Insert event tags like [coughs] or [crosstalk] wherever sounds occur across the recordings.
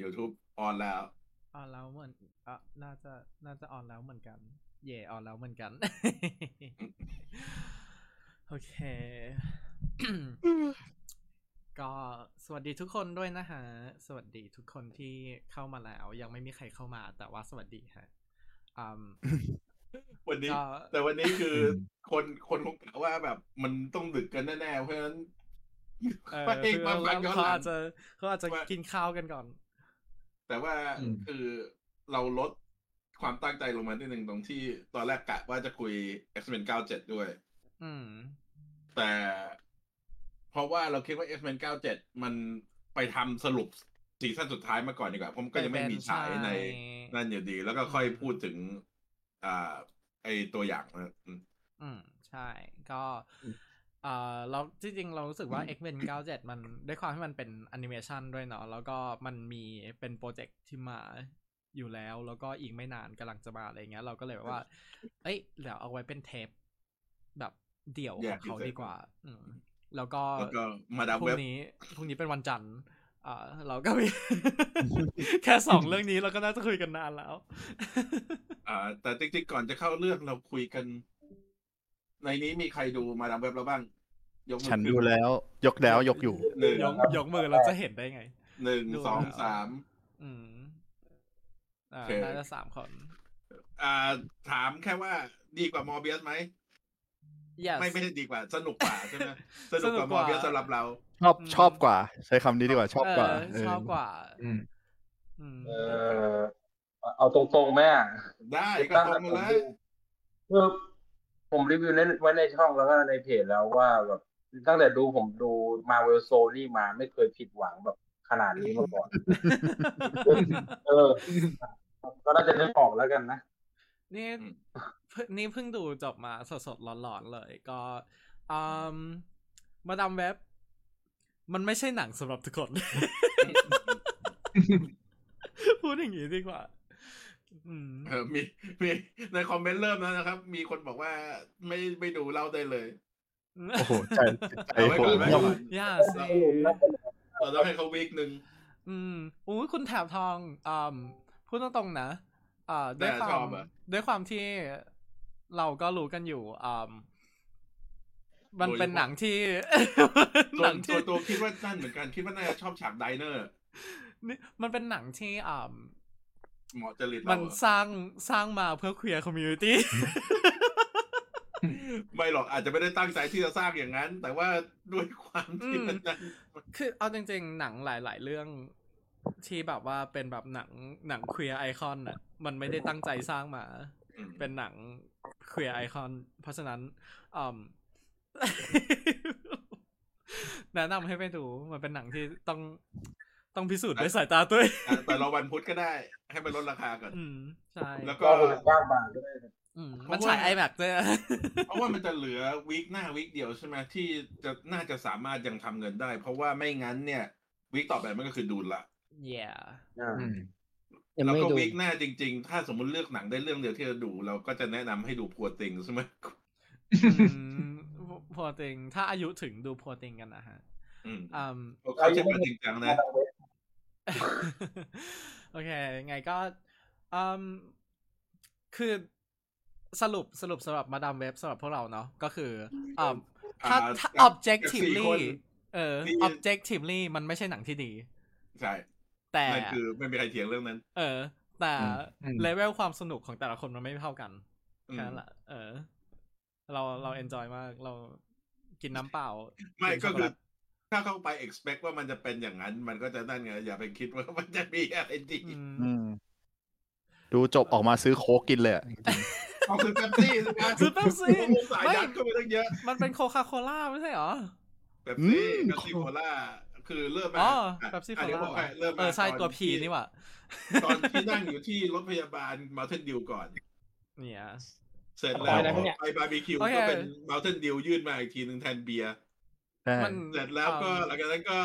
YouTube ออนแล้ว ออนแล้วเหมือนอ่ะน่าจะน่าจะออนแล้วเหมือนกัน เย่ออนแล้วเหมือนกัน [laughs] โอเค [coughs] ก็สวัสดีทุกคนด้วยนะฮะ สวัสดีทุกคนที่เข้ามาแล้ว ยังไม่มีใครเข้ามา แต่ว่าสวัสดีฮะอืม วันนี้ ก็ แต่วันนี้คืออ ม คนคนคงกะว่าแบบมันต้องดึกกันแน่ๆ เพราะฉะนั้น เออ ไม่ คือ มาฟังย้อน เขา หอาลัง จจะเขาอาจจะ ว่า กินข้าวกันก่อน แต่ว่า อืม คือเราลดความตั้งใจลงมานิดนึงตรงที่ตอนแรกกะว่าจะคุย X-Men 97 ด้วย อืม แต่เพราะว่าเราคิดว่า X-Men 97 มันไปทำสรุปซีซั่นสุดท้ายมาก่อนดีกว่าเพราะมันก็ยังไม่มีฉายใน นั่นอยู่ดีแล้วก็ค่อย อืม พูดถึง อ่า ไอตัวอย่างนะอืม อืม ใช่ ก็ อืม เออเราจริงๆ เรารู้สึกว่า X-Men 97 มันด้วยความที่มันเป็นแอนิเมชันด้วยเนาะ แล้วก็มันมีเป็นโปรเจกต์ที่มาอยู่แล้ว แล้วก็อีกไม่นานกำลังจะมาอะไรเงี้ย เราก็เลยแบบ [laughs] ว่า เอ้ย เดี๋ยวเอาไว้เป็นเทป แบบเดี่ยวของเขาดีกว่า อืม แล้วก็ แล้วก็มาดาม พรุ่ เว็ ง บ นี้พรุ่งนี้เป็นวันจันทร์อ่าเราก็มี [laughs] แค่สองเรื่องนี้เราก็น่าจะคุยกันนานแล้ว อ่า แต่จริงๆก่อนจะเข้าเรื่องเราคุยกัน ในนี้มีใครดูมาดามเว็บแล้วบ้าง ยกมือ ฉันดูแล้ว ยกแล้วยกอยู่ หนึ่ง ยกยกมือเราจะเห็นได้ไง หนึ่ง ดู สอง แล้ว สาม อืมอ่า โอเค น่าจะสามคน อ่า ถามแค่ว่าดีกว่ามอร์เบียสไหม yes ไม่ไม่ใช่ดีกว่า สนุกกว่าใช่ไหมสนุกสกนุ ว่ากกมอ ว่า ร์เบียสสำหรับเรา ชอบชอบกว่า ใช้คำนี้ดีกว่าชอบกว่า เออชอบกว่า อืม อืม เออเอาตรงๆแม่ ได้ก็ตรงมาเลย เออผมรีวิวในไว้ในช่องแล้วก็ในเพจแล้วว่าแบบตั้งแต่ดูผมดูมาเวลโซนี่มาไม่เคยผิดหวังแบบขนาดนี้มาก่อน เออ ก็น่าจะได้ออกแล้วกันนะ นี่เพิ่งนี่เพิ่งดูจบมาสดๆร้อนๆเลย ก็อืมมาดามเว็บ มันไม่ใช่หนังสำหรับทุกคน [laughs] พูดอย่างนี้ดีกว่า อืม เออมีมีในคอมเมนต์เริ่มแล้วนะครับ มีคนบอกว่าไม่ไม่ดูเล่าได้เลย โอ้โหใจใจ เอาไว้ โห ก่อน ด ไว้ เยี่ยม ก่อน ย่าสิ เราต้องให้เขาวีคหนึ่ง อืมอู้ยคุณแถบทองอืมพูดตรงๆนะอ่าด้วยค แต่ช วา อ ม บอะ ด้วยความที่เราก็รู้กันอยู่อืมมันเป็นหนังที่ [laughs] ส่ ห ว นั น ง ตั ที่ วตัวคิดว่านั่นเหมือนกันคิดว่าน่าจะชอบฉากไดเนอร์ นี่มันเป็นหนังที่อ่า เหมาะจริต มั เรา น อะ สร้างสร้างมาเพื่อเคลียร์คอมมูนิตี้ ไม่หรอกอาจจะไม่ได้ตั้งใจที่จะสร้างอย่างนั้น แต่ว่าด้วยความที่ อืม มันจะ [laughs] คือเอาจริงๆ หนังหลาย ๆ เรื่องที่แบบว่าเป็นแบบหนังหนังเคลียร์ไอคอนอ่ะ มันไม่ได้ตั้งใจสร้างมา อืม เป็นหนังเคลียร์ไอคอน เพราะฉะนั้นอืม [laughs] แนะนำให้ไปดู มันเป็นหนังที่ต้องต้องพิสูจน์ด้วยสายตาตัวเอง อ่ะแต่รอวันพุธก็ได้ ให้มันลดราคาก่อน อืม ใช่ แล้ว ก็ ก็ คนก้าบาทด้วย อืม เพ มั ราะ น ว่า ฉายไอแม็กด้วย เพราะว่ามันจะเหลือวีคหน้าวีคเดียวใช่ไหมที่จะน่าจะสามารถยังทำเงินได้ เพราะว่าไม่งั้นเนี่ยวีคต่อไปมันก็คือดูนละ [laughs] yeah [laughs] อ่า อืม ยัง แล้ว ไม่ ก็ ดู วีคหน้าจริง ๆ ถ้าสมมติเลือกหนังได้เรื่องเดียวที่จะดู เราก็จะแนะนำให้ดูพัวติงใช่ไหม อืมพัวติง ถ้าอายุถึงดูพัวติงกันนะฮะ อืม อืม เขาใช้มาจริงจังนะ [laughs] โอเค ไงก็อืมคือสรุปสรุปสำหรับมาดามเว็บสำหรับพวกเราเนาะก็คืออืมถ้า อ่า ถ้า จาก objectively จากสี่คน เออ ที่ objectively มันไม่ใช่หนังที่ดี ใช่ แต่ นั่นคือไม่มีใครเถียงเรื่องนั้น เออ แต่ อืม เลเวลความสนุกของแต่ละคนมันไม่เท่ากัน อืม แค่นั้นแหละเออ เราเรา enjoy มาก เรากินน้ำเปล่า ไม่ นช็ ก็ โล คือ ต ถ้าเข้าไป expect ว่ามันจะเป็นอย่างนั้น มันก็จะนั่นไง อย่าไปคิดว่า [laughs] มันจะมีอะไรดี อืม อืมดูจบออกมาซื้อโค้กกินเลยอะจริง เอาซื้อเป๊ปซี่สิครับ ซื้อ Pepsi โโหสายยัดก็ไปตั้งเยอะ มันเป็นโคคาโคล่าไม่ใช่เหรอ เป๊ปซี่เป๊ปซี่โคล่าคือเริ่มมา อ๋อ อ่ะ แบบซีโค อ่ะเดี๋ยว ล่า บอกให้เริ่มมา เออใช่ ตน ตัวพี ที่ นี่หว่า ตอนที่นั่งอยู่ที่รถพยาบาล Mountain Dew ก่อน เนี่ย เสร็จแล้ว ไปแล้วเนี่ย ไปบาร์บีคิว โอเค ก็เป็น Mountain Dew ยื่นมาอีกทีหนึ่งแทนเบียร์ ๆใช่ มัน เสร็จแล้วก็ อ่า หลังจากนั้นก็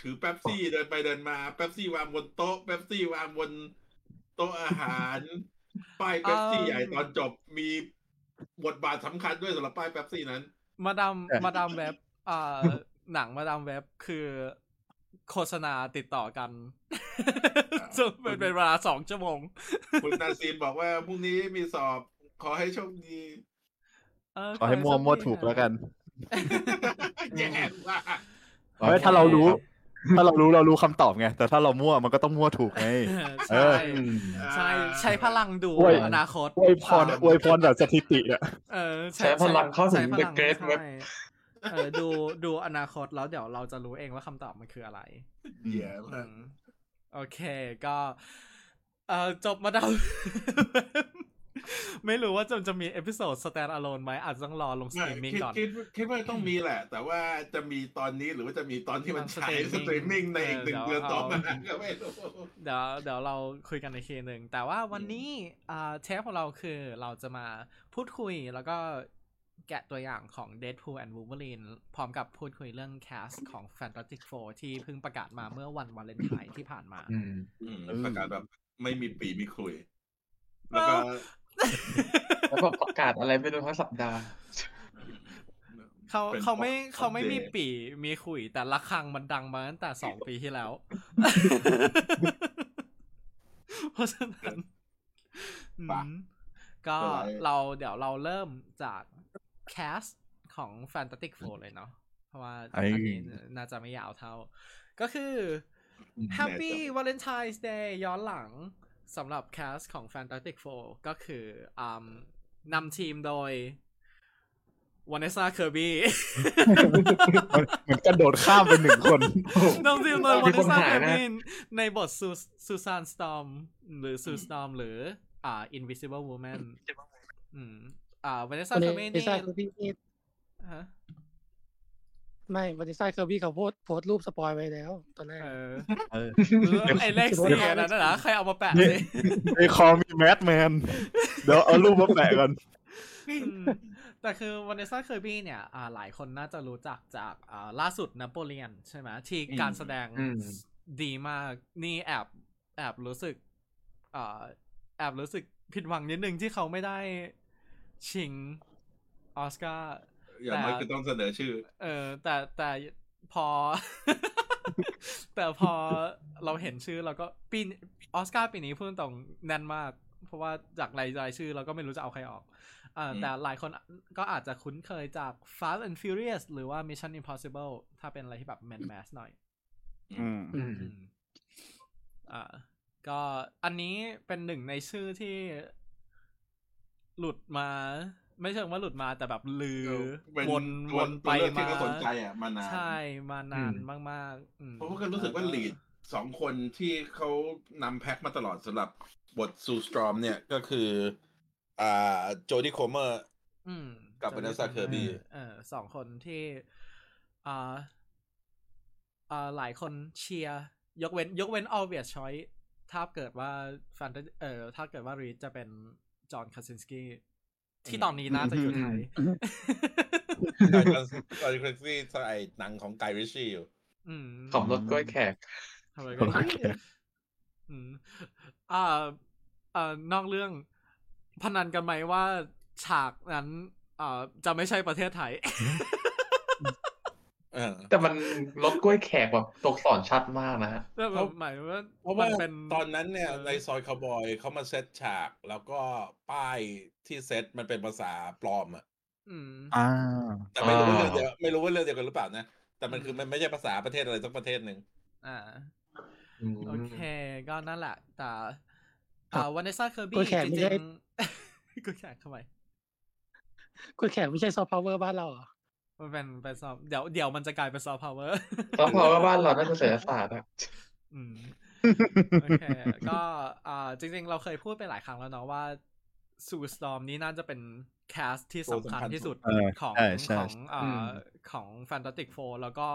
ถือเป๊ปซี่เดินไปเดินมาเป๊ปซี่วางบนโต๊ะเป๊ปซี่วางบนโต๊ะอาหาร ป้ายเป๊ปซี่ใหญ่ตอนจบมีบทบาทสำคัญด้วยสำหรับป้ายเป๊ปซี่นั้น มาดามมาดามเว็บอ่าหนังมาดามเว็บคือ โฆษณาติดต่อกันจนเป็นเป็นเวลาสองชั่วโมง คุณนาซีมบอกว่าพรุ่งนี้มีสอบขอให้โชคดี [laughs] เออ ขอให้มั่วมั่วถูกแล้วกัน แย่ว่ะ เฮ้ยถ้าเรารู้ ถ้าเรารู้เรารู้คำตอบไง แต่ถ้าเรามั่วมันก็ต้องมั่วถูกไง เอ ใช่ อ ใช่ใช้พลังดู โอ้ย อนาคต อวยพรอวยพรแบบสถิติอ่ะ [laughs] เออ ใช้พลังเข้าถึง ใช้พลั The Great Web ใช่เออดูดูอนาคตแล้วเดี๋ยวเราจะรู้เองว่าคำตอบมันคืออะไร แย่มาก อืมโอเคก็ เอ่อจบมาดาม [laughs] ไม่รู้ว่าจะจะมีเอพิโซด stand alone ไหมอาจจะต้องรอลงสตรีมไม่มิ่ง คิด ก่อน คิดคิดว่าต้องมีแหละ แต่ว่าจะมีตอนนี้หรือว่าจะมีตอนที่มันฉายส ตอนส ต ตรี รี ม ม มิ่ มิ่ ง งในอีกหนึ่ง เอ เดื อ อนต่อมา เดี๋ยวเอา ก็ไม่รู้ เดี๋ยวเดี๋ยวเราคุยกันในเคหนึ่งแต่ว่าวันนี้อ่าเทปของเราคือเราจะมาพูดคุยแล้วก็แกะตัวอย่างของ Deadpool and Wolverine พร้อมกับพูดคุยเรื่องแคสของ Fantastic Four ที่เพิ่งประกาศมาเมื่อวันวาเลนไทน์ที่ผ่านมา อืม อืม เออ ประกาศแบบไม่มีปีมีคุย แล้วก็ แล้วก็ประกาศอะไรไม่รู้ทั้งสัปดาห์ เขา ป็น เขาไม่เขาไม่ update มีปีมีขุยแต่ละครังมันดังมาตั้งแต่สองปีที่ [laughs] แล้ว เพราะฉะนั้นอืม ปะ ก็ เป็นไร เราเดี๋ยวเราเริ่มจากแคสของ Fantastic Four เลยเนาะเพราะว่า ไอ้ อันนี้น่าจะไม่ยาวเท่า ก็คือ Happy Valentine's Day ย้อนหลังสำหรับแคสของ Fantastic Four ก็คืออำนำทีมโดยวานเนซ่าเคอร์บี้ มันมันกระโดดข้ามไปหนึ่งคน น้องซิลเลอร์วา มี น คน ซ่า หาย แบ นะ บนี้ในบทซูซานสตอมหรือซูสตอมหรืออ่า Invisible Woman อืมอ่าวานิซ่า วัน เธ นี้ อไม่ วานิ นี่ ซ่าเคอร์บี้นี่ ฮะ ไม่วานิซ่าเคอร์บี้เขาโพสต์โพสต์รูปสปอยไว้แล้วตอนแรก เออ เออ หรือไอ้เลขสี่อันนั้นน่ะนะใครเอามาแปะสิ ไอคอมีแมทแมน เดี๋ยวเอารูปมาแปะกัน อืมแต่คือวานิซ่าเคอร์บี้เนี่ยอ่าหลายคนน่าจะรู้จักจากอ่าล่าสุดนโปเลียนใช่ไหมที่การแสดง อืม ดีมากนี่แอบแอบรู้สึกอ่าแอบรู้สึกผิดหวังนิดนึงที่เขาไม่ได้ชิงออสการ์ อย่างน้อย แต่ คือต้องเสนอชื่อ เออแต่แต่พอ [laughs] แต่พอเราเห็นชื่อเราก็ปีนออสการ์ปีนี้พูดตรงๆแน่นมาก เพราะว่าจากรายรายชื่อเราก็ไม่รู้จะเอาใครออกเอ่ออ ม แต่หลายคนก็อาจจะคุ้นเคยจาก Fast and Furious หรือว่า Mission Impossible ถ้าเป็นอะไรที่แบบแมนแมสหน่อย อืม อืม อืมอ่า ก็อันนี้เป็นหนึ่งในชื่อที่หลุดมา ไม่เชิงว่าหลุดมาแต่แบบลือ เป็น วนวนไป ตัวมาเลือกที่เขาสนใจอ่ะมานาน ใช่มานานมากๆอืม เพราะว่าก็รู้สึกว่าลีดสองคนที่เขานำแพ็คมาตลอดสำหรับบทซูสตรอมเนี่ยก็คือ อ่าโจดี้โคเมอร์ อืม กับ Vanessa Kirby เออสองคนที่อ่าอ่าหลายคนเชียร์ ยกเว้น ยกเว้น obvious choice ถ้าเกิดว่าฟันเออถ้าเกิดว่ารีดจะเป็นจอห์นคาซินสกี้ที่ตอนนี้น่าจะอยู่ไทย ไกด์ไกด์คริสซี่ใส่หนังของไกด์ริชชี่อยู่ อืม ของรถกล้วยแขก ทำไม ขอบคุณครั ก็ บ อืมอ่าอ่านอกเรื่องพนันกันไหมว่าฉากนั้นอ่าจะไม่ใช่ประเทศไทย เออ แต่มันรถกล้วยแขกแบบตัวสอนชัดมากนะฮะ แล้วแบ เพราะ บหมายว่า เพราะว่า มันเป็น ตอนนั้นเนี่ย ออ ในซอยคาวบอยเขามาเซตฉาก แล้วก็ป้ายที่เซตมันเป็นภาษาปลอมอะ อืม อ่า แต่ไม่รู้ว่า อ่า เรื่องเดียวไม่รู้ว่าเรื่องเดียวกันหรือเปล่านะ แต่มันคือ ม มันไม่ใช่ภาษาประเทศอะไรสักประเทศหนึ่ง อ่า อืม โอเค ก็นั่นแหละ แต่อ่าวานเนซ่าเคอร์บี้ กดแขน จ ไม่ ริ ได้ งๆ [laughs] กูแขกทำไม คุณแขกไม่ใช่ซอฟต์พาวเวอร์บ้านเราเหรอ มันเป็นเป็นซอฟเดี๋ยวเดี๋ยวมันจะกลายเป็นซอฟต์พาวเวอร์ แล้วพอว่าบ้านเราน่าจะเสียศาสตร์อะ อืม โอเค ก็อ่าจริงๆ เราเคยพูดไปหลายครั้งแล้วเนาะว่าซูสตอมนี้น่าจะเป็นแคสที่สำคัญที่สุด เออ ของ ใช่ใช่ ของอ่ อื าม ของ Fantastic Four แล้วก็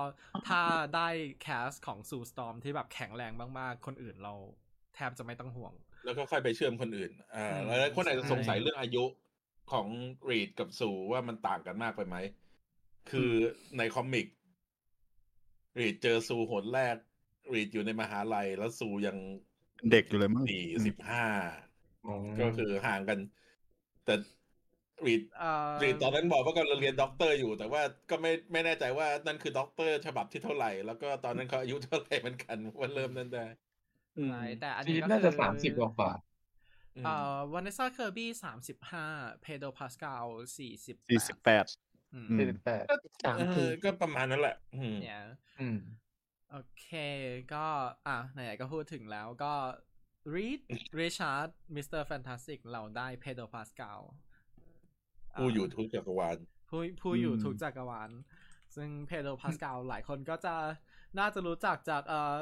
ถ้าได้แคสของซูสตอมที่แบบแข็งแรงมากๆ คนอื่นเราแทบจะไม่ต้องห่วง แล้วก็ค่อยไปเชื่อมคนอื่นอ่า อืม แล้วคนอาจจะสงสัย ใช่ เรื่องอายุของรีดกับสูว่ามันต่างกันมากไปไหม คือในคอมิกรีดเจอซูหนแรกรีดอยู่ในมหาลัย แล้วซูยัง เด็กอยู่เลยมั้ง สี่สิบห้า อืม ก็คือห่างกัน แต่ รีด เอ่อ รีดตอนนั้นบอกว่ากำลังเรียนด็อกเตอร์อยู่ แต่ว่าก็ไม่ไม่แน่ใจว่านั่นคือด็อกเตอร์ฉบับที่เท่าไหร่ แล้วก็ตอนนั้นเขาอายุเท่าไหร่เหมือนกันว่าเริ่มนั่นได้ อืม ใช่แต่อัน ชี นี้ วิต ก็ น่าจะ คือ สามสิบกว่า อืม เอ่อวานิสซาเคอร์บี้สามสิบห้าเพโดพาสกาลสี่สิบ สี่สิบแปด อื สี่ ม สิบแปด สาม เอ ปี อก็ประมาณนั้นแหละ อืม เนี่ย อืม โอเค ก็ อ่ะไหนๆก็พูดถึงแล้วก็ [laughs] Reed Richard Mr. Fantastic เราได้เพโดพาสกาล ผู้อยู่ทุกจักรวาล ผู้ผู้อยู่ อืม ทุกจักรวาล ซึ่งเพโดพาสกาลหลายคนก็จะน่าจะรู้จักจากเอ่อ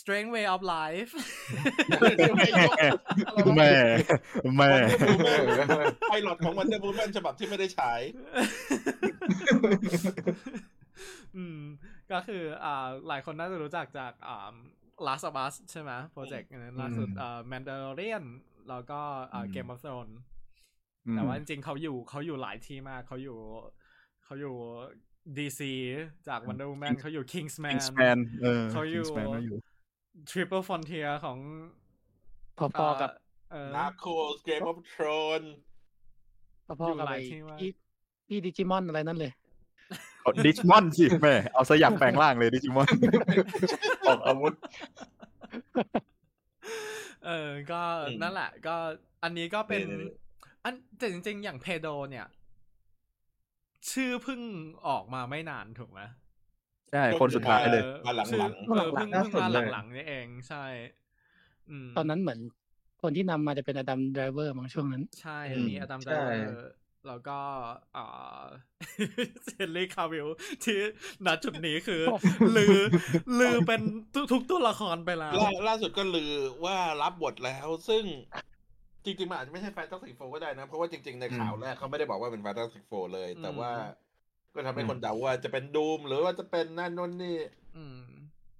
Strange Way of Life แม่แม่ [laughs] ไพลอตของวันเดอร์บูแมนฉบับที่ไม่ได้ฉาย อืม ก็คืออ่าหลายคนน่าจะรู้จักจากอ่า Last of Us ใช่ไหมโปรเจกต์นั้นล่าสุด อืม อ่า Mandalorian แล้วก็อ่า อืม Game of Thrones อืม แต่ว่าจริงๆเขาอยู่เขาอยู่หลายที่มากเขาอยู่เขาอยู่ดีซีจาก Wonder Woman เขาอยู่ Kingsman Kingsman เออ เขาอยู่ Kingsman ก็อยู่ Triple Frontier ของ พอๆกับ เอ่อ นาโคสเกมออฟทรอน พอๆกัอบยู่หลา ไอ้ ยที่มาก ที่ที่ดิจิมอนอะไรนั่นเลย ดิจิมอนสิแม่ เอาสยักแปลงร่างเลยดิจิมอน ออกอาวุธ [laughs] เออ ก็ อืม นั่นแหละ ก็อันนี้ก็เป็น เออ อันแต่จริงๆ อย่างเพโดเนี่ย ชื่อเพิ่งออกมาไม่นานถูกไหม ใช่ คนสุดท้ายเลย ออ มาหลังๆ ชื่อเออเพิ่ง ล่า เพิ่ง สุด มา เลย หลังๆนี่เองใช่ อืม ตอนนั้นเหมือนคนที่นำมาจะเป็นอดัมไดรเวอร์มั้งช่วงนั้น ใช่ อืม มีอดัมได ใช่ เวอร์แล้วก็อ่า [laughs] เซนลีคาวิลที่ณจุดนี้คือ ลือ ลือเป็นทุกๆตัวละครไปแล้ว ล่าล่าสุดก็ลือว่ารับบทแล้ว ซึ่งจริงๆมันอาจจะไม่ใช่แฟนตาซีโฟก็ได้นะ เพราะว่าจริงๆในข่าวแรกเขาไม่ได้บอกว่าเป็นแฟนตาซีโฟเลย อืม แต่ว่าก็ทำให้ อืม คนเดาว่าจะเป็นดูม หรือว่าจะเป็นนั่นนู่นนี่ อืม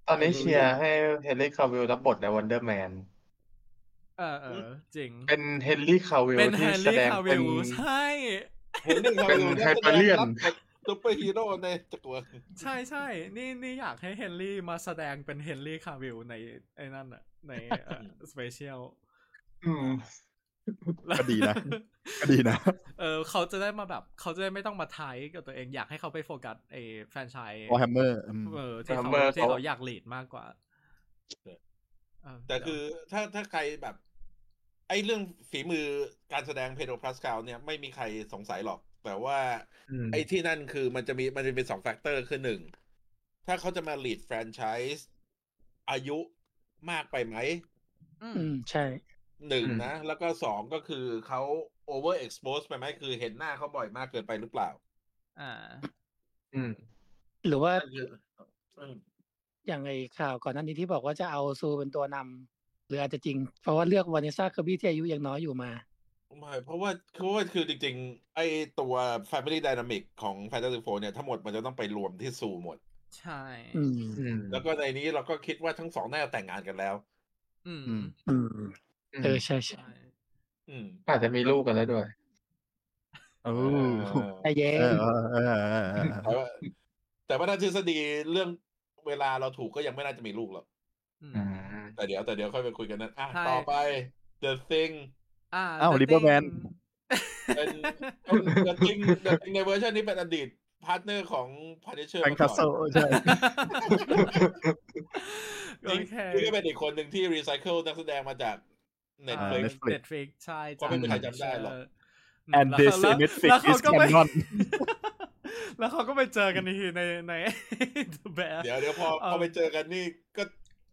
ตอนนี้เชียร์ให้เฮนรี่คาวิลรับบทในวันเดอร์แมน เออเออจริง เป็นเฮนรี่คาวิล เป็นแฮ ที่ ร์ แส รี่ ดง คาวิเป็น ลใช่ เห็นหนึ่ง เป็น ขาแสดง Hyperion รับบทซูเปอร์ฮีโร่ในจักรวาล ใช่ใช่นี่นี่อยากให้เฮนรี่มาแสดงเป็นเฮนรี่คาวิลในไอ้นั่นอะใน [laughs] สเปเชียล อืม ก็ดี [laughs] นะ ก็ดีนะ เออเขาจะได้มาแบบ เขาจะได้ไม่ต้องมาไทยกับตัวเองอยากให้เขาไปโฟกัสไอ้แฟรนไชาย w อ r h แฮมเมอร์ เออที่เขา Warhammer ที่เขา เขา อยากลีดมากกว่าเ แต่คือถ้าถ้าใครแบบ ไอ้เรื่องฝีมือการแสดงเพโดรพาสคาลเนี่ยไม่มีใครสงสัยหรอก แต่ว่า อืม ไอ้ที่นั่นคือมันจะมีมันจะเป็นสองแฟกเตอร์คือหนึ่ง ถ้าเขาจะมา lead franchise อายุมากไปไหม อืม อืมใช่ หนึ่ง อืม นะ แล้วก็สองก็คือเขา over expose ไปไหมคือเห็นหน้าเขาบ่อยมากเกินไปหรือเปล่า อ่า อืม หรือว่า คืออืม อย่างไอข่าวก่อนหน้านี้ที่บอกว่าจะเอาซูเป็นตัวนำหรืออาจจะจริง เพราะว่าเลือกวานิสซาเคอร์บี้ที่อายุยังน้อยอยู่มา ไม่เพราะว่าเพราะว่าคือจริงๆ ไอ้ตัว family dynamic ของ Fantasy Four เนี่ย ทั้งหมดมันจะต้องไปรวมที่ซูหมด ใช่ อืม อืม แล้วก็ในนี้เราก็คิดว่าทั้งสองน่าจะแต่งงานกันแล้ว อืม อืม อืม ม เออใช่ใช่ ใช่ อืม อาจจะมีลูกกันแล้วด้วย โอ้ ไอเย้ เออเออเออเออเออ แต่ว่าแต่ว่าถ้าทฤษฎีเรื่องเวลาเราถูกก็ยังไม่น่าจะมีลูกหรอก อืม อืม แต่เดี๋ยวแต่เดี๋ยวค่อยไปคุยกันนั้นอ่ะ ใช่ ต่อไป The Thing อ่า อ้าว The Liberman Thing เป็น The Thing The Thing ในเวอร์ชันนี้เป็นอดีตพาร์ทเนอร์ของ Punisher แฟน มา คาส ก่ เซิ อน ลใช่ โอเค ซึ่งก็เป็นอีกคนหนึ่งที่รีไซเคิลนักแสดงมาจาก อ่า Netflix Netflix เน็ตฟลิกใช่ เพราะไม่มีใครจำได้หรอก ม and แล้ว this แล้ว in Netflix แล้วเขา is ก็ไป canon [laughs] แล้วเขาก็ไปเจอกันอีกทีในใน [laughs] The Bear เดี๋ยวเดี๋ยวพอ เอา พอไปเจอกันนี่ก็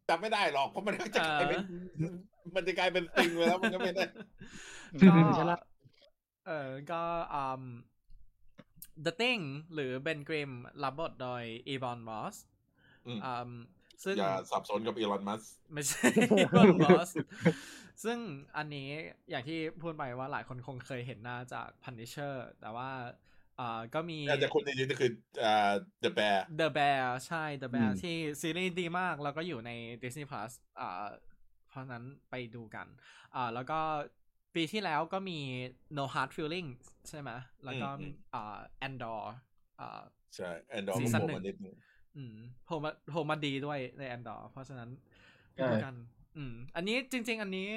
จำไม่ได้หรอก เพราะมันก็จะกลายเป็น [laughs] มันจะกลายเป็น Thing ไปแล้วมันก็ไม่ได้ ก็ ก็ ฉลาด เออก็อืม The Thing หรือ Ben Grimm รับบทโดย Evan Moss อืม อืมซึ่ง อย่าสับสนกับอีลอนมัส ไม่ใช่ [laughs] Elon Musk ซึ่งอันนี้อย่างที่พูดไปว่าหลายคนคงเคยเห็นหน้าจาก Punisher แต่ว่าอ่าก็มี แต่คนในยืนก็คืออ่า The Bear The Bear ใช่ The Bear อืม ที่ซีรีส์ดีมาก แล้วก็อยู่ใน Disney Plus อ่าเพราะฉะนั้นไปดูกันอ่าแล้วก็ปีที่แล้วก็มี No Hard Feeling ใช่ไหมแล้วก็ อืม อ่า Andor อ่า ใช่แอนดอร์ ซี ก็ ซั่น โผล่ หนึ่ง มานิดนึง อืมโผล่มาโผล่มาดีด้วยในแอนดอร์เพราะฉะนั้น ใช่ ดูกัน อืม อันนี้จริง ๆ อันนี้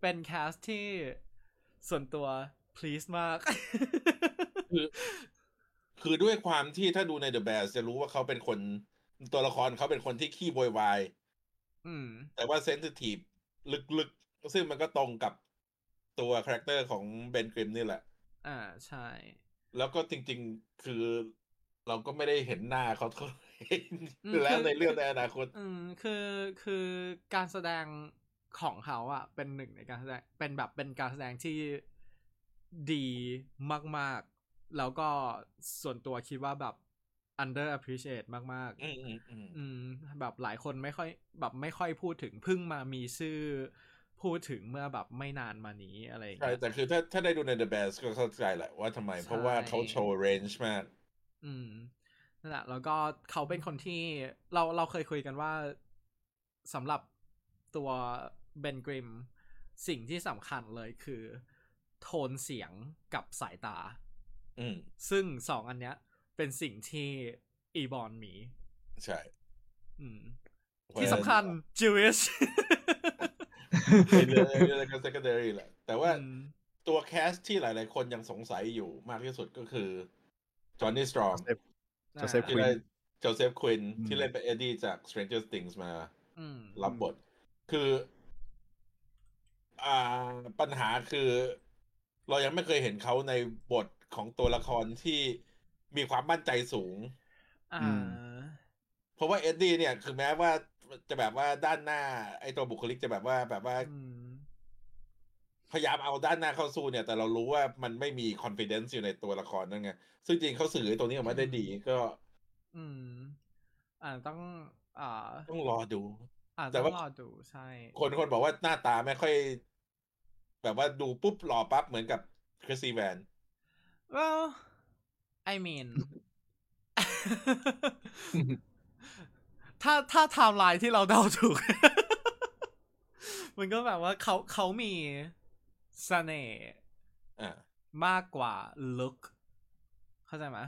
เป็นแคสที่ส่วนตัว please มาก คือคือด้วยความที่ถ้าดูใน The Bear จะรู้ว่าเขาเป็นคนตัวละครเขาเป็นคนที่ขี้โวยวาย อืม แต่ว่าเซนซิทีฟลึกๆ ซึ่งมันก็ตรงกับตัวคาแรคเตอร์ของเบนกริมนี่แหละ อ่าใช่ แล้วก็จริงๆ คือเราก็ไม่ได้เห็นหน้าเขาเท่าไหร่ [laughs] อืม แล้ว คือ ในเรื่องในอนาคต อืมคือคือการแสดงของเขาอะเป็นหนึ่งในการแสดงเป็นแบบเป็นการแสดงที่ดีมาก ๆ แล้วก็ส่วนตัวคิดว่าแบบ under appreciate มาก ๆ อืมอืมอืม อืมแบบหลายคนไม่ค่อยแบบไม่ค่อยพูดถึงเพิ่งมามีชื่อพูดถึงเมื่อแบบไม่นานมานี้อะไรอย่าง ใช่ เงี้ย แต่คือถ้าถ้าได้ดูใน The Bears ก็เข้าใจแหละว่าทำไม ใช่ เพราะว่าเขาโชว์เรนจ์มาก อืมนั่นแหละแล้วก็เขาเป็นคนที่เราเราเคยคุยกันว่าสำหรับตัวเบนกริมสิ่งที่สำคัญเลยคือ โทนเสียงกับสายตา อืม ซึ่งสองอันเนี้ย เป็นสิ่งที่อีบอนมี ใช่ อืมที่สำคัญ Jewish [laughs] เป็นเรื่องเรื่องก็ secondary แหละ แต่ว่า อืม ตัวแคสที่หลาย ๆ คนยังสงสัยอยู่มากที่สุดก็คือจอห์นนี่สตรอม จะเซฟ ที่ ควิ ได้ น โจเซฟควิน อืม ที่เล่นเป็นเอ็ดดี้จาก Stranger Things มา อืม รับบท คือ อ่าปัญหาคือ เรายังไม่เคยเห็นเขาในบทของตัวละครที่มีความมั่นใจสูง อ่า อืม เพราะว่าเอ็ดดี้เนี่ย คือแม้ว่าจะแบบว่าด้านหน้า ไอตัวบุคลิกจะแบบว่าแบบว่า อืม พยายามเอาด้านหน้าเข้าสู้เนี่ย แต่เรารู้ว่ามันไม่มี confidence อยู่ในตัวละครนั่นไง ซึ่งจริงเขาสื่อไอ้ตัวนี้ออกมาได้ดี ก็ อืม อ่าต้อง อ่า ต้องรอดู อ่า แต่ ต้อง ว่า รอดูใช่ คนคนบอกว่าหน้าตาไม่ค่อย แบบว่าดูปุ๊บหล่อปั๊บเหมือนกับคริสซี่แวน ว้าว I mean [laughs] ถ้าถ้าไทม์ไลน์ที่เราเดาถูก [laughs] มันก็แบบว่าเขาเขามีเสน่ห์ อ่า มากกว่าลุคเข้าใจไหม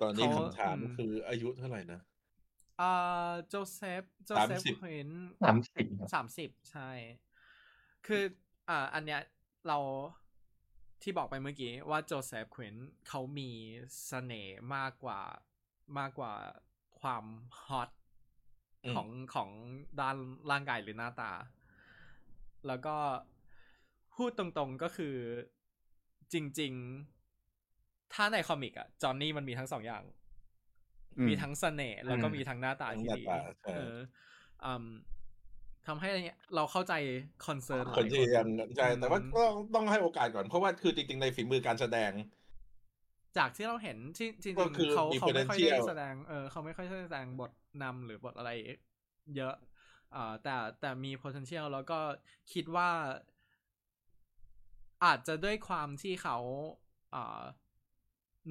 ตอนนี้ เขา คำถาม อืม คืออายุเท่าไหร่นะ อ่าโจเซฟโจเซฟ 30 ควิน สามสิบ สามสิบใช่ คืออ่าอันเนี้ยเราที่บอกไปเมื่อกี้ว่าโจเซฟควินเขามีเสน่ห์มากกว่ามากกว่าความฮอต อืม ของของด้านร่างกายหรือหน้าตา แล้วก็พูดตรงๆก็คือจริงๆ ถ้าในคอมิกอะจอห์นนี่มันมีทั้งสองอย่าง อืม มีทั้งเสน่ห์แล้วก็ อืม มีทั้งหน้าตาที่ดี หน้าตาใช่ เอออืมทำให้เราเข้าใจคอนเซิร์นหลา คนที่ยังใช่ อืม แต่ว่าต้องต้องให้โอกาสก่อน เพราะว่าคือจริงๆ ในฝีมือการแสดง จากที่เราเห็นที่ที่จ ก็ ริง คือ เขา มี เขาไม่ค่อยได้ potential แสดงเออเขาไม่ค่อยได้แสดงบทนำหรือบทอะไรเยอะอ่าแต่แต่มี potential แล้วก็คิดว่า อาจจะด้วยความที่เขาอ่า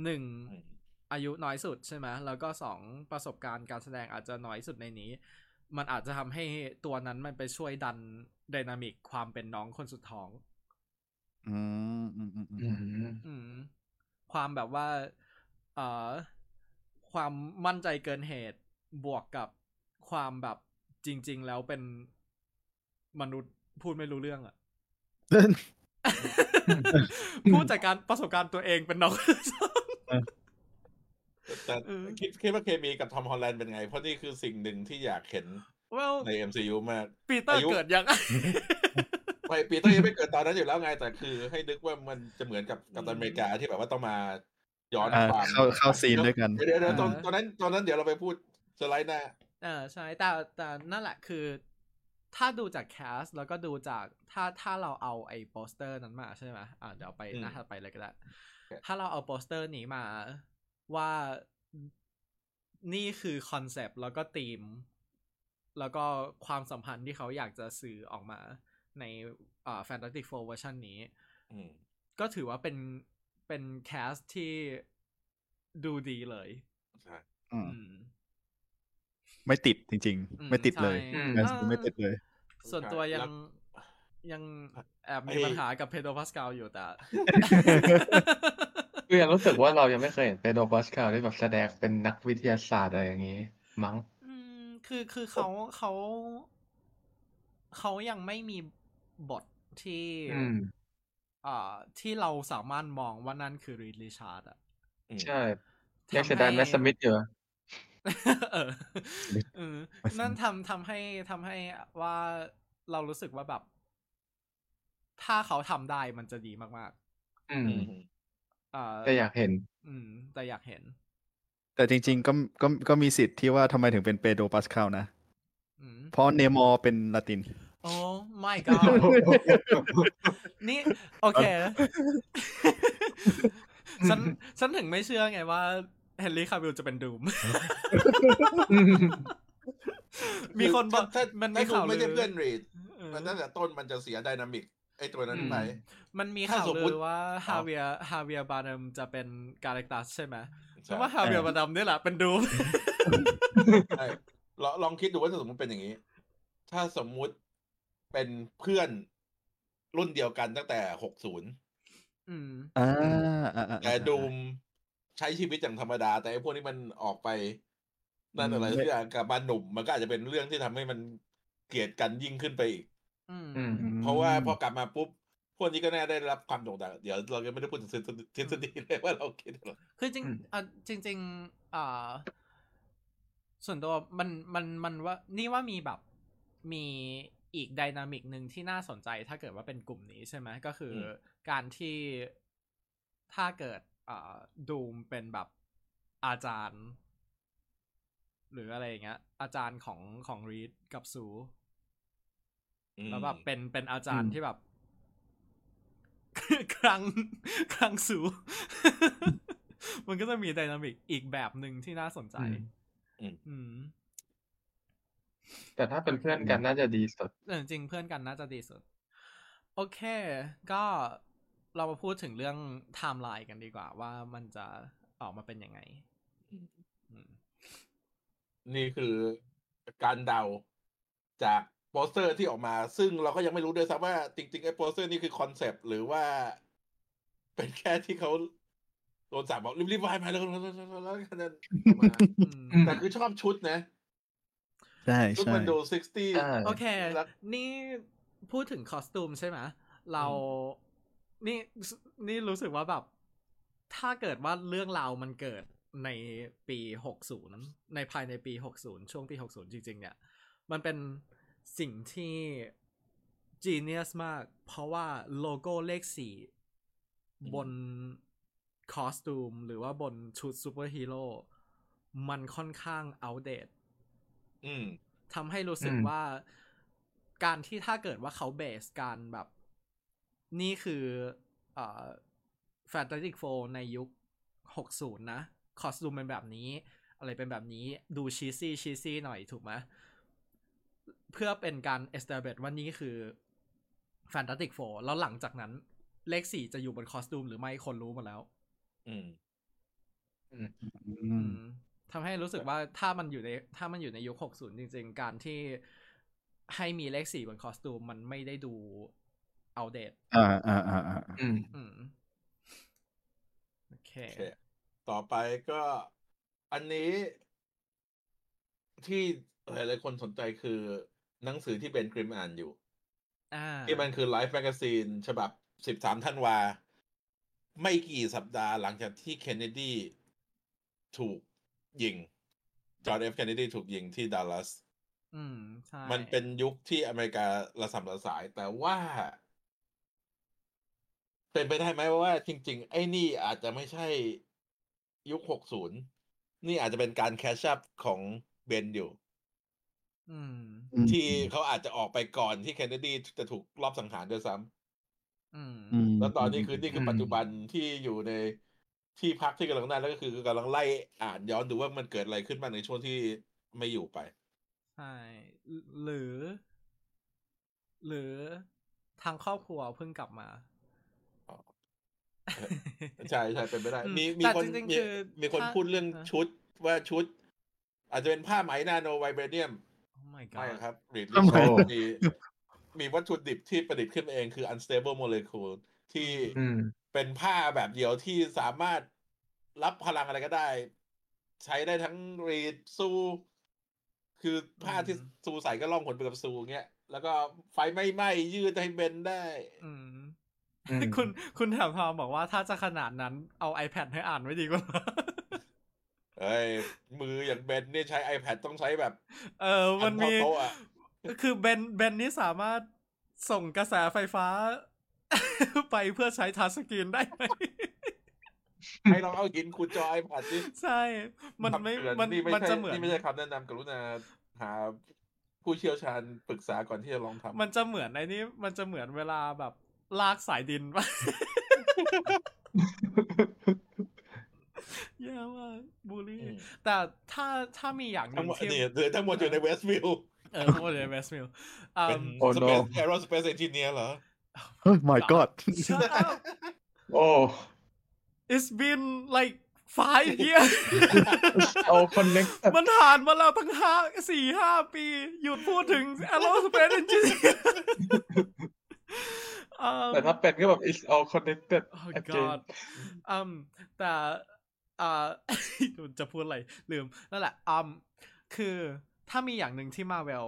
หนึ่ง อืม อายุน้อยสุดใช่ไหมแล้วก็สองประสบการณ์การแสดงอาจจะน้อยสุดในนี้ มันอาจจะทำให้ตัวนั้นมันไปช่วยดันไดนามิกความเป็นน้องคนสุดท้อง อืมอืมอืมอื อื ม ม อืม ความแบบว่าเอ่อความมั่นใจเกินเหตุบวกกับความแบบจริง ๆ แล้วเป็นมนุษย์พูดไม่รู้เรื่องอะ [laughs] พูดจากการประสบการณ์ตัวเองเป็นน้อง แต่ เออ คิดคิดว่าเคมีกับทอมฮอลแลนด์เป็นไง เพราะนี่คือสิ่งหนึ่งที่อยากเห็น well ใน MCU มาก ปีเตอร์ อายุ เกิด [laughs] ยัง ไปปีเตอร์ยังไม่เกิดตอนนั้นอยู่แล้วไง แต่คือให้นึกว่ามันจะเหมือนกับกัปตันอเมริกาที่แบบว่าต้องมาย้อน อ่า ความ เข้าเข้าซีนด้วยกัน เดี๋ยวเดี๋ยวเดี๋ยวตอน อ่า ตอนนั้นตอนนั้นเดี๋ยวเราไปพูดสไลด์หน้า เออใช่แต่แต่นั่นแหละคือ ถ้าดูจากแคสแล้วก็ดูจากถ้าถ้าเราเอาไอ้โปสเตอร์นั้นมาใช่ไหมอ่าเดี๋ยวไป อืม หน้าถัดไปเลยก็ได้ ครับ ถ้าเราเอาโปสเตอร์นี้มาว่านี่คือคอนเซปต์แล้วก็ธีม แล้วก็ความสัมพันธ์ที่เขาอยากจะสื่อออกมาในอ่าแฟนตาติกโฟร์เวอร์ชันนี้ อืม ก็ถือว่าเป็นเป็นแคสที่ดูดีเลย อืม อืม ไม่ติดจริง อืม ๆ ไม่ติดเลย ใช่ การแสดงไม่ติดเลย ส่วนตัวยัง แล้ว ยังแอบมี ไอ้ ปัญหากับเพโดรพาสกาลอยู่แต่ คือยังรู้สึกว่าเรายังไม่เคยเห็นเปโดรปาสคาลที่แบบแสดงเป็นนักวิทยาศาสตร์อะไรอย่างนี้ มั้ง อืมคือคือเขาเขาเขายังไม่มีบทที่ อืม อ่าที่เราสามารถมองว่านั่นคือรีดลิชาร์ดอะ ใช่ ทำ ยังเสียดายแมส ให้ สมิธอยู่ เออเออนั่นทำทำให้ทำให้ว่าเรารู้สึกว่าแบบ ถ้าเขาทำได้มันจะดีมาก อืม ๆอ่า แต่อยากเห็น อืม แต่อยากเห็น แต่จริง ๆ ก็ก็ก็มีสิทธิ์ที่ว่าทำไมถึงเป็นเปโดรปาสคาลนะ อืม เพราะเนมอร์เป็นละติน โอ้ไม่ก็ [laughs] นี่ โอเค ฉันฉันถึงไม่เชื่อไงว่าเฮนรี่คาวิลจะเป็นดูม [laughs] มีคนบอก ถ้า มันมี ถ้าคุณ ข่าว ไม่ใช่ ลือ เพื่อนรีด เออ มันตั้งแต่ต้นมันจะเสียไดนามิกไอ้ตัวนั้นไป อืม มันมี ถ้า ข่าว สม ลื มุติ อว่าฮาเวียฮาเวียบานัมจะเป็นกาแลกตัสใช่ไหมเพ ใช่ ราะว่าฮาเวียบานัมนี่แหละเป็นดูม ใช่ลองลองคิดดูว่าถ้าสมมติเป็นอย่างนี้ ถ้าสมมุติเป็นเพื่อนรุ่นเดียวกันตั้งแต่หกศูนย์ อืม อ่าอ่าอ่า แต่ดูมใช้ชีวิตอย่างธรรมดา แต่ไอ้พวกนี้มันออกไปนั่นอะไรสักอย่างกลับมาหนุ่มมันก็อาจจะเป็นเรื่องที่ทำให้มันเกลียดกันยิ่งขึ้นไปอีก อืม อืม ม เพราะว่าพอกลับมาปุ๊บ พวกนี้ก็แน่าได้รับความโด่งดังเดี๋ยวเรายังไม่ได้พูดถึงทฤษฎีเลยว่าเราคิดอะไร คือจริง อืม อ่ะจริงจริงๆอ่าส่วนตัวมันมันมันว่า นี่ว่ามีแบบมีอีกไดนามิกหนึ่งที่น่าสนใจถ้าเกิดว่าเป็นกลุ่มนี้ใช่ไหมก็คืออ ม การที่ถ้าเกิดอ่าดูมเป็นแบบอาจารย์ หรืออะไรอย่างเงี้ย อาจารย์ของของรีดกับซู อืม แล้วแบบเป็นเป็นอาจารย์ อืม ที่แบบ [laughs] ครั้งครั้ง [laughs] สู มันก็จะมีไดนามิกอีกแบบหนึ่งที่น่าสนใจ อืม อืม แต่ถ้าเป็นเพื่อนกันน่าจะดีสุด แต่จริงๆเพื่อนกันน่าจะดีสุด โอเค ก็เรามาพูดถึงเรื่องไทม์ไลน์กันดีกว่า ว่ามันจะออกมาเป็นยังไง อืม นี่คือการเดาจากโปสเตอร์ที่ออกมา ซึ่งเราก็ยังไม่รู้ด้วยซ้ำว่าจริงๆไอ้โปสเตอร์นี่คือคอนเซปต์หรือว่า เป็นแค่ที่เขาโดนสั่งบอกรีบๆวายมาแล้วแล้วแล้วแล้วแล้วแล้วแล้วออกมา อืม แต่คือชอบชุดนะ ใช่ ชุด ใช่ มันดูซิกตี้ ใช่ โอเค แล้ว นี่พูดถึงคอสตูมใช่ไหม เรา นี่สนี่รู้สึกว่าแบบ ถ้าเกิดว่าเรื่องราวมันเกิดในปีหกศูนย์ในภายในปีหกศูนย์ช่วงปีหกศูนย์จริง ๆ เนี่ย มันเป็นสิ่งที่ genius มาก เพราะว่าโลโก้เลขสี่บนคอสตูม หรือว่าบนชุดซูเปอร์ฮีโร่มันค่อนข้าง outdate อืม ทำให้รู้สึก อืม ว่าการที่ถ้าเกิดว่าเขาเบสการแบบ นี่คือเอ่อแฟนตาติกโฟในยุค 60 นะ คอสตูมเป็นแบบนี้ อะไรเป็นแบบนี้ดูชีซี่ชีซี่หน่อยถูกไหมเพื่อเป็นการ establish ว่านี่คือแฟนตาติกโฟแล้วหลังจากนั้น เลขสี่จะอยู่บนคอสตูมหรือไม่คนรู้หมดแล้ว อืม อืม อืมทำให้รู้สึกว่าถ้ามันอยู่ในถ้ามันอยู่ในยุค 60 จริง ๆ การที่ให้มีเลขสี่บนคอสตูมมันไม่ได้ดูเอาเดต อ่าอ่าอ่าอ่า อืม อืม โอเค โอเค ต่อไปก็อันนี้ที่หลายๆคนสนใจคือหนังสือที่เบนกริมอ่านอยู่ อ่า ที่มันคือไลฟ์แมกซีนฉบับ 13ธันวา ไม่กี่สัปดาห์หลังจากที่เคนเนดีถูกยิง จอร์ดเอฟเคนเนดีถูกยิงที่ดัลลัส อืมใช่ มันเป็นยุคที่อเมริการะสำระสาย แต่ว่า เป็นไปได้ไหมว่าจริง ๆ ไอ้นี่อาจจะไม่ใช่ยุค 60 นี่อาจจะเป็นการแคชชัพของเบนอยู่ อืม ที่เขาอาจจะออกไปก่อนที่เคนเนดีจะถูกลอบสังหารด้วยซ้ำ อืม ม แล้วตอนนี้คือนี่คืออ ม ปัจจุบันที่อยู่ในที่พักที่กำลังได้แล้วก็คือกำลังไล่อ่านย้อนดูว่ามันเกิดอะไรขึ้นบ้างในช่วงที่ไม่อยู่ไป ใช่ หรือ หรือทางครอบครัวเพิ่งกลับมา อ๋อ ใช่ใช่เป็นไปได้ อืม มีมี แต่ คน จริงๆ มี คือ มีคน ถ้า พูดเรื่อง อ่ะ ชุดว่าชุด อาจจะเป็นผ้าไหมนาโนไวเบรเนียม Oh my god ไม่ครับรีด ทำไม โชมีมีวัตถุดิบที่ประดิษฐ์ขึ้นมาเองคือ unstable molecule ที่ อืม เป็นผ้าแบบเดียวที่สามารถรับพลังอะไรก็ได้ ใช้ได้ทั้งรีดสู้ คือผ้าที่ อืม สู้ใส่ก็ล่องหนไปกับสู้เงี้ย แล้วก็ไฟไม่ไหม้ยืดให้เบนได้ อืม อืม [laughs] คุณคุณถามพาวบอกว่าถ้าจะขนาดนั้นเอา iPad ให้อ่านไว้ดีกว่า [laughs] เอ้ยมืออย่างเบนเนี่ยใช้ iPad ต้องใช้แบบ เออ มันมี อันพอโต๊ะอะ คือเบนเบนนี่สามารถส่งกระแสไฟฟ้า [laughs] ไปเพื่อใช้ทัชสกรีนได้ไหม [laughs] [laughs] ให้ลองเอาหินขุดจอ iPad สิ ใช่ มันไม่ คำเตือ มัน นี่ไม่ มัน ใช่ จะเหมือน นี่ไม่ใช่คำแนะนำกรุณาหาผู้เชี่ยวชาญปรึกษาก่อนที่จะลองทำ มันจะเหมือนไอ้นี่มันจะเหมือนเวลาแบบลากสายดิน [laughs] ปะ แย่มากบูลลี่ อืม แต่ถ้าถ้ามีอย่างห ทั้ นึ่ ง ง หมด ที่ เนี่ยคือทั้งหมดอยู่ในเวสต์วิล เออทั้งหมดเลยเวสมิลอ่ เป็น ม Oh no Space- aerospace engineer เหรอ เฮ้ย my god shut up โอ้ it's been like five [laughs] years [laughs] โอ้คอนเน็กต์ มันผ่านมาแล้วตั้งห้าสี่ห้าปี หยุดพูดถึง aerospace engineer อืม [laughs] แต่ถ้าเป็นก็แบบ it's all connected [laughs] Oh again god อืมแต่อ่า [laughs] จะพูดอะไร ลืม นั่นแหละอืมคือถ้ามีอย่างหนึ่งที่มาเวล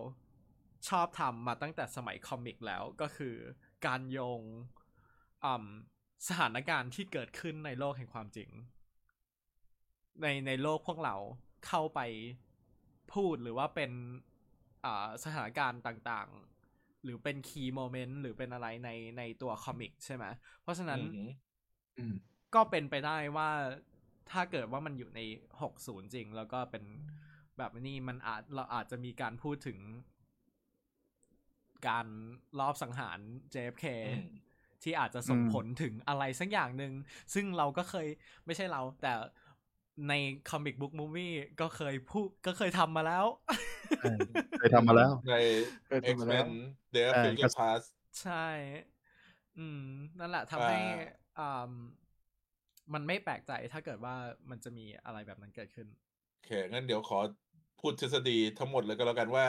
ชอบทำมาตั้งแต่สมัยคอมิกแล้วก็คือการโยงอืมสถานการณ์ที่เกิดขึ้นในโลกแห่งความจริง ในในโลกพวกเราเข้าไปพูดหรือว่าเป็นอ่าสถานการณ์ต่างๆ หรือเป็นคีย์โมเมนต์หรือเป็นอะไรในในตัวคอมิกใช่ไหมเพราะฉะนั้น อือหือ อืม ก็เป็นไปได้ว่าถ้าเกิดว่ามันอยู่ใน 60 จริง แล้วก็เป็นแบบนี้มันอาจเราอาจจะมีการพูดถึง การรอบสังหาร JFK อืม ที่อาจจะส่ง อืม ผลถึงอะไรสักอย่างหนึ่ง ซึ่งเราก็เคยไม่ใช่เรา แต่ในคอมิกบุ๊กมูวี่ก็เคยพูดก็เคยทำมาแล้ว [laughs] ไปทำมาแล้ว ใน เคยทำมาแล้ว X-Men The ใช่ Future Past ใช่ อืม นั่นแหละทำให้ อ่า อ่ามันไม่แปลกใจถ้าเกิดว่ามันจะมีอะไรแบบนั้นเกิดขึ้น โอเคงั้นเดี๋ยวขอพูดทฤษฎีทั้งหมดเลยก็แล้วกันว่า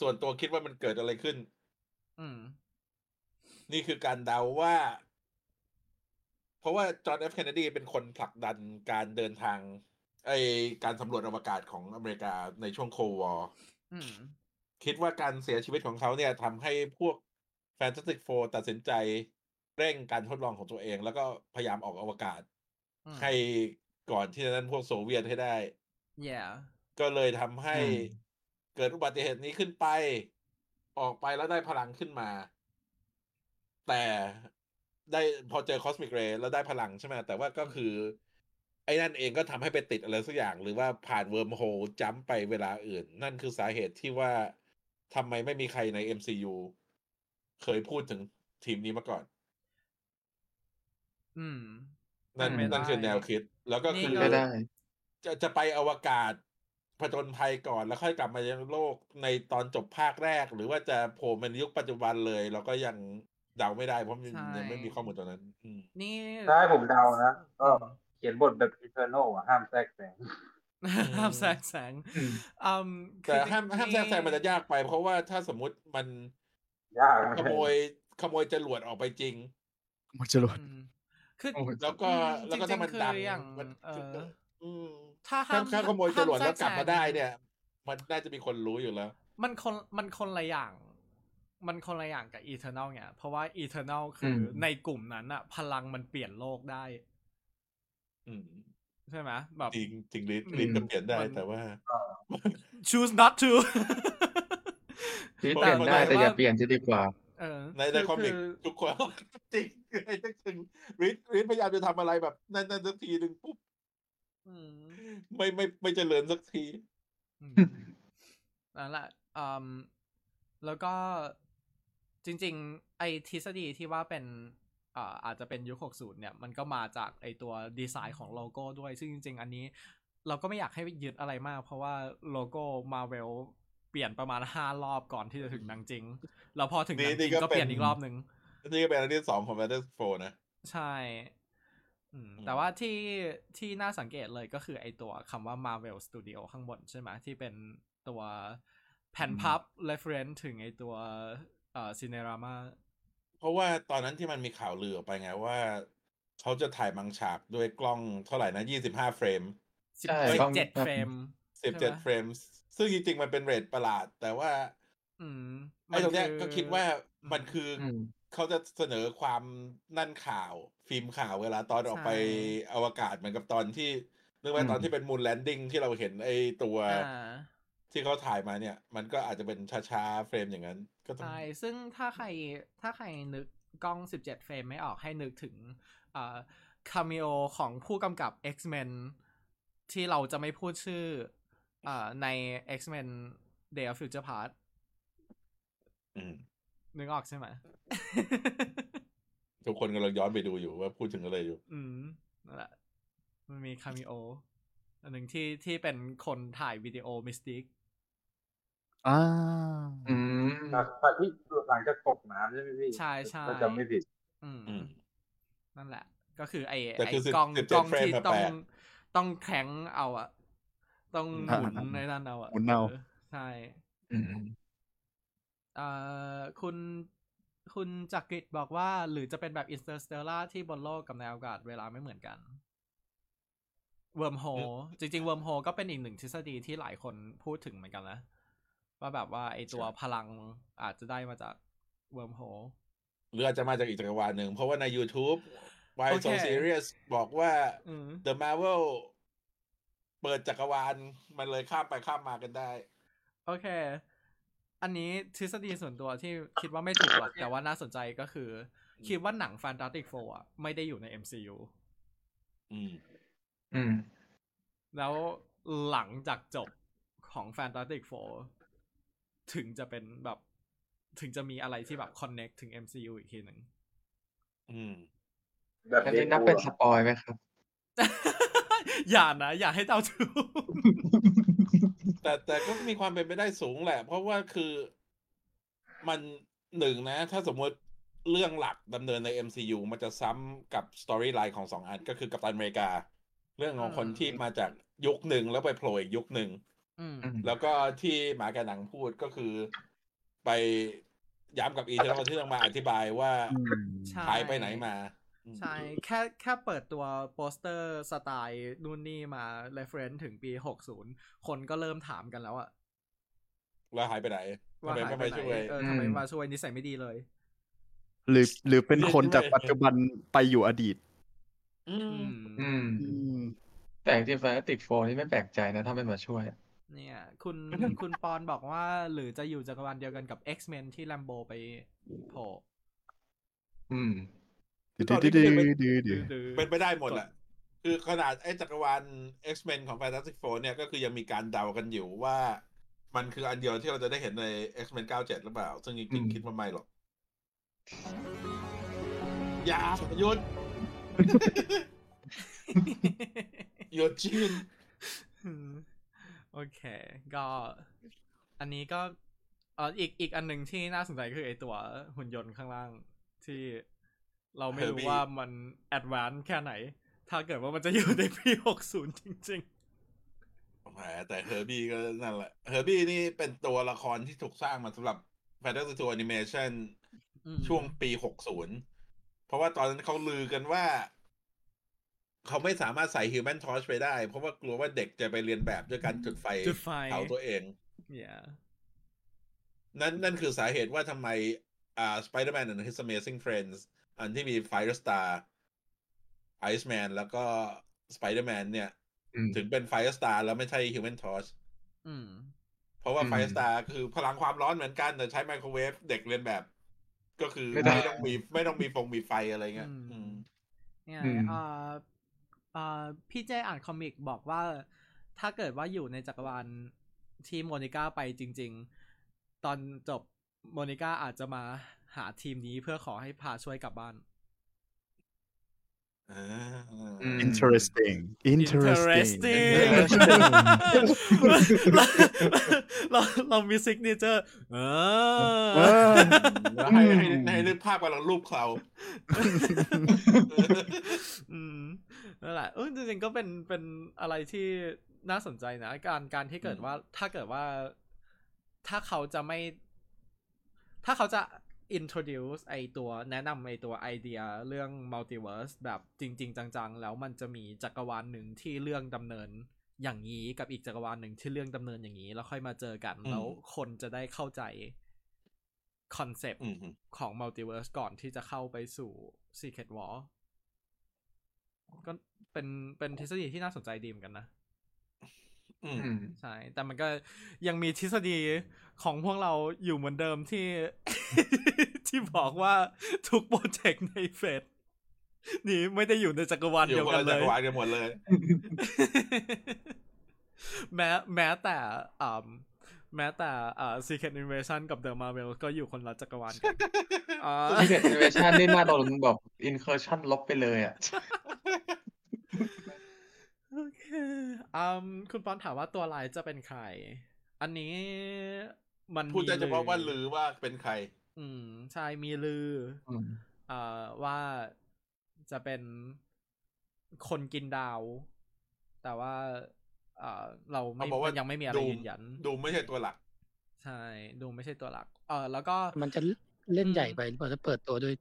ส่วนตัวคิดว่ามันเกิดอะไรขึ้น อืม นี่คือการเดาว่า เพราะว่าจอห์น F. เคนเนดีเป็นคนผลักดันการเดินทาง ไอการสำรวจอวกาศของอเมริกาในช่วงโคว a r อืม คิดว่าการเสียชีวิตของเขาเนี่ยทำให้พวกแฟนตาสติกโฟตัดสินใจเร่งการทดลองของตัวเอง แล้วก็พยายามออกอวกาศ อืม ให้ก่อนที่จะนั้นพวกโซเวียตให้ได้ yeah ก็เลยทำให้ อืม เกิดอุบัติเหตุนี้ขึ้นไป ออกไปแล้วได้พลังขึ้นมา แต่ได้พอเจอคอสมิกเรย์แล้วได้พลังใช่ไหมแต่ว่าก็คือ ไอ้นั่นเองก็ทำให้ไปติดอะไรสักอย่าง หรือว่าผ่านเวิร์มโฮลจัมป์ไปเวลาอื่น นั่นคือสาเหตุที่ว่าทำไมไม่มีใครใน MCU เคยพูดถึงทีมนี้มาก่อน อืม นั่น เป็นไปได้ นั่นคือแนวคิด แล้วก็คือ นี่ ไม่ได้ จะจะไปอวกาศผจญภัยก่อนแล้วค่อยกลับมายังโลกในตอนจบภาคแรก หรือว่าจะโผล่มาในยุคปัจจุบันเลย เราก็ยังเดาไม่ได้เพราะมัน ใช่ ยังไม่มีข้อมูลตอนนั้น อืม นี่ ถ้าให้ผมเดานะก็ เขียนบทแบบอีเทอร์โนอ่ะห้ามแทรกแซง [laughs] ห้ามแสงแสง อืม อืม แต่ คือ ห้ามห้ามแทรกแซงมันจะยากไป เพราะว่าถ้าสมมติมัน ยาก ขโมยขโมยจรวดออกไปจริง มันจรวด อืมคือ โอ้ย แล้วก็ อื แล้วก็ถ้ามัน จริงๆ ดัง คืออย่าง มัน เออ อืม ถ้าห้า ถ้าม ถ้าขโมยจรวด ห้ แล้วกลับมาได้เนี่ย แทรกแซ มันน่าจะมีคนรู้อยู่แล้ว งมันคนมันคนละอย่าง มันคนละอย่างกับ Eternal เนี่ยเพราะว่า Eternal คืออ ม ในกลุ่มนั้นอะพลังมันเปลี่ยนโลกได้ อืม ใช่ไหมแบบ จริงจริงลิท อืม ลิทก็เปลี่ยนได้ มัน แต่ว่า choose not [laughs] to ชีวิตเปลี่ยนได้แต่อย่าเปลี่ยนจะดีกว่า เออ ในในคอมิก อ ทุกคน [laughs] จริงไอ้นึกถึงริทริทพยายามจะทำอะไรแบบ นั่นนั่นสักทีหนึ่งปุ๊บ อืม ไม่ไม่ไม่เจริญสักที อืมนั่นแหละอืมแล้วก็จริง ๆ ไอทฤษฎีที่ว่าเป็นเอ่ออาจจะเป็นยุค 60 เนี่ย มันก็มาจากไอตัวดีไซน์ของโลโก้ด้วย ซึ่งจริง ๆ อันนี้ เราก็ไม่อยากให้ยึดอะไรมาก เพราะว่าโลโก้มาเวลเปลี่ยนประมาณ 5 รอบก่อนที่จะถึงหนางจริง แล้วพอถึงหนางจ นี่ ริง นี่ก็ ก็เปลี่ยน เป็น อีกรอบหนึ่ง นี่ก็เป็นอันที่สองของแบทเทิลโฟนะ ใช่อืม อืม แต่ว่าที่ที่น่าสังเกตเลยก็คือไอตัวคำว่า Marvel Studio ข้างบนใช่ไหมที่เป็นตัวแผ่นพับ reference ถึงไอตัวเอ่อ Cinerama เพราะว่าตอนนั้นที่มันมีข่าวลือออกไปไงว่า เขาจะถ่ายบางฉากด้วยกล้องเท่าไหร่นะยี่สิบห้าเฟรม ใช่ สิบ ต้อง เจ็ด ครับ เฟรม สิบเจ็ดเฟรมซึ่งจริงๆ มันเป็นเรทประหลาด แต่ว่า อืม ไอ้ตรงเนี้ย มัน ก็ อ คิดว่ามันคืออ ม เขาจะเสนอความนั่นข่าวฟิล์มข่าวเวลาตอนออกไปอวกาศเหมือนกับตอนที่นึกว่าตอนที่เป็นมูนแลนดิ้งที่เราเห็นไอตัว อ่า ที่เขาถ่ายมาเนี่ย มันก็อาจจะเป็นช้าๆเฟรมอย่างนั้น ก็ต้อง ใช่ ซึ่งถ้าใครถ้าใครนึกกล้อง 17 เฟรมไม่ออกให้นึกถึงคาเมโอ cameo ของผู้กำกับ X-Men ที่เราจะไม่พูดชื่อเออใน X-Men Day of Future Past อืม นึกออกใช่ไห [laughs] ม ทุกคนกำลังย้อนไปดูอยู่ว่าพูดถึงอะไรอยู่ อืมนั่นแหละมันมีคาเมโอ อันหนึ่งที่ที่เป็นคนถ่ายวิดีโอมิสติก อ่า อืม หลังที่หลังจากตกน้ำใช่ไหมพี่ ใช่ใช่ ถ้าจำไม่ผิด อืม อืม นั่นแหละ ก็คือไอ้ แต่ ไอ้ คือสิบ กล้อง สิบเจ็ กล้ดอง เฟรม ที่ กับ ต้อง แปด ต้องแข็งเอาอะต้อง อืม หมุนในด้านเอาอะ หมุนเอา ใช่ อืม เอ่อคุณคุณจักริดบอกว่า หรือจะเป็นแบบอินเตอร์สเตลาที่บนโลกกับในอวกาศเวลาไม่เหมือนกันเวิร์มโฮจริงๆเวิร์มโฮก็เป็นอีกหนึ่งทฤษฎีที่หลายคนพูดถึงเหมือนกันนะว่าแบบว่าไอตัวพลังอาจจะได้มาจากเวิร์มโฮ หรืออาจจะมาจากอีกจักรวาลหนึ่ง เพราะว่าใน YouTube โอ Why เค So Serious บอกว่า อืม The Marvel เปิดจักรวาล มันเลยข้ามไปข้ามมากันได้ โอเค อันนี้ทฤษฎีส่วนตัวที่คิดว่าไม่ถูกหรอก แต่ว่าน่าสนใจก็คือ คิดว่าหนัง Fantastic Four อะไม่ได้อยู่ใน MCU อืม อืม แล้วหลังจากจบของ Fantastic Four ถึงจะเป็นแบบ ถึงจะมีอะไรที่แบบ connect ถึง MCU อีกทีหนึ่ง [laughs] อืม แบบ อัน เดดนี้นับ พู เป็น ล สปอยไหมครับ อย่านะ อย่าให้เจ้าชู้ แต่แต่ก็มีความเป็นไปได้สูงแหละ เพราะว่าคือมันหนึ่งนะ ถ้าสมมติเรื่องหลักดำเนินใน MCU มันจะซ้ำกับสตอรี่ไลน์ของสองอันก็คือกัปตันอเมริกา เรื่องของคน อืม ที่มาจากยุคหนึ่งแล้วไปโผล่อีกยุคหนึ่ง [laughs] อืม แล้วก็ที่หมากับหนังพูดก็คือไปย้ำกับอีเทอร์นอลที่ต้องมาอธิบายว่า ใช่ หายไปไหนมาอืม ใช่ แค่แค่เปิดตัวโปสเตอร์สไตล์นู่นนี่มา reference ถึงปี 60 คนก็เริ่มถามกันแล้วอะ แล้วหายไปไหนทำ ว่า ไม หาย ไม่ ไปไหไปน ช่วย เออ อืม ทำไมมาช่วยนิสัยไม่ดีเลย หรือหรือเป็น เรียน คนจาก ด้วย ปัจจุบันไปอยู่อดีต อื อื ม ม อืม อืม แต่จริงๆแฟนติดโฟนี่ไม่แปลกใจนะ ถ้าไม่มาช่วย เนี่ย คุณ คุณปอนบอกว่า หรือจะอยู่จักรวาลเดียวกันกับ X-Men ที่แลมโบไปโผล่ อืม คือต ดื อ อน นี้ ดื ก็ อ ยังไม่ ดือดือ ดื้อๆ เป็นไปได้หมดแหละ คือขนาดไอ้จักรวาล X-Men ของ Fantastic Four เนี่ยก็คือยังมีการเดากันอยู่ว่า มันคืออันเดียวที่เราจะได้เห็นใน X-Men 97 หรือเปล่า ซึ่งจ อื ริง ม ๆคิดว่าไม่หรอก อย่าหยุด หยุดจีน อืม [laughs] โอเค ก็ อันนี้ก็เอออีก อีกอันหนึ่งที่น่าสนใจคือไอตัวหุ่นยนต์ข้างล่าง ที่เราไม่รู้ Herbie ว่ามันแอดวานซ์แค่ไหน ถ้าเกิดว่ามันจะอยู่ใน [laughs] ปี60 จริง แหมแต่เฮอร์บี้ก็นั่นแหละ เฮอร์บี้นี่เป็นตัวละครที่ถูกสร้างมาสำหรับ Fantastic Four Animation ๆอืม ช่วงปี 60 เพราะว่าตอนนั้นเขาลือกันว่า เขาไม่สามารถใส่ Human Torch ไปได้ เพราะว่ากลัวว่าเด็กจะไปเรียนแบบด้วยการจุดไฟ จุดไฟ เผาตัวเอง yeah นั่นนั่นคือสาเหตุว่าทำไมอ่า Spider-Man and His Amazing Friends อันที่มี Firestar Iceman แล้วก็ Spider-Man เนี่ย อืม ถึงเป็น Firestar แล้วไม่ใช่ Human Torch อืม เพราะว่า อืม Firestar คือพลังความร้อนเหมือนกัน แต่ใช้ไมโครเวฟเด็กเรียนแบบ ก็คือ ไม่ได้ ไม่ต้องมีไม่ต้องมีฟงมีไฟอะไรเงี้ย อืม อืม เนี่ย อืม เอ่อเอ่อพี่เจอ่านคอมิกบอกว่า ถ้าเกิดว่าอยู่ในจักรวาลที่โมนิก้าไปจริง ๆ ตอนจบโมนิก้าอาจจะมาหาทีมนี้เพื่อขอให้พาช่วยกลับบ้าน อ่า ม interesting interesting Interesting [laughs] เราเราเรามีซิกเนเจอร์เอ เอ อ อ แล้วให้ให้ให้นึกภาพกันเรารูปเขา อืมนั่นแหละเออจริงๆก็เป็นเป็นอะไรที่น่าสนใจนะ การการที่เกิด อืม ว่าถ้าเกิดว่าถ้าเขาจะไม่ ถ้าเขาจะ introduce ไอตัวแนะนำไอตัวไอเดียเรื่อง multiverse แบบจริง ๆ จัง ๆ แล้วมันจะมีจักรวาลหนึ่งที่เรื่องดำเนินอย่างนี้กับอีกจักรวาลหนึ่งที่เรื่องดำเนินอย่างนี้ แล้วค่อยมาเจอกันแล้วคนจะได้เข้าใจ คอนเซปต์ อืมอืม ของมัลติเวิร์สก่อนที่จะเข้าไปสู่ Secret War ก็เป็นเป็นทฤษฎีที่น่าสนใจดีเหมือนกันนะ อืม อืม ใช่ แต่มันก็ยังมีทฤษฎีของพวกเราอยู่เหมือนเดิมที่ [laughs] ที่บอกว่าทุกโปรเจกต์ในเฟสนี้ไม่ได้อยู่ในจักรวาล อยู่ เดียว คน กั ละ นเล จัก ย รวาลกันหมดเลย [laughs] แม้แม้แต่อ่าแม้แต่อ่า Secret Invasion กับ The Marvel ก็อยู่คนละจักรวาลกัน [laughs] อ่า ที่เด็ดอิ [laughs] นเวชั่นนี่น่าโดนแบบอินเคอร์ชั่นลบไปเลยอ่ะ โอเคอืมคุณปอนถามว่าตัวลายจะเป็นใคร อันนี้มัน พูดได้ มี เฉพาะว่าลือว่าเป็นใคร อืม ใช่ มีลืออ ม อ่าว่าจะเป็นคนกินดาว แต่ว่าอ่าเราไม่ เขาบอกว่ายั ยังไม่มีอะไร ดู ยืนยัน ดูไม่ใช่ตัวหลัก ใช่ ดูไม่ใช่ตัวหลัก เออแล้วก็ มันจะเล่นใหญ่ไปหรือเปล่าจะเปิดตัวด้วย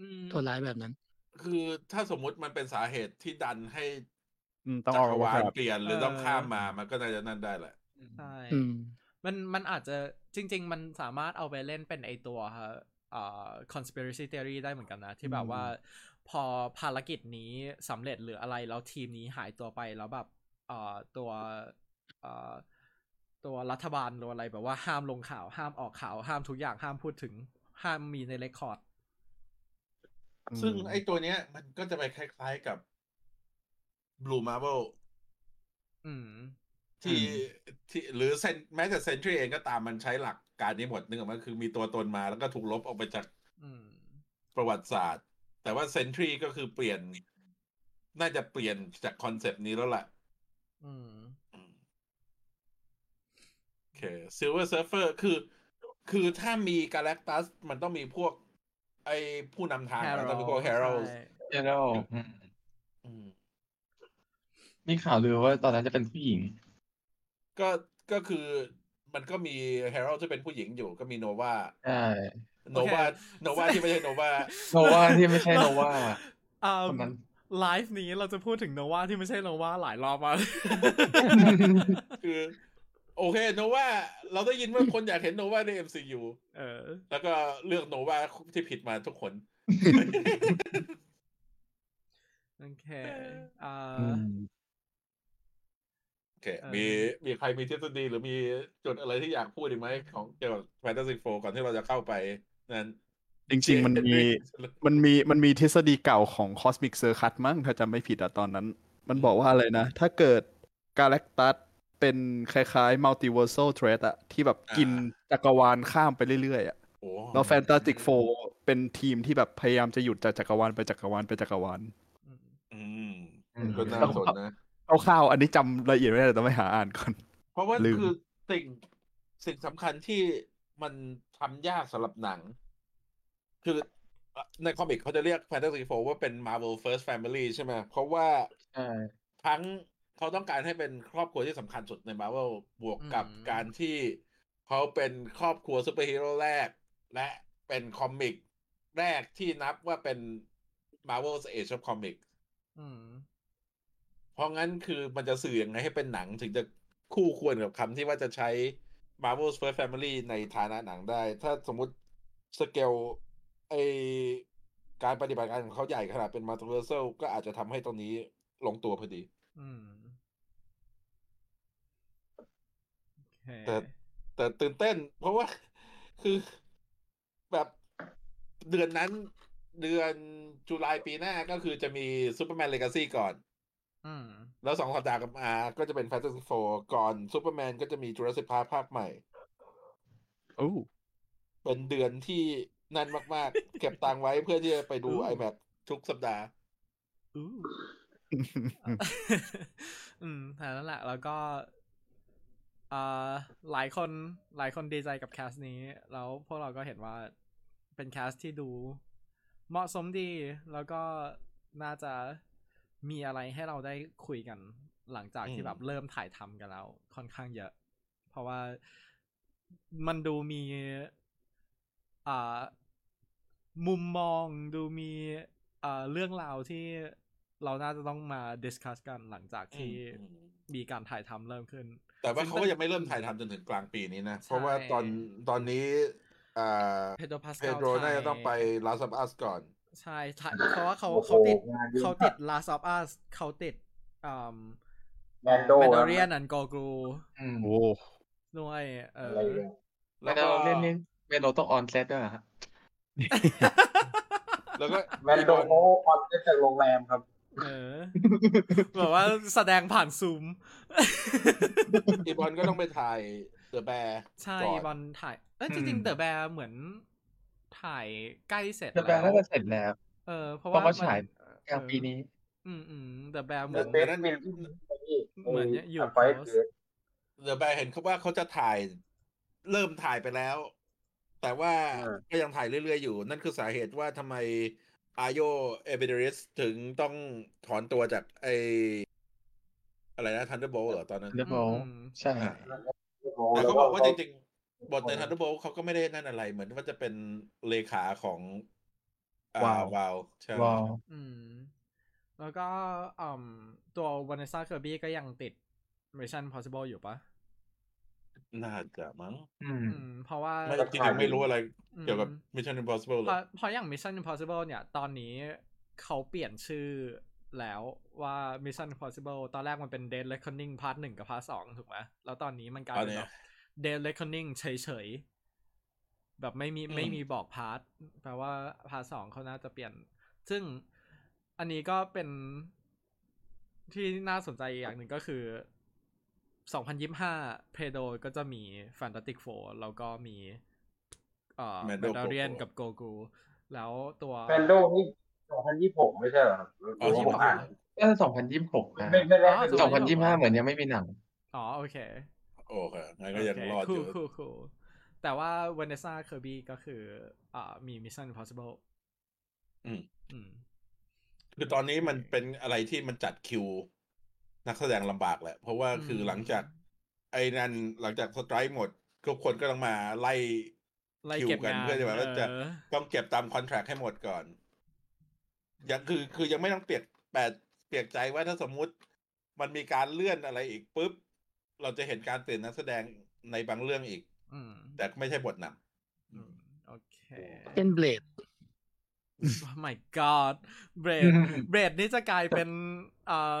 อืม ตัวร้ายแบบนั้น คือถ้าสมมุติมันเป็นสาเหตุที่ดันให้ อืมต้อง จั ออก กมาวราล แบบ เปลี่ยนหรือต้อง เออ ข้ามมามันก็น่าจะนั่นได้แหละ ใช่ อืม มันมันอาจจะจริง ๆ มันสามารถเอาไปเล่นเป็นไอตัวฮะเอ่อ conspiracy theory ได้เหมือนกันนะ ที่แบบว่า พอภารกิจนี้สำเร็จหรืออะไร แล้วทีมนี้หายตัวไปแล้วแบบเอ่อตัวเอ่อตัวรัฐบาลหรืออะไรแบบว่าห้ามลงข่าวห้ามออกข่าว ห้ามทุกอย่างห้ามพูดถึงห้ามมีในเรคคอร์ด ซึ่งไอ้ตัวเนี้ย มันก็จะไปคล้ายๆกับ Blue Marvel อืม ที่ อืม ที่หรือ Cen- แม้แต่เซนทรีเองก็ตามมันใช้หลักการนี้หมดนึกออกไหมันคือมีตัวตนมาแล้วก็ถูกลบออกไปจาก อืม ประวัติศาสตร์ แต่ว่าเซนทรีก็คือเปลี่ยน น่าจะเปลี่ยนจากคอนเซปต์นี้แล้วแหละ อืม โอเคซิลเวอร์เซิร์ฟเฟอร์คือ คือถ้ามีกาแล็กตัสมันต้องมีพวก ไอผู้นำทางอะ Harold ต้องมีพวกแฮร์รล ใช่ เจโร่มีข่าวลือว่าตอนนั้นจะเป็นผู้หญิง ก็ก็คือมันก็มีแฮร์รลที่เป็นผู้หญิงอยู่ก็มีโนวา ใช่ โนวาโนวาที่ไม่ใช่โนวา โนวาที่ไม่ [laughs] ใช่โนวา อื ค ม นนั้น ไลฟ์นี้เราจะพูดถึงโนวาที่ไม่ใช่โนวาหลายรอบ [laughs] มาก คือ โอเคโนวาเราได้ยินว่าคนอยากเห็นโนวาใน MCU เออ แล้วก็เลือกโนวาที่ผิดมาทุกคน โอเคอ่า โอเค มี มีใครมีทฤษฎีหรือมีจุดอะไรที่อยากพูดอีกไหมของเกี่ยวกับแฟนตาซีโฟก่อนที่เราจะเข้าไปนั้น จริง ๆ มันมี มันมีมันมีทฤษฎีเก่าของ Cosmic Circus มั้งถ้าจำไม่ผิดอะตอนนั้น มันบอกว่าอะไรนะ ถ้าเกิด Galactus เป็นคล้ายๆ Multiversal Threat อะที่แบบกินจักรวาลข้ามไปเรื่อยๆอะ โอ้ แล้ว Fantastic Four เป็นทีมที่แบบพยายามจะหยุดจากจักรวาลไปจักรวาลไปจักรวาล อืม อืม ก็น่าสนนะ คร่าวๆอันนี้จำละเอียดไม่ได้แต่ต้องไปหาอ่านก่อน เพราะว่า ลืม คือสิ่งสิ่งสำคัญที่มันทำยากสำหรับหนัง คือในคอมิกเขาจะเรียก Fantastic Four ว่าเป็น Marvel First Family ใช่ไหมเพราะว่า ใช่ ทั้งเขาต้องการให้เป็นครอบครัวที่สำคัญสุดใน Marvel บวกกับ อืม การที่เขาเป็นครอบครัวซูเปอร์ฮีโร่แรก และเป็นคอมิกแรกที่นับว่าเป็น Marvel's Age of Comics อืม เพราะงั้นคือมันจะสื่อยังไงให้เป็นหนังถึงจะคู่ควรกับคำที่ว่าจะใช้ Marvel's First Family ในฐานะหนังได้ ถ้าสมมติสเกลไอการปฏิบัติการของเขาใหญ่ขนาดเป็น Multiversal ก็อาจจะทำให้ตรงนี้ลงตัวพอดี อืมโอเค แต่ แต่ตื่นเต้น เพราะว่า คือแบบเดือนนั้นเดือนจุลายปีหน้าก็คือจะมี Superman Legacy ก่อน อืม แล้วสองสัปดาห์กับอาก็จะเป็น Fantastic Four ก่อน Superman ก็จะมี Jurassic Park ภาคใหม่ โอ้ เป็นเดือนที่นั่นมากๆ เก็บตังค์ไว้เพื่อที่จะไปดู อืม iMac ทุกสัปดาห์ อู้ [laughs] อืมแต่นั่นแหละ แล้วก็อ่าหลายคนหลายคนดีใจกับแคสนี้ แล้วพวกเราก็เห็นว่าเป็นแคสที่ดู เหมาะสมดี แล้วก็น่าจะมีอะไรให้เราได้คุยกันหลังจากที่ อืม แบบเริ่มถ่ายทำกันแล้ว ค่อนข้างเยอะ เพราะว่ามันดูมี อ่า มุมมองดูมีอ่าเรื่องราวที่เราน่าจะต้องมาดิสคัสกันหลังจากที่มีการถ่ายทำเริ่มขึ้น แ แต่ว่าเขาก็ยังไม่เริ่มถ่ายทำจนถึงกลางปีนี้นะ เพราะว่าตอนตอนนี้อ่า เพโดรพาส เพโดรน่าจะต้องไปลาสับอัสก่อน ใช่ถ่ายเพราะว่าเขา โอ้โห เขาติด งานเยอะ เขาติด Last of Us เขาติดอ่า Mando นดเรียนอันกอกู อืม โอ้ ด้วยเอ อะ อ ไรอย่างเงี้ย แล้วเราเล่นนี่เมโลต้องออนเซตด้วยเหรอฮะ แล้วก็ แมนโดโออนเซ็ตจากโรงแรมครับ เออแบบว่าแสดงผ่านซูม อีบอลก็ต้องไปถ่ายเดอะแบร์ ใช่ ก่อน บอลถ่ายเอยจริงๆเดอะแบร์เหมือนถ่ายใกล้เสร็จ แต่แปล แล้ว ว่าจะเสร็จแล้ว เออเพราะ เพราะ ว่านเขาฉาย กลางปีนี้ อืมอืมเดอะแบร์เหมื เด อ อะ น เฟสมิล เหมือนเนี่ยอยู่ ไฟเด เดอะแบร์เห็นเขาว่าเขาจะถ่ายเริ่มถ่ายไปแล้ว แต่ว่า เออ ก็ยังถ่ายเรื่อยๆอยู่ นั่นคือสาเหตุว่าทำไมอาโยเอเบเดริสถึงต้องถอนตัวจากไออะไรนะทันเดอร์โบเหรอตอนนั้น เดอะ Ball อืม ใช่ อ่า โอ้ แต่ แล้ว เขาบอกว่าจริงๆ บทใน เออ ทันเดอร์โบเขาก็ไม่ได้นั่นอะไร เหมือนว่าจะเป็นเลขาของอ่ วาว วาวใช่ วอล อืม แล้วก็อืมตัวว a น e ซ่าเคอร์บี้ก็ยังติด Mission Possible อยู่ปะ น่าจะมั้ง อืม อืม เพราะว่า ไม่ ก็ จริ ถ่าย งๆไม่รู้อะไร อืม เกี่ยวกับ Mission Impossible เพ เลย ราะเพราะอย่าง Mission Impossible เนี่ย ตอนนี้เขาเปลี่ยนชื่อแล้วว่า Mission Impossible ตอนแรกมันเป็น Dead Reckoning Part หนึ่งกับ Part สองถูกไหมแล้วตอนนี้มันกลาย ตอน เป็น เนี้ แบ ย บ Dead Reckoning เฉยๆ แบบไม่มี อืม ไม่มีบอกพาร์ทแปลว่าพาร์ทสองเขาน่าจะเปลี่ยน ซึ่งอันนี้ก็เป็นที่น่าสนใจอีกอย่างหนึ่งก็คือ 2025 เพโดก็จะมี Fantastic Four แล้วก็มีเอ่อ Mando แมนดาเรียน Gogo กับโกกูแล้วตัว แมนโดนี่สองพันยี่หกไม่ใช่เหรอครับ อ๋อ หรืว่าผมอ่าน เออสองพันยี่สิบหกนะ ไม่ไม่ได้ อ๋อ ไม่รู้ สองพันยี่สิบห้าเหมือนยังไม่มีหนัง อ๋อโอเค โอ้ค่ะงั้นก็ยัง โเค รอดอยู่ คูลคูลคูลแต่ว่าเวเนซ่าเคอร์บี้ก็คืออ่ามี Mission Impossible อืม อืม คือตอนนี้มันเป็นอะไรที่มันจัดคิว นักแสดงลำบากแหละ เพราะว่า อืม คือหลังจาก ไอ้นั่นหลังจากสไตรค์หมด ทุกคนก็ต้องมาไล่ ไล่ คิว เก็บ กัน งาน เพื่อจะแบบว่าจะ เออ ต้องเก็บตามคอนแทรคให้หมดก่อน ยังคือคือยังไม่ต้องเปียกแปดเปียกใจว่าถ้าสมมุติ มันมีการเลื่อนอะไรอีกปุ๊บ เราจะเห็นการเปลี่ยนนักแสดงในบางเรื่องอีก อืม แต่ไม่ใช่บทน อืมโอเค เป็นเบลด Oh my god เบรด [laughs] เบรดนี่จะกลายเป็นเอ่ [laughs] อ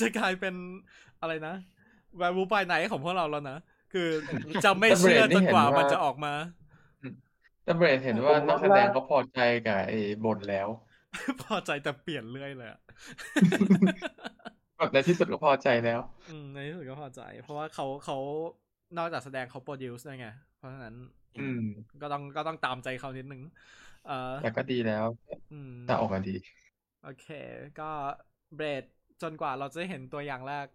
จะกลายเป็นอะไรนะแวร์บูปายไหนของพวกเราแล้วนะ คือจะไม่เชื่อจนกว่ามันจะออกมา [laughs] แต่เบรดเห็นว่านักแสดงเขาพอใจกับไอ้บทแล้ว พอใจแต่เปลี่ยนเรื่อยเลยอะ [laughs] แบบในที่สุดก็พอใจแล้ว อืมในที่สุดก็พอใจ เพราะว่าเขาเขานอกจากแสดงเขาโปรดิวซ์ด้วยไง เพราะฉะนั้น อืม ก็ต้องก็ต้องตามใจเขานิดนึง เออ แต่ก็ดีแล้ว อืม แต่ออกมาดี โอเค ก็เบรดจนกว่าเราจะเห็นตัวอย่างแรก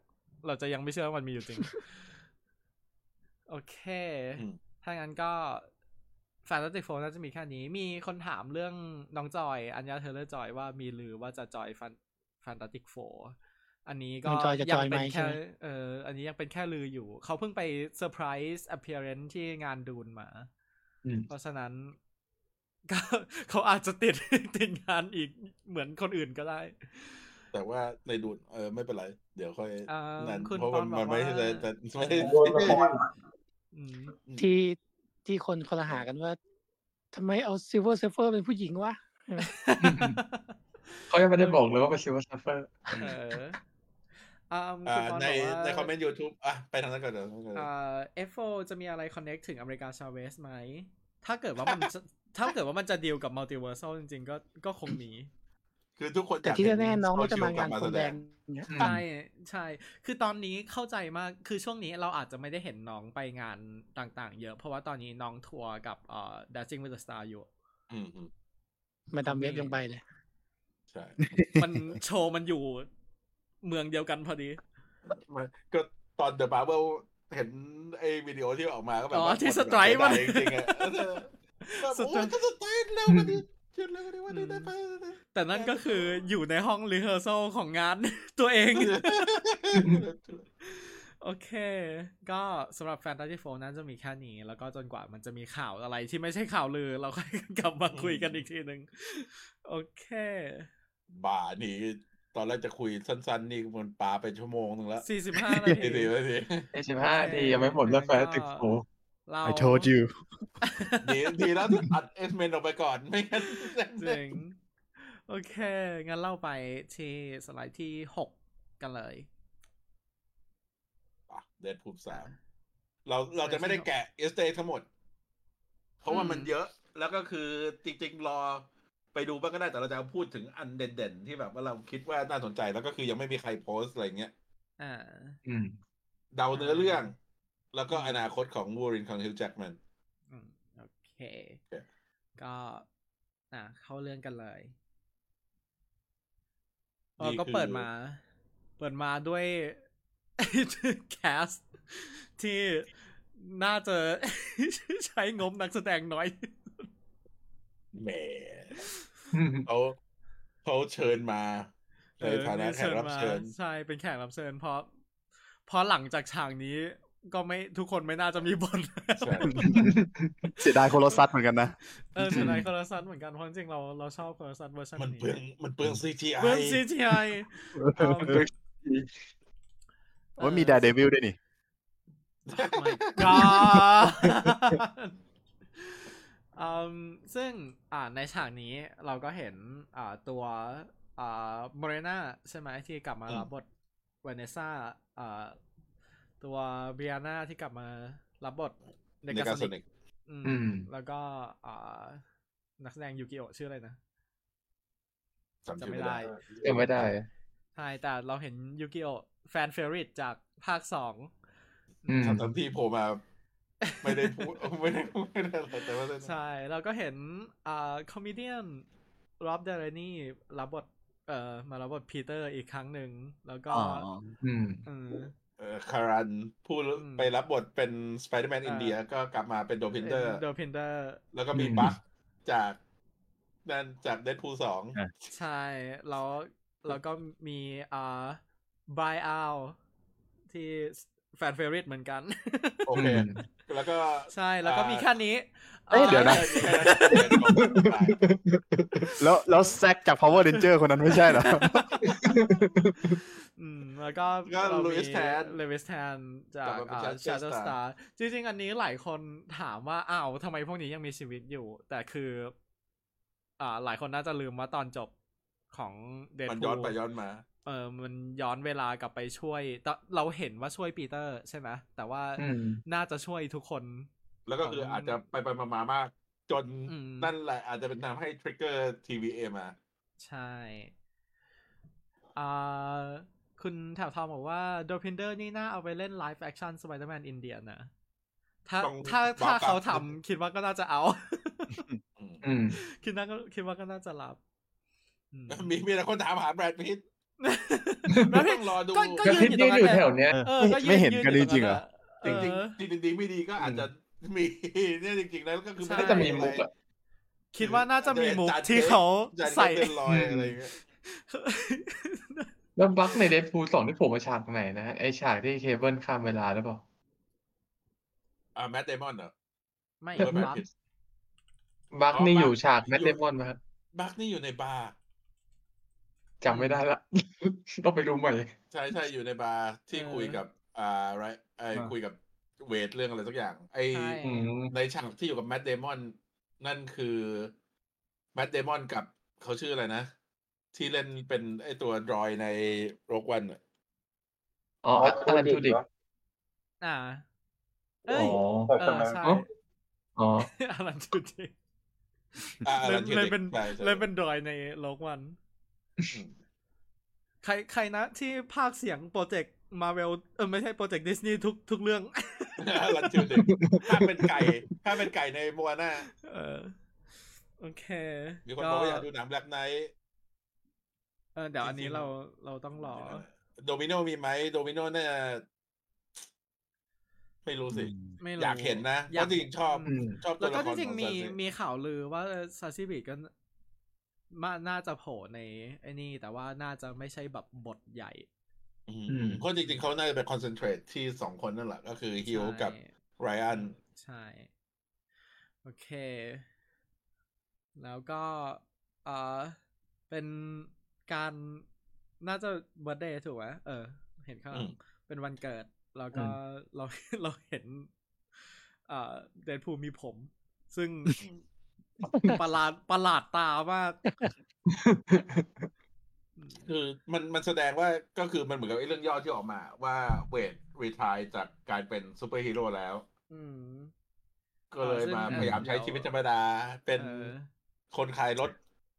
เราจะยังไม่เชื่อว่ามันมีอยู่จริง [laughs] โอเค ำ ถ้างั้นก็แฟนตาติโฟน่าจะมีแค่นี้ มีคนถามเรื่องน้องจอย อัญญาเทเลอร์จอยว่ามีหรือว่าจะจอยแฟนตาติโฟอันนี้ก็ น้องจอยจะ ยั จอยไหม เป็นแค่ ใช่ไหม เอออันนี้ยังเป็นแค่ลืออยู่ เขาเพิ่งไปเซอร์ไพรส์อ p พ a r a n c e ที่งานดูนมา อืม เพราะฉะนั้น [laughs] ก็ เขาอาจจะติด [laughs] ติดงานอีกเหมือนคนอื่นก็ได้ แต่ว่าในดูดเออไม่เป็นไร เดี๋ยวค่อย อ่า นั่น คุณ เพราะ ปอ มัน น บอก มันไม่ ว่า ใช่แต่ไม่ได้ โดนละคร อืม ที่ที่คนคอลหากันว่าทำไมเอาซิลเวอร์เซฟเฟอร์เป็นผู้หญิงวะ เขายังไม่ได้บอกเลยว่าเป็นซิลเวอร์ซัฟเฟอร์ เอออ่า อ่า คุณปอน ใน บอกว่า ในคอมเมนต์ YouTube อ่ะ ไปทางนั้นก่อนเดี๋ยว เอ่อ F4 จะมีอะไร connect ถึงอเมริกาชาเวสไหม ถ้าเกิดว่ามันจะ [laughs] ถ้าเกิดว่ามันจะดีลกับ multiversal จริงๆ ก็ก็คงมี คือทุกคน แต่ ยาก ที่ เห็ แน่ๆน้องก็จะ โซ มา เชียลกลั งา บ น มา ค แส น ด แด ง นเนี่ย อืม ใช่ใช่ คือตอนนี้เข้าใจมาก คือช่วงนี้เราอาจจะไม่ได้เห็นน้องไปงานต่างๆ เยอะ เพราะว่าตอนนี้น้องทัวร์กับเอ่อ Dancing with the Star อยู่ อืมอืม มาทำเว็บลงไปเลย ใช่ มัน [laughs] โชว์มันอยู่เมืองเดียวกันพอดี มันก็ตอนเดอะบาร์เบลเห็นไอ้วิดีโอที่ออกมาก็แบบ อ๋อ ว่า ที่สไตรค์มัน เสียดายจริงๆอะเออแบบ สไตร โอ้ ค์ ยก็สไตรค์แล้ววันนี้เจ็บแล้ววันนี้วันนี้ได้ไป แต่นั่นก็คืออยู่ในห้อง rehearsal ของงาน [laughs] ตัวเอง โอเค ก็สำหรับแฟนตาซีโฟนั้นจะมีแค่นี้ แล้วก็จนกว่ามันจะมีข่าวอะไรที่ไม่ใช่ข่าวลือ เราค่อยกลับมาคุยกันอีกทีหนึ่ง โอเค บ่านี่ ตอนแรกจะคุยสั้น ๆ นี่มันปาไปชั่วโมงหนึ่งแล้ว สี่สิบห้านา ดี ที ดี [laughs] ดี เอสิบห้าทียังไม่หมดเรื่องแฟนติดโผ เรา I told [laughs] you ดีดีแล้วที่ตัดเอสเมนออกไปก่อนไม่งั้น เจ๋งโอเค งั้นเล่าไปที่สไลด์ที่หกกันเลย เดดพูบสามเราเราจะไม่ได้แกะเอสเตทั้งหมด เพราะว่ามันเยอะ แล้วก็คือจริง ๆ รอไปดูบ้างก็ได้แต่เราจะพูดถึงอันเด่นๆ ที่แบบว่าเราคิดว่าน่าสนใจแล้วก็คือยังไม่มีใครโพสต์อะไรเงี้ย อ่า อืม เดาเนื้อเรื่อง แล้วก็อนาคตของวูรินของฮิลแจ็กแมน อืมโอเค โอเค ก็ อ่ะ เข้าเรื่องกันเลยเออ นี่ ก็ คือ เปิดมา เปิดมาด้วย [laughs] แคสที่น่าจะ [laughs] ใช้งบนักแสดงน้อย แหมเขาเขาเชิญมาในฐานะแขกรับเชิญ ออมีมาใช่เป็นแขกรับเชิญเพราะเพราะหลังจากฉากนี้ก็ไม่ทุกคนไม่น่าจะมีบทแล้ว ใช่ [laughs] เสียดายโคโลซัสเหมือนกันนะ เออเสียดายคอร์ซัสเหมือนกันเพราะจริงๆเราเราชอบคอร์ซัสเวอร์ชัน มัน นี้ เปลืองมันเปลืองซีจีไอ เบื้องซีจีไอ เอา [laughs] ไป ว่ามีด r e เดวิลด้วยนี่ [laughs] my god [laughs] อืมซึ่งอ่าในฉากนี้เราก็เห็นอ่าตัวอ่าโมเรนาใช่ไหมที่กลับมารับบทเวเนซ่าอ่าตัวเบียนาที่กลับมารับบท ในการสนิก อื อื ม ม แล้วก็อ่านักแสดงยูกิโอะชื่ออะไรนะ จำชื่อไม่ได้ เออไม่ได้ ใช่แต่เราเห็นยูกิโอะแฟนเฟรนจากภาคสอง อืม ทั้งที่โผล่มา ไม่ได้พูด [laughs] ไม่ได้พูดไม่ได้อะไรแต่ว่า ใช่เราก็เห็นอ่าคอมเมดี้ร็อบเดเรนี่รับบทเอ่อมารับบทพีเตอร์อีกครั้งหนึ่ง แล้วก็ อืม เออ เออคารันพูด อืม ไปรับบทเป็นสไปเดอร์แมน เอ่ออิ อินเดียก็กลับมาเป็นโดพินเตอร์ เดอร์พินเตอร์ แล้วก็มี อืม บัคจากนั่นจากเดดพูสอง อ่ะ ใช่ แล้วแล้วก็มีอ่าบายอาที่แฟนเฟรนเหมือนกัน [laughs] โอเค แล้วก็ ใช่แล้วก็มี อ่า แค่นี้ เอ้ยเดี๋ยวนะ มีแค่นั้น แล้วแล้วแซกจาก Power Ranger คนนั้นไม่ใช่เห [laughs] รอ อืมแล้วก็ ก็ Louis Tan เลวิสแทนจาก กลับมาเป็น Shadow ชาร์ t สตาร์จริงๆ อันนี้หลายคนถามว่า อ้าวทำไมพวกนี้ยังมีชีวิตอยู่ แต่คือ อ่า หลายคนน่าจะลืมว่าตอนจบของเดน มันย้อนไปย้อนมา เออมันย้อนเวลากลับไปช่วยตอนเราเห็นว่าช่วยปีเตอร์ใช่ไหมแต่ว่า อืม น่าจะช่วยทุกคน แล้วก็คืออาจจะไปไปมามาๆมาก จน อืม นั่นแหละอาจจะเป็นทำให้ทริกเกอร์ TVA มา ใช่ อ่า คุณแถวทอมบอกว่าโดพินเดอร์นี่น่าเอาไปเล่นไลฟ์แอคชั่นสไปเดอร์แมนอินเดียนะ ถ้า ต้อง ถ้า บอก ถ้าเขา กลับ ทำคิดว่าก็น่าจะเอา [laughs] อืม อืม คิดว่าก็คิดว่าก็น่าจะรับ [laughs] อืม มีมีแต่คนถามหาแบรดพิต แล้วพี่ ต้องรอดู ก็ก็ ก็ ยื คิด นอ ยื ยู่ตรงนั้แหนอน ยู่ละ แถวเนี้ย เออก็ยืน ไม่เห็น ยื กัน อ จ ยู่ต ริงๆเหรอ นั้นแล จริงเออจริงจริงดีไม่ดีก็อาจจะ [laughs] มี เนี่ยจริงๆแล้วก็คือ ใช่ ไม่ น่าจะมีมุกอะ คิดว่าน่าจะมีมุก จัด ที่เขา จัด ใส่ เดินลอยอะไรเงี้ย แล้วบั๊กในเด p พู l สองที่โผมมาฉากไหนนะ ไอฉากที่เคเบิลข้ามเวลาหรือเปล่า อ่าแมตเดมอนเหรอ ไม่ หรือรัว่าแบรดบ พิต บั๊ก อ๋อ นี่ บั๊ก อยู่ฉากแม อ ท ยู่ เดมอนไหมครับ บักนี่อยู่ในบาร์ จำไม่ได้ละ ต้องไปดูใหม่ ใช่ใช่อยู่ในบาร์ที่คุยกับ อ่าไรไอ อ่า คุยกับเวทเรื่องอะไรสักอย่าง ไอ ใช่ อืม ในฉากที่อยู่กับแม t เดมอนนั่นคือแม t เดมอนกับเขาชื่ออะไรนะ ที่เล่นเป็นไอตัวดรอยในโรกวัน อ๋ออันทูดิก [laughs] อ่า อ๋ เอ้ย อ เออใช่ อ๋อ อ๋อ [laughs] อารันจุดดิ อ่า เล่น อัที่ เล่ ด็ น ก เป็น ใช่ใช่ เลยเป็นดรอยในโลกวัน อืม ใครใครนะที่ภาคเสียงโปรเจกต์มาเวลเออไม่ใช่โปรเจกต์ดิสนีย์ทุกทุกเรื่อง [laughs] อา [laughs] รันทิวเด็กถ้าเป็นไก่ถ้าเป็นไก่ในมัวน่า เออโอเค มีคนบอกว่าอยากดูหนังแบล็กไนท์ เออเดี๋ยวอันนี้เราเราต้องรอ โดมิโนมีไหมโดมิโนน่าไม่รู้สิ ไม่รู้ อยากเห็นนะ อยาก เพราะจริงๆชอบ อืม ชอบตั แล้ว ว ละ ก็ ค จ ร ริง ของ ๆมี ซาซิ มีข่าวลือว่าซาชิบิก็มาน่าจะโผล่ในไอ้นี่ แต่ว่าน่าจะไม่ใช่แบบบทใหญ่ อืม อืม เพราะจริงๆเขาน่าจะไปคอนเซนเทรตที่สองคนนั่นแหละก็คือฮิวกับ ใช่ ไรอัน ใช่ โอเค แล้วก็เออเป็นการ น่าจะเบิร์ดเดย์ถูกไหมเออ เห็นข้างหลั อื ง ม เป็นวันเกิด แล้วก็เรา [laughs] เราเห็น เอ่อเดนพูมีผม ซึ่งประหลาดประหลาดตามาก คือมันมันแสดงว่าก็คือมันเหมือนกับไอ้เรื่องย่อที่ออกมา ว่าเวทรีทายจากการเป็นซูเปอร์ฮีโร่แล้ว อืม ก็เลยมา เออซึ่ง พยายามใช้ชีวิตธรรมดา เป็น ออ คนขายรถ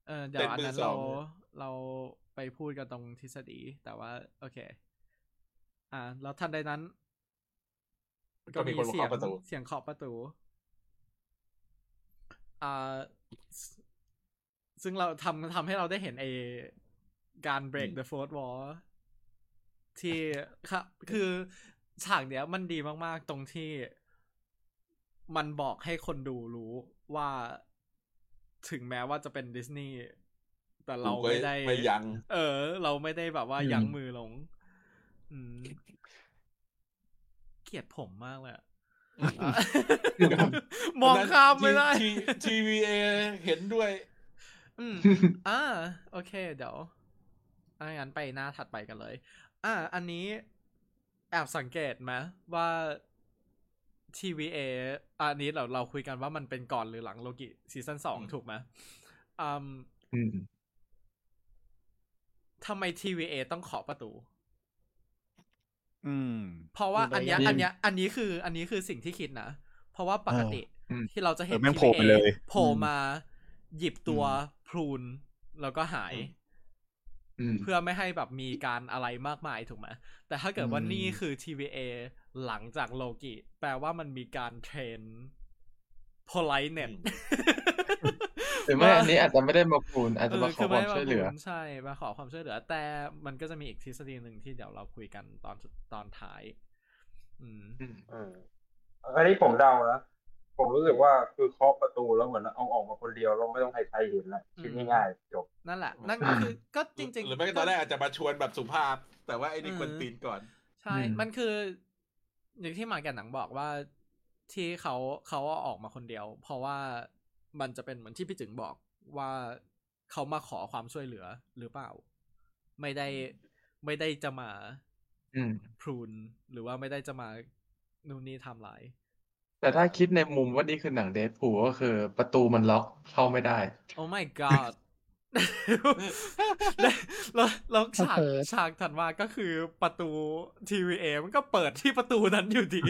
เออเดี๋ยวอันนั้น เป็นมือส เรา อง เราไปพูดกันตรงทฤษฎีแต่ว่า โอเค อ่า แล้วทันใดนั้น ก็มีคนมา เสี เคาะ ง ประตู เสียงเคาะประตู อ่าซึ่งซึ่งเราทำทำให้เราได้เห็นไอการ break อืม the fourth wall [laughs] ที่ครับคือฉากเนี้ยมันดีมาก ๆ ตรงที่มันบอกให้คนดูรู้ว่าถึงแม้ว่าจะเป็นดิสนีย์แต่เรา กูก็ ไม่ได้ ไม่ยัง เออ เราไม่ได้แบบว่า อืม ยั้งมือลง อืม เกลียดผมมากเลยอะอ่ะ [laughs] มองข้ามไม่ได้ ทีวีเอเห็นด้วย อืม อ่า โอเค เดี๋ยวอ่ะงั้นไปหน้าถัดไปกันเลย อ่า อันนี้แอบสังเกตไหมว่า TVA อะอันนี้เราเราคุยกันว่ามันเป็นก่อนหรือหลังโลกิซีซั่นสอง อืม ถูกไหมอืม อืม ทำไม TVA ต้องขอประตู อืม เพราะว่า ดู อัน ระ เนี้ ยะ ยอันเนี้ยอันนี้คืออันนี้คือสิ่งที่คิดนะ เพราะว่าปกติ อืม ที่เราจะเห็น เออแม่ง TVA โผล่ไปเลย โผล่ อืม มาหยิบตัวพลูนแล้วก็หาย อืม อืม เพื่อไม่ให้แบบมีการอะไรมากมายถูกไหมแต่ถ้าเกิดว่า อืม นี่คือ TVA หลังจากโลกิ แปลว่ามันมีการเทรน politeness [laughs] หรือไม่อันนี้อาจจะไม่ได้มาปูนอาจจะมาขอความ ไได้ ช่วยเหลือ ใช่มาขอความช่วยเหลือ แต่มันก็จะมีอีกทฤษฎีหนึ่งที่เดี๋ยวเราคุยกันตอนสุดตอนท้าย อืม อืม อืมอันนี้ผมเดานะผมรู้สึกว่าคือเคาะประตูแล้วเหมือนเอาออกมาคนเดียวเราไม่ต้องให้ใครเห็นละคิดง่ายๆจบ นั่นแหละ นั่นก็คือก็จริงๆ หรือไม่ก็ตอนแรกอาจจะมาชวนแบบสุภาพ แต่ว่าไอ้นี่ควรตีนก่อน ใช่ อืม มันคืออย่างที่หมาแก่หนังบอกว่าที่เขาเขาเอาออกมาคนเดียว เพราะว่ามันจะเป็นเหมือนที่พี่จึงบอกว่าเขามาขอความช่วยเหลือหรือเปล่า ไม่ได้ไม่ได้จะมา อืม พรูนหรือว่าไม่ได้จะมานู่นนี่ไทำลาย แต่ถ้าคิดในมุมว่านี่คือหนังเดทพูก็คือประตูมันล็อกเข้าไม่ได้ โอ้ my god [laughs] แล้วแล้วแล้วฉาก เออ ฉากถัดมาก็คือประตู TVA มันก็เปิดที่ประตูนั้นอยู่ดี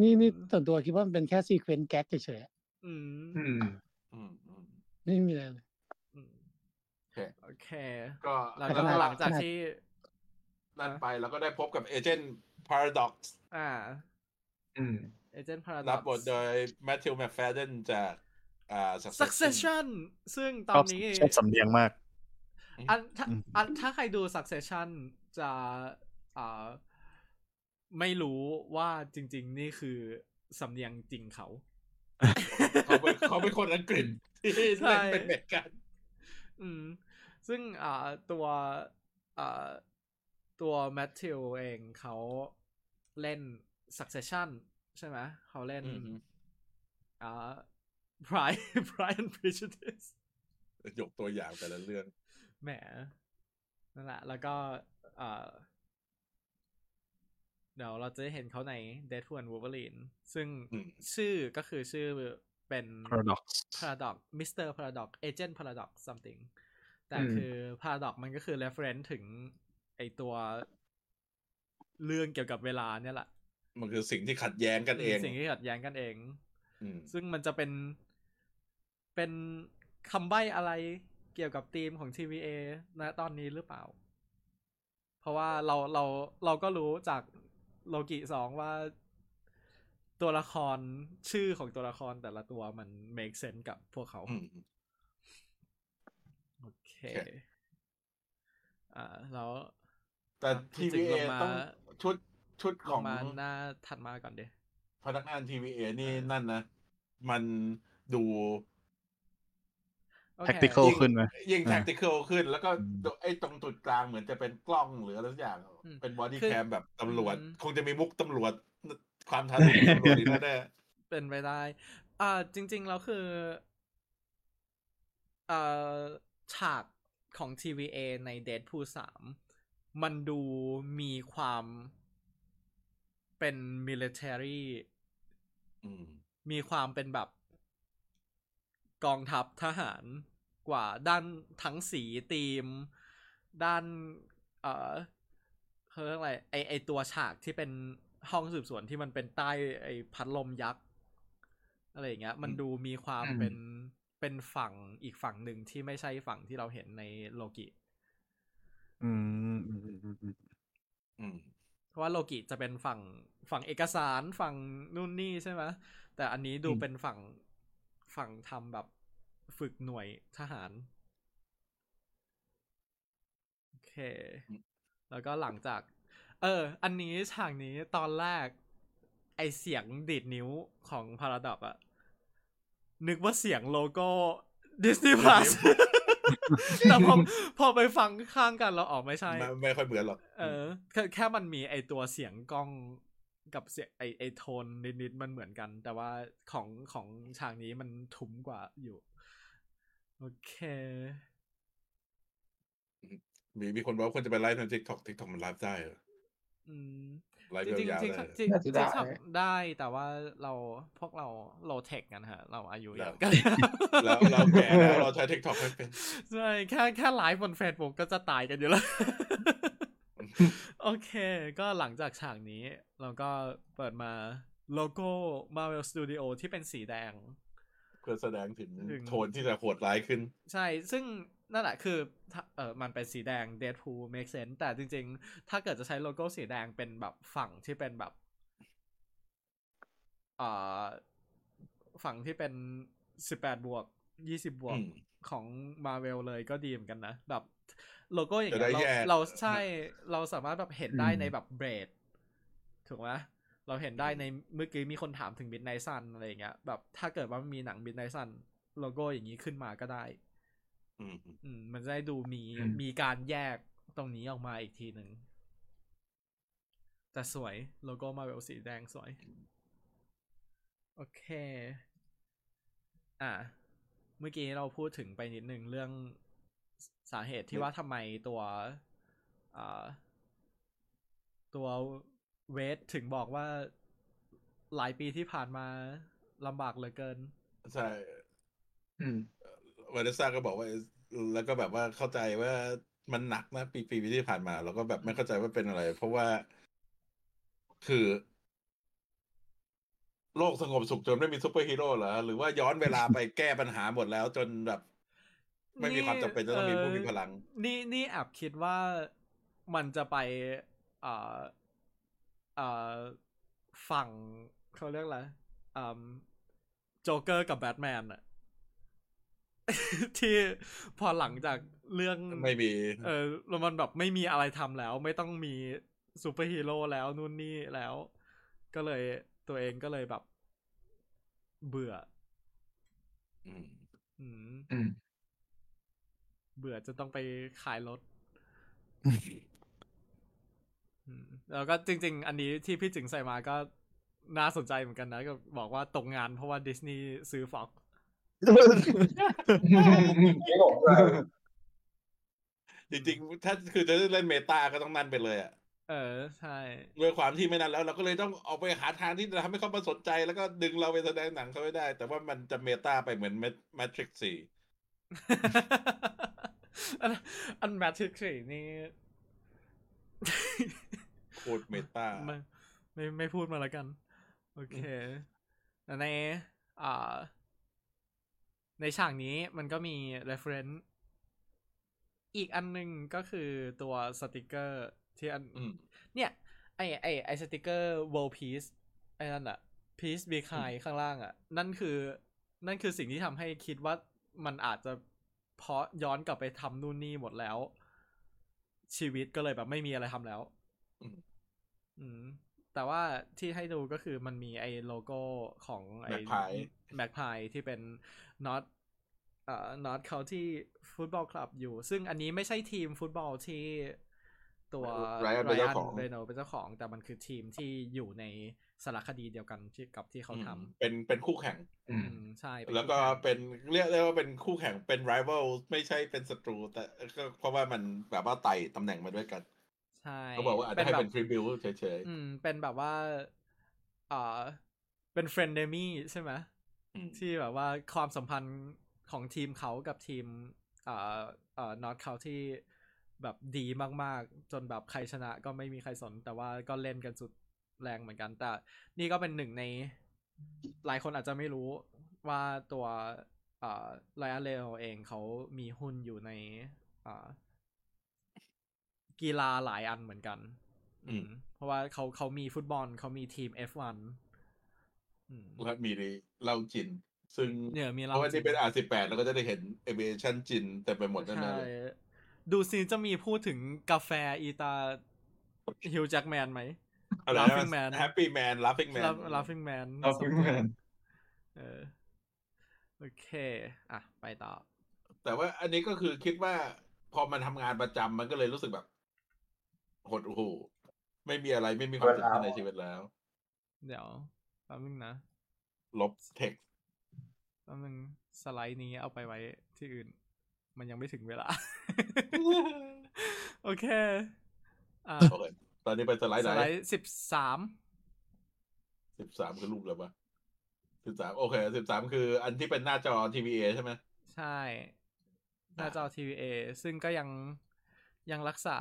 นี่นี่ส่วนตัวคิดว่ามันเป็นแค่ซีเควนต์แก๊กเฉยๆอะ อืม อืม อืมอืม ไม่มีอะไรเลย อืม โอเค โอเค ก็ หลัง แล้ จาวก ก็ ห ห ลั ลั ง ง จา จาก ก ขนาด ที่ นั้นไปเราก็ได้พบกับเอเจนต์ Paradox อ่า อืม เอเจนต์พาราด รั อบ ก บทโดยแมทธิวแมคแฟเดนจากอ่า Succession Succession ซึ่งตอ ชอน บ นี้ ชอบสำเนียงมาก อันถ้า อืม อันถ้าใครดู Succession จะอ่าไม่รู้ว่าจริง ๆ นี่คือสำเนียงจริงเขา [laughs] [laughs] เขาเป็นเขาเป็นคนอังกฤษที่ ใช่ เล่นเป็นเมกัน [laughs] อืม ซึ่งอ่าตัวอ่าตัวแมทธิวเองเขาเล่น Succession ใช่ไหมเขาเล่น อืม อ่า [laughs] Pride Pride and Prejudice ยกตัวอย่างแต่ละเรื่อง แหมนั่นแหละ แล้วก็อ่าเดี๋ยวเราจะได้เห็นเขาใน Deadpool and Wolverine ซึ่ง อืม ชื่อก็คือชื่อเป็น paradox Paradox Mr. Paradox Agent Paradox something แต่ อืม คือ Paradox มันก็คือ reference ถึงไอตัวเรื่องเกี่ยวกับเวลาเนี่ยแหละ มันคือสิ่งที่ขัดแย้งกันเอง สิ่งที่ขัดแย้งกันเอง อืม ซึ่งมันจะเป็นเป็นคำใบ้อะไรเกี่ยวกับธีมของ TVA นะตอนนี้หรือเปล่า เพราะว่าเราเราเราก็รู้จากโลกิสองว่าตัวละครชื่อของตัวละครแต่ละตัวมัน make sense กับพวกเขา อืม โอเค โอเค อ่า แล้ว แต่ อ่ะ ที จริ วี งๆ เอ ลงมา ต้องชุดชุด ล ของ งมาหน้าถัดมาก่อนเด พนักงานทีวีเอนี่ เออ นั่นนะ มันดู โอเค tactical ขึ้นไหม ยิ่ง อ่า แท็กติคอลขึ้น แล้วก็ อืม ไอ้ตรงจุดกลางเหมือนจะเป็นกล้องหรืออะไรสักอย่าง อืม เป็นบอดี้ คือ แคมแบบตำรวจ อืม คงจะมีมุกตำรวจ ความท้าทายของตำรวจอีกแน่ เป็นไปได้ อ่า จริงๆแล้วคือ เอ่อ ฉากของ TVA ในเด p พูสามมันดูมีความเป็น military อืม มีความเป็นแบบกองทัพทหารกว่าด้านทั้งสีธีม ด้าน เออเขาเรียกอะไรไอไอตัวฉากที่เป็นห้องสืบสวนที่มันเป็นใต้ไอพัดลมยักษ์อะไรอย่างเงี้ย มันดูมีความ อืม เป็นเป็นฝั่งอีกฝั่งหนึ่งที่ไม่ใช่ฝั่งที่เราเห็นในโลกิ อืมอืมอืมอืมอืม อืม เพราะว่าโลกิจะเป็นฝั่งฝั่งเอกสารฝั่งนู่นนี่ใช่ไหมแต่อันนี้ดูเป็นฝั่งฝั่งทำแบบฝึกหน่วยทหาร โอเค อืม แล้วก็หลังจาก เออ อันนี้ฉากนี้ตอนแรก ไอเสียงดีดนิ้วของพาราดับอะนึกว่าเสียงโลโก้ดิสนีย์พลัส แต่พอพอไปฟังข้างกันเราออกไม่ใช่ ไม่ไม่ค่อยเหมือนหรอก เออแค่แค่มันมีไอตัวเสียงกล้องกับเสียงไอไอโทนนิดๆมันเหมือนกัน แต่ว่าของของฉากนี้มันทุ้มกว่าอยู่ โอเค มีมีคนบอกว่าควรจะไปไลฟ์ทางทิกทอกทิกทอกมันไลฟ์ได้เหรอ อืม ไลฟ์ จริง ยาว ๆจริง ๆได้ๆจริงๆจเหรอริง น่าจะได้ ๆทำได้แต่ว่าเราพวกเราโลเทคกันฮะ เราอายุเย แล้ อะ ว กัน แล้วเราแก่แล้วเราใช้ทิกทอกไม่ [laughs] เป็น ใช่แค่แค่ไลฟ์บนเฟซบุ๊กก็จะตายกันอยู่แล้ว โอเค ก็หลังจากฉากนี้ เราก็เปิดมาโลโก้ Marvel Studio ที่เป็นสีแดง เพื่อแสดงถึง ถึง โทนที่จะโหดร้ายขึ้น ใช่ ซึ่งนั่นแหละคือถ้าเออมันเป็นสีแดง Deadpool make sense แต่จริงๆ ถ้าเกิดจะใช้โลโก้สีแดงเป็นแบบฝั่งที่เป็นแบบเอ่อฝั่งที่เป็นสิบแปดบวกยี่สิบบวก อืม ของมาเวลเลยก็ดีเหมือนกันนะ แบบโลโก้อย่าง จะได้ เงี้ยเรา แยก เราใช่เราสามารถแบบเห็นได้ในแบบเบรด ถูกไหมเราเห็นได้ในเมื่อกี้มีคนถามถึง Midnight Sun อะไรอย่างเงี้ยแบบถ้าเกิดว่ามีหนัง Midnight Sun โลโก้อย่างนี้ขึ้นมาก็ได้ อืม อืมมันจะได้ดูมี อืม มีการแยกตรงนี้ออกมาอีกทีหนึ่ง แต่สวยโลโก้มาแบบสีแดงสวย โอเค อ่ะ เมื่อกี้เราพูดถึงไปนิดนึงเรื่องสาเหตุที่ว่าทำไมตัวอ่าตัวเวทถึงบอกว่าหลายปีที่ผ่านมาลำบากเหลือเกิน ใช่ อืม วาเนสซ่าก็บอกว่า แล้วก็แบบว่าเข้าใจว่ามันหนักนะปีปีที่ผ่านมา แล้วก็แบบไม่เข้าใจว่าเป็นอะไร เพราะว่าคือ โลกสงบสุขจนไม่มีซูเปอร์ฮีโร่เหรอหรือว่าย้อนเวลาไปแก้ปัญหาหมดแล้วจนแบบ ไม่มีความจำเป็นจะต้องมีผู้มีพลัง เออนี่นี่แอบคิดว่ามันจะไปเอ่อเอ่อฝั่งเขาเรียกอะไรอืมโจเกอร์กับแบทแมนอะ [laughs] ที่พอหลังจากเรื่อง ไม่มี เออแล้วมันแบบไม่มีอะไรทำแล้ว ไม่ต้องมีซูเปอร์ฮีโร่แล้วนู่นนี่แล้ว ก็เลยตัวเองก็เลยแบบเบื่อ อืม อืม อืม เบื่อจะต้องไปขายรถ อืมแล้วก็จริง ๆ อันนี้ที่พี่จึงใส่มาก็น่าสนใจเหมือนกันนะ ก็บอกว่าตกงานเพราะว่าดิสนีย์ซื้อฟ็อก ไม่บอกว่า จริงๆ ถ้าคือจะเล่นเมตาก็ต้องนั่นไปเลยอะ เออ ใช่ [laughs] ด้วยความที่ไม่นั่นแล้ว เราก็เลยต้องออกไปหาทางที่จะทำให้เขามาสนใจ แล้วก็ดึงเราไปแสดงหนังเขาไม่ได้ แต่ว่ามันจะเมตาไปเหมือนแมทริกซ์สี่ อันอันแมทริกซ์นี่ โคตรเมตา ไม่ไม่ไม่พูดมาแล้วกัน โอเคแต่ในอ่า ในฉากนี้มันก็มี reference อีกอันหนึงก็คือตัวสติกเกอร์ที่อัน อืม เนี่ย ไอไอไอสติกเกอร์ world peace ไอ้นั่นอะ peace be kind ข้างล่างอะนั่นคือ นั่นคือสิ่งที่ทำให้คิดว่ามันอาจจะเพราะย้อนกลับไปทำนู่นนี่หมดแล้ว ชีวิตก็เลยแบบไม่มีอะไรทำแล้ว อืม อืม แต่ว่าที่ให้ดูก็คือมันมีไอโลโก้ของไอ Magpie แม็กพายที่เป็น not เอ่อ not เขาที่ฟุตบอลคลับอยู่ ซึ่งอันนี้ไม่ใช่ทีมฟุตบอลที่ ตัว Ryan เป็นเจ้าของ เรโนเป็นเจ้าของแต่มันคือทีมที่อยู่ในสารคดีเดียวกันที่กับที่เขาทำ เป็นเป็นคู่แข่ง อืม อืมใช่เป็น แล้วก็ คู่ข่ง เป็นเรียกได้ว่าเป็นคู่แข่งเป็น rival ไม่ใช่เป็นศัตรู แต่ก็เพราะว่ามันแบบว่าไต่ตำแหน่งมาด้วยกัน ใช่ เขาบอกว่าอาจจะให้ แบบ เป็น tribute เฉยๆ อืม เป็นแบบว่าเอ่อเป็น friend enemy ใช่ไหม อืม ที่แบบว่าความสัมพันธ์ของทีมเขากับทีมเอ่อเอ่อนอตเขาที่แบบดีมากๆ จนแบบใครชนะก็ไม่มีใครสน แต่ว่าก็เล่นกันสุดแรงเหมือนกัน แต่นี่ก็เป็นหนึ่งใน หลายคนอาจจะไม่รู้ว่าตัวเอ่อไลอาเลเองเขามีหุ้นอยู่ในเอ่อ กีฬาหลายอันเหมือนกัน อืม อืมเพราะว่าเขาเขามีฟุตบอลเขามีทีม F1 อืม และมีเหล่าจิน ซึ่ง เนี่ย มี เพ เรา ราะว่าที่เป็น R18 แล้วก็จะได้เห็น aviation จินแต่ไปหมดนั่น ใช่ เลย ดูซิจะมีพูดถึงกาแฟอีตาฮิวจ็ c แมนไหม อะไร Laughing Man นะ Happy Man Laughing Man ลาฟิงแมน Laughing Man เออโอเค อ่ะ ไปต่อ แต่ว่าอันนี้ก็คือคิดว่าพอมันทำงานประจำมันก็เลยรู้สึกแบบ หดหู่ไม่มีอะไรไม่มีความสุขในชีวิตแล้ว เดี๋ยวแป๊บนึงนะ ลบเท็ก แป๊บนึงสไลด์นี้เอาไปไว้ที่อื่น มันยังไม่ถึง [laughs] เวลา โอเค อ่ะ โอเคตอนนี้ไปสไลสด์ไหน ไลด์สิบสาม สิบสามคือรูปแล้วปะสิบสามโอเคสิบสามคืออันที่เป็นหน้าจอ TVA ใช่ไหม ใช่หน้าจอ TVA ซึ่งก็ยังยังรักษา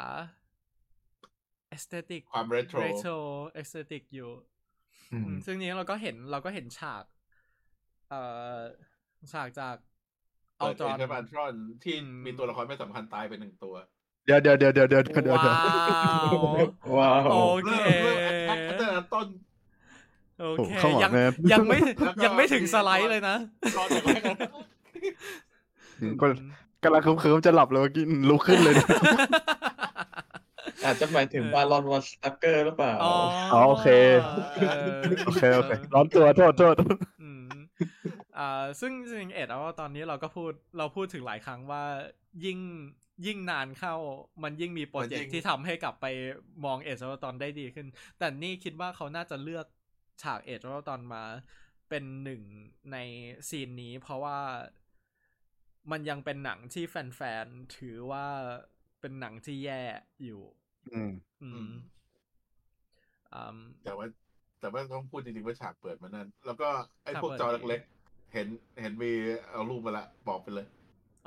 aesthetic ความ retro retro aesthetic อยู่ อืม อืมซึ่งนี้เราก็เห็นเราก็เห็นฉาก เอ่อ ฉากจาก เอ อัล อ ตรอน ใช่ปะทรอนที่ อืม มีตัวละครไม่สำคัญตายไปหนึ่งตัว เดี๋ยวเดี๋ยวเดี๋ยวเดี๋ยวเดี๋ยวเดี๋ว้าวยวว้าว โอเค เริ่มเริ่มแอคแท็กตั้งแต่ต้น โอ โอ้ เค ข้างหลั ยัง ง เน ยังไม่ แล้วก็ ยังไม่ถึง มี สไลด์เลยนะ ตอนแต่แรก ยก็กำลังเคิมๆจะหลับเลยเมื่อกี้อืมลุกขึ้นเลยเนี่ย อาจจะหมายถึงบารอนวอสตักเกอร์หรือเปล่า อ๋อ อ๋อโอเค เออ โอเคโอเคร้อนตัวโทษโทษ อืม อ่า ซึ่งจริงๆเอ็ดเอาว่าตอนนี้เราก็พูดเราพูดถึงหลายครั้งว่ายิ่งยิ่งนานเข้า มันยิ่งมีโปรเจกต์ที่ทำให้กลับไปมองเอ็ดเอาว่าตอนได้ดีขึ้น แต่นี่คิดว่าเขาน่าจะเลือกฉากเอ็ดเอาว่าตอนมา เป็นหนึ่งในซีนนี้ เพราะว่ามันยังเป็นหนังที่แฟนๆถือว่าเป็นหนังที่แย่อยู่ อืม อืมอืม แต่ว่า แต่ว่าต้องพูดจริงๆว่าฉากเปิดมันนั่น แล้วก็ไอ้ ฉาก พวก เปิด จอเล็กๆ เห็นเห็นมีเอารูปมาละ บอกไปเลย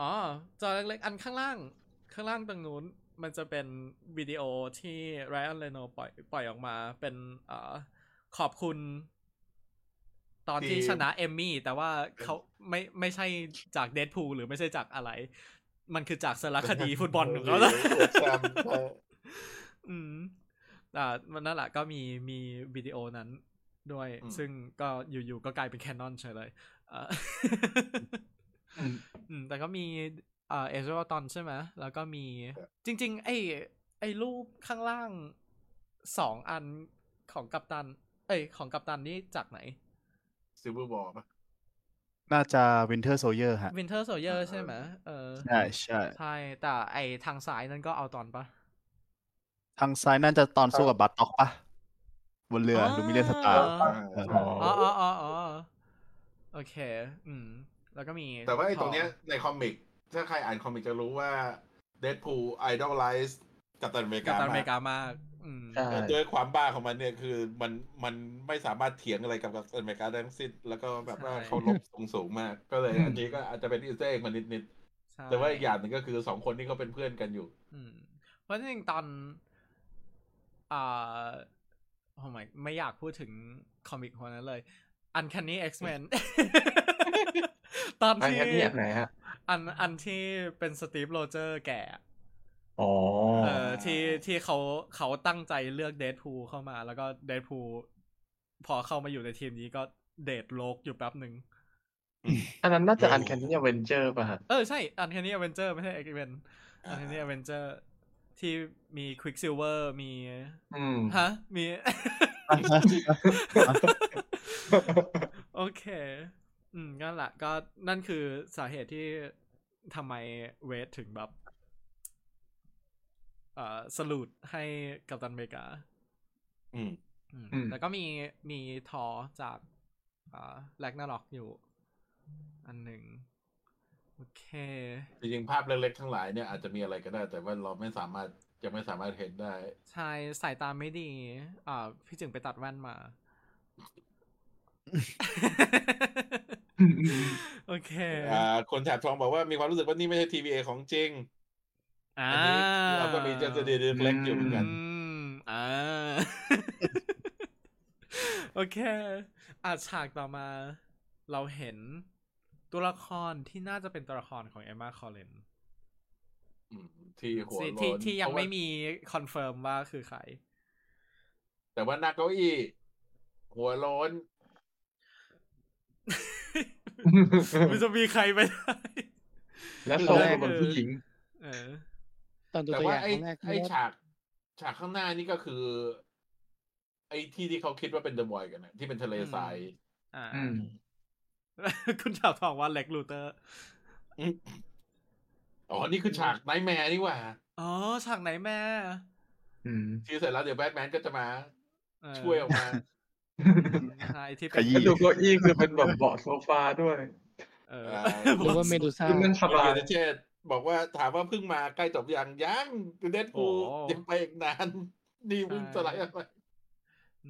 อ๋อ จอเล็กๆ อันข้างล่าง ข้างล่างตรงนู้น มันจะเป็นวิดีโอที่ Ryan r e n o ปล่อยปล่อยออกมา เป็นเออขอบคุณ ตอนที่ ที่ ชนะเอมมี่ แต่ว่าเขาไม่ไม่ใช่จากเด p พูหรือไม่ใช่จากอะไร มันคือจากสารคดี [laughs] ฟุตบอลของเขา [laughs] อืมอ่ามันนั่นแหละก็มีมีวิดีโอนั้นด้วย อืม ซึ่งก็อยู่ๆก็กลายเป็นแคนนอนเฉยเลยเอ่ [laughs] ออ ม อืมแต่ก็มีเอ่อเอเจอร์ตอนใช่ไหมแล้วก็มีจริง ๆ ไอ้ไอ้รูปข้างล่างสองอันของกัปตัน เอ้ย ของกัปตันนี่จากไหน ซิลเวอร์บอลป่ะ น่าจะวินเทอร์โซเยอร์ฮะ วินเทอร์โซเยอร์ อ่า ใช่ไหมเออ ใช่ใช่ ใช่แต่ไอ้ทางซ้ายนั่นก็เอาตอนปะ ทางซ้ายน่าจะตอนสู้กับบัตต็อกปะบนเรือ อ๋อ ดูมิเลียนสตา [laughs] ร์ อ่า อ๋อ อ๋ออ๋ออ๋ออ๋อโอเค อืม แล้วก็มี แต่ว่าไอ้ตรงเนี้ย ข ในคอมิก ถ้าใครอ่านคอมิกจะรู้ว่าเดดพูไอดอลไลซ์กัปตันอเม อง ริ กัป กา ตันอเม มาก ริกามาก อืม ใช่ แต่ด้วยความบ้าของมันเนี่ยคือมันมันไม่สามารถเถียงอะไรกับกับอเมริกาได้ทั้งสิ้นแล้วก็แบบว่า ใช่ เขาลบสูงสูงมาก ก็เลยอันนี้ก็อาจจะเป็นอีสเตอร์เอกมานิดนิด ใช่ ๆแต่ว่าอีกอย่างหนึ่งก็คือสองคนนี้เขาเป็นเพื่อนกันอยู่ อืม เพราะจริงๆตอน อ่าโอ้ไม่ไม่อยากพูดถึงคอมิกคนนั้นเลย อันคันนี้ X-Men ตอน อัน ที่ นี้อย่างไหนฮะ อันอันที่เป็นสตีฟโรเจอร์แก่ อ๋อ เออที่ที่เขาเขาตั้งใจเลือกเด p พูเข้ามา แล้วก็เด p พูพอเข้ามาอยู่ในทีมนี้ก็เดทโลกอยู่แป๊บหนึ่ง อันนั้นน่าจะอันแคนนี่เวนเจอร์ป่ะฮะ เออ ใช่อันแคนี้อเวนเจอร์ไม่ใช่เอ็กเวนอันแคนี้อเวนเจอร์ที่มีควิกซิลเวอร์มี อืม ฮะมี [laughs] โอเค อืมนั่นแหละก็นั่นคือสาเหตุที่ทำไมเวทถึงแบบ เอ อ่อสลูดให้กัปตันอเมริกา อืม อืม อืม แล้วก็มีมีทอจากอ่าแลกนาล็อกอยู่ อันหนึ่งโอเค จริงๆภาพเล็กๆทั้งหลายเนี่ยอาจจะมีอะไรก็ได้ แต่ว่าเราไม่สามารถยังไม่สามารถเห็นได้ ชายสายตาไม่ดี อ่า พี่จึงไปตัดแว่น [laughs] มา โอเค อ่า คนแถบทองบอกว่ามีความรู้สึกว่านี่ไม่ใช่ TVA ของจริง อ่า อันนี้เราก็มีเจสเดนเล็กอยู่เหมือนกัน อืมอ่า [laughs] โอเค อาฉากต่อมาเราเห็นตัวละครที่น่าจะเป็นตัวละครของเอมมาคอลเลน อืมที่หัว ที่ โล ที่ น ที่ยังไม่ เพราะว่า มีคอนเฟิร์มว่าคือใคร แต่ว่าหน้าเก้าอี้หัวโล้น มันจะมีใครไปได้ และโซแรกบนผู้หญิง เออ ตอนดู แต่ ตัวอ ว่า ย่าง ไอ้ ครั้งแรก ไอ้ฉาก ฉากข้างหน้านี่ก็คือ ไอ้ที่ที่เขาคิดว่าเป็นเดอะบอยกันนะที่เป็นทะเลทราย อืม อ่า อืม [laughs] คุณถามทองว่าเล็กลูเตอร์ อ๋อ นี่คือฉากไนท์แมร์นี่หว่า อ๋อ ฉากไหนแม่ อืม ที่เสร็จแล้วเดี๋ยวแบทแมนก็จะมา เออ ช่วยออกมา ใช่ที่ ข เป็น ยี้ แล้วดูเก้าอี้คือเป็นแบบเบาะโซฟาด้วย เออ [laughs] อ่า หรือว่าเมดูซ่า คือมันส คุณ บาย เกียรติเชษฐ์บอกว่าถามว่าเพิ่งมาใกล้จบยังยังเดดพู โอ้ ยังไปอีกนาน [laughs] นี่เพิ่ง ใช่ สไลด์ออกไป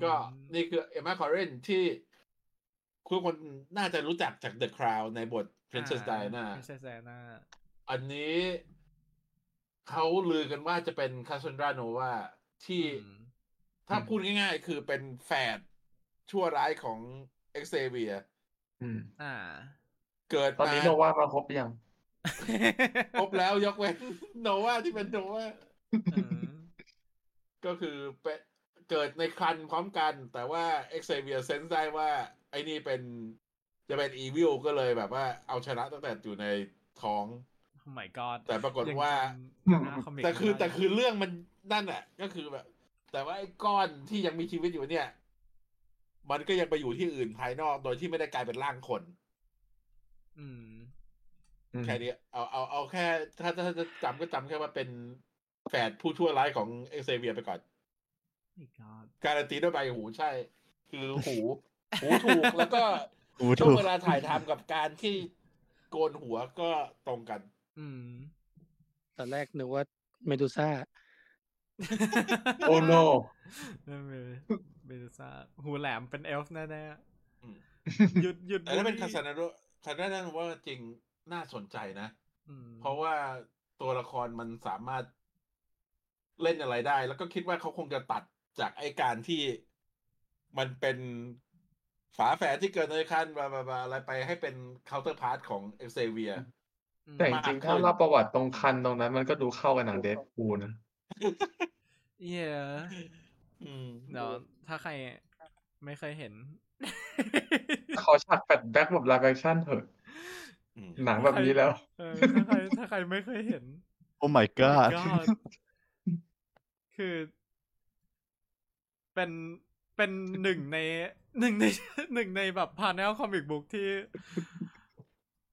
ก็นี่คือเอมมาคอร์เรนที่คุณคนน่าจะรู้จักจากเดอะค o w วในบท Princess Diana เพนเซสไดนา อันนี้เขาลือกันว่าจะเป็นคาส a n ดราโนวาที่ถ้าพูดง่ายๆ คือเป็นแฝดชั่วร้ายของเอ็กเซเวีย อืม อ่า เกิด ตอน มา นี้เราว่ามาครบยัง ครบแล้วยกเว้น [laughs] โนวาที่เป็นโนวา เออ ก็คือเป็นเกิดในครันพร้อมกัน แต่ว่าเอ็กเซเวียเซนส์ได้ว่า ไอ้นี่เป็นจะเป็นอีวิลก็เลยแบบว่าเอาชนะตั้งแต่อยู่ในท้อง โอ้ my god แต่ปรากฏว่า ยังจำหน้ามิก แต่คือ ไม่ได้ แต่คือเรื่องมันนั่นแหละก็คือแบบ แต่ว่าไอ้ก้อนที่ยังมีชีวิตอยู่เนี่ย มันก็ยังไปอยู่ที่อื่นภายนอกโดยที่ไม่ได้กลายเป็นร่างคน อืม อืม แค่นี้เอาเอาเอาแค่ ถ้าถ้าจะจำก็จำแค่ว่าเป็นแฝดผู้ชั่วร้ายของเอ็กเซเวียไปก่อน my god การันตีด้วยใบหูใช่ คือหู หูถูกแล้วก็ หู ช่ว ถู ง ก เวลาถ่ายทำกับการที่โกนหัวก็ตรงกัน อืม ตอนแรกนึกว่าเมดูซ่า โอ้โน นั่นเป็นเบซ่าหูแหลมเป็นเอลฟ์แน่ อืม ๆหยุดหยุด แต่ถ้าเป็น บูล คา ลี่ ซานาโรคาซานาโรว่าจริงน่าสนใจนะ อืม เพราะว่าตัวละครมันสามารถเล่นอะไรได้ แล้วก็คิดว่าเขาคงจะตัดจากไอการที่มันเป็นฝาแฝดที่เกิดในขั้นบาบาบาอะไรไปให้เป็นเคาน์เตอร์พาร์ทของเอ็กเซเวีย อืม แต่จริงๆถ้าเล่าประวัติตรงคันตรงนั้น มันก็ดูเข้ากันหนังเดดพูลนะ เย่ อืม เดี๋ยวถ้าใครไม่เคยเห็น ขอฉากแฟลชแบ็กแบบไลฟ์แอคชั่นเถอะ อืม หนังแบบนี้แล้ว เออถ้าใครถ้าใครไม่เคยเห็น โอ้ my god God [laughs] คือ เป็นเป็นหนึ่งในหนึ่งในหนึ่งในแบบพาแนลคอมิกบุ๊กที่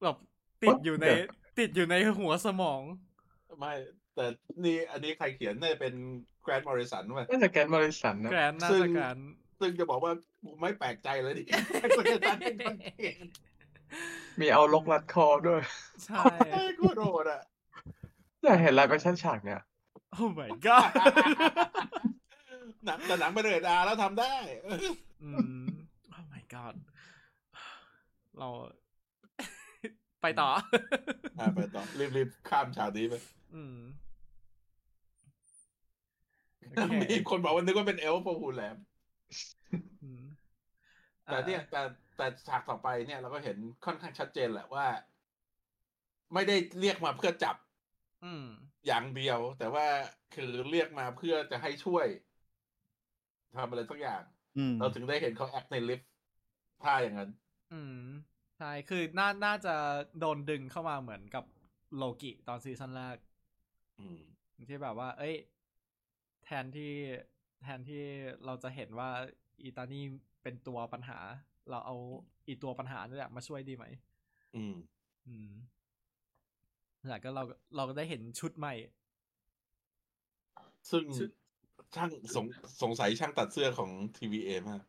แบบติดอยู่ใน What ติดอยู่ในหัวสมอง ไม่ แต่นี่อันนี้ใครเขียนน่าจะเป็นแกรนด์มอริสันว่ะ น่าจะแกนบริษัทนะ แกรนด์น่า ซึ่ง จะแกรนด์ ซึ่งจะบอกว่ากูไม่แปลกใจเลย [laughs] ดิ Grant Morrison เป็นคนเขียน มีเอาลกรัดคอด้วย ใช่ เฮ้ยกูโดดอ่ะ อยากเห็นไลฟ์แอคชั่นฉากเนี่ย โอ้ my god [laughs] หนังแต่หนังไม่เดือดดาแล้วทำได้ [laughs] อืม โอ้ my god เรา [laughs] ไปต่อ อ่ะไปต่อ รีบๆ ข้ามฉากนี้ไป [laughs] อืม โอเค มีคนบอกว่านึกว่าเป็นเอลฟ์โปหูแหลม อืม แต่เนี่ยแต่แต่ฉากต่อไปเนี่ยเราก็เห็นค่อนข้างชัดเจนแหละว่า ไม่ได้เรียกมาเพื่อจับ อืม อย่างเดียว แต่ว่าคือเรียกมาเพื่อจะให้ช่วยทำอะไรสักอย่าง อืม เราถึงได้เห็นเขาแอคในลิฟต์ท่าอย่างนั้น อืม ใช่ คือน่า น่าจะโดนดึงเข้ามาเหมือนกับโลกิตอนซีซั่นแรก อืม ที่แบบว่า เอ้ย แทนที่ แทนที่เราจะเห็นว่า อีตานี่เป็นตัวปัญหา เราเอาอีตัวปัญหานี่แหละมาช่วยดีไหม อืม อืมหลังก็เราเราก็ได้เห็นชุดใหม่ ซึ่ง ซึ่ง ช่างสงสงสัยช่างตัดเสื้อของ TVA มาก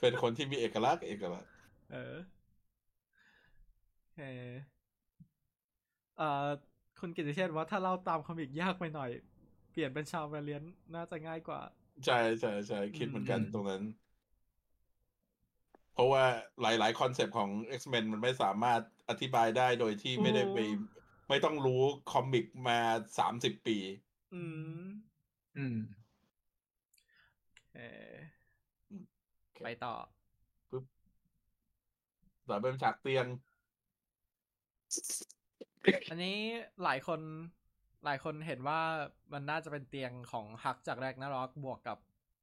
เป็นคนที่มีเอกลักษณ์เอกลักษณ์ เออเออเอ่อคุณกิติเชษฐ์ว่าถ้าเล่าตามคอมิกยากไปหน่อย เปลี่ยนเป็นชาวแวเลียนต์น่าจะง่ายกว่า ใช่ใช่ใช่คิดเหมือนกัน อืม ตรงนั้น เพราะว่าหลาย ๆ คอนเซปต์ของ X-Men มันไม่สามารถอธิบายได้โดยที่ไม่ได้ไป อืม ไม่ต้องรู้คอมิกมาสามสิบปี อืม อืม เออ อืมโอเค ไปต่อ แต่เป็นฉากเตียง อันนี้หลายคนหลายคนเห็นว่ามันน่าจะเป็นเตียงของฮักจากแรกนาร็อกบวกกับ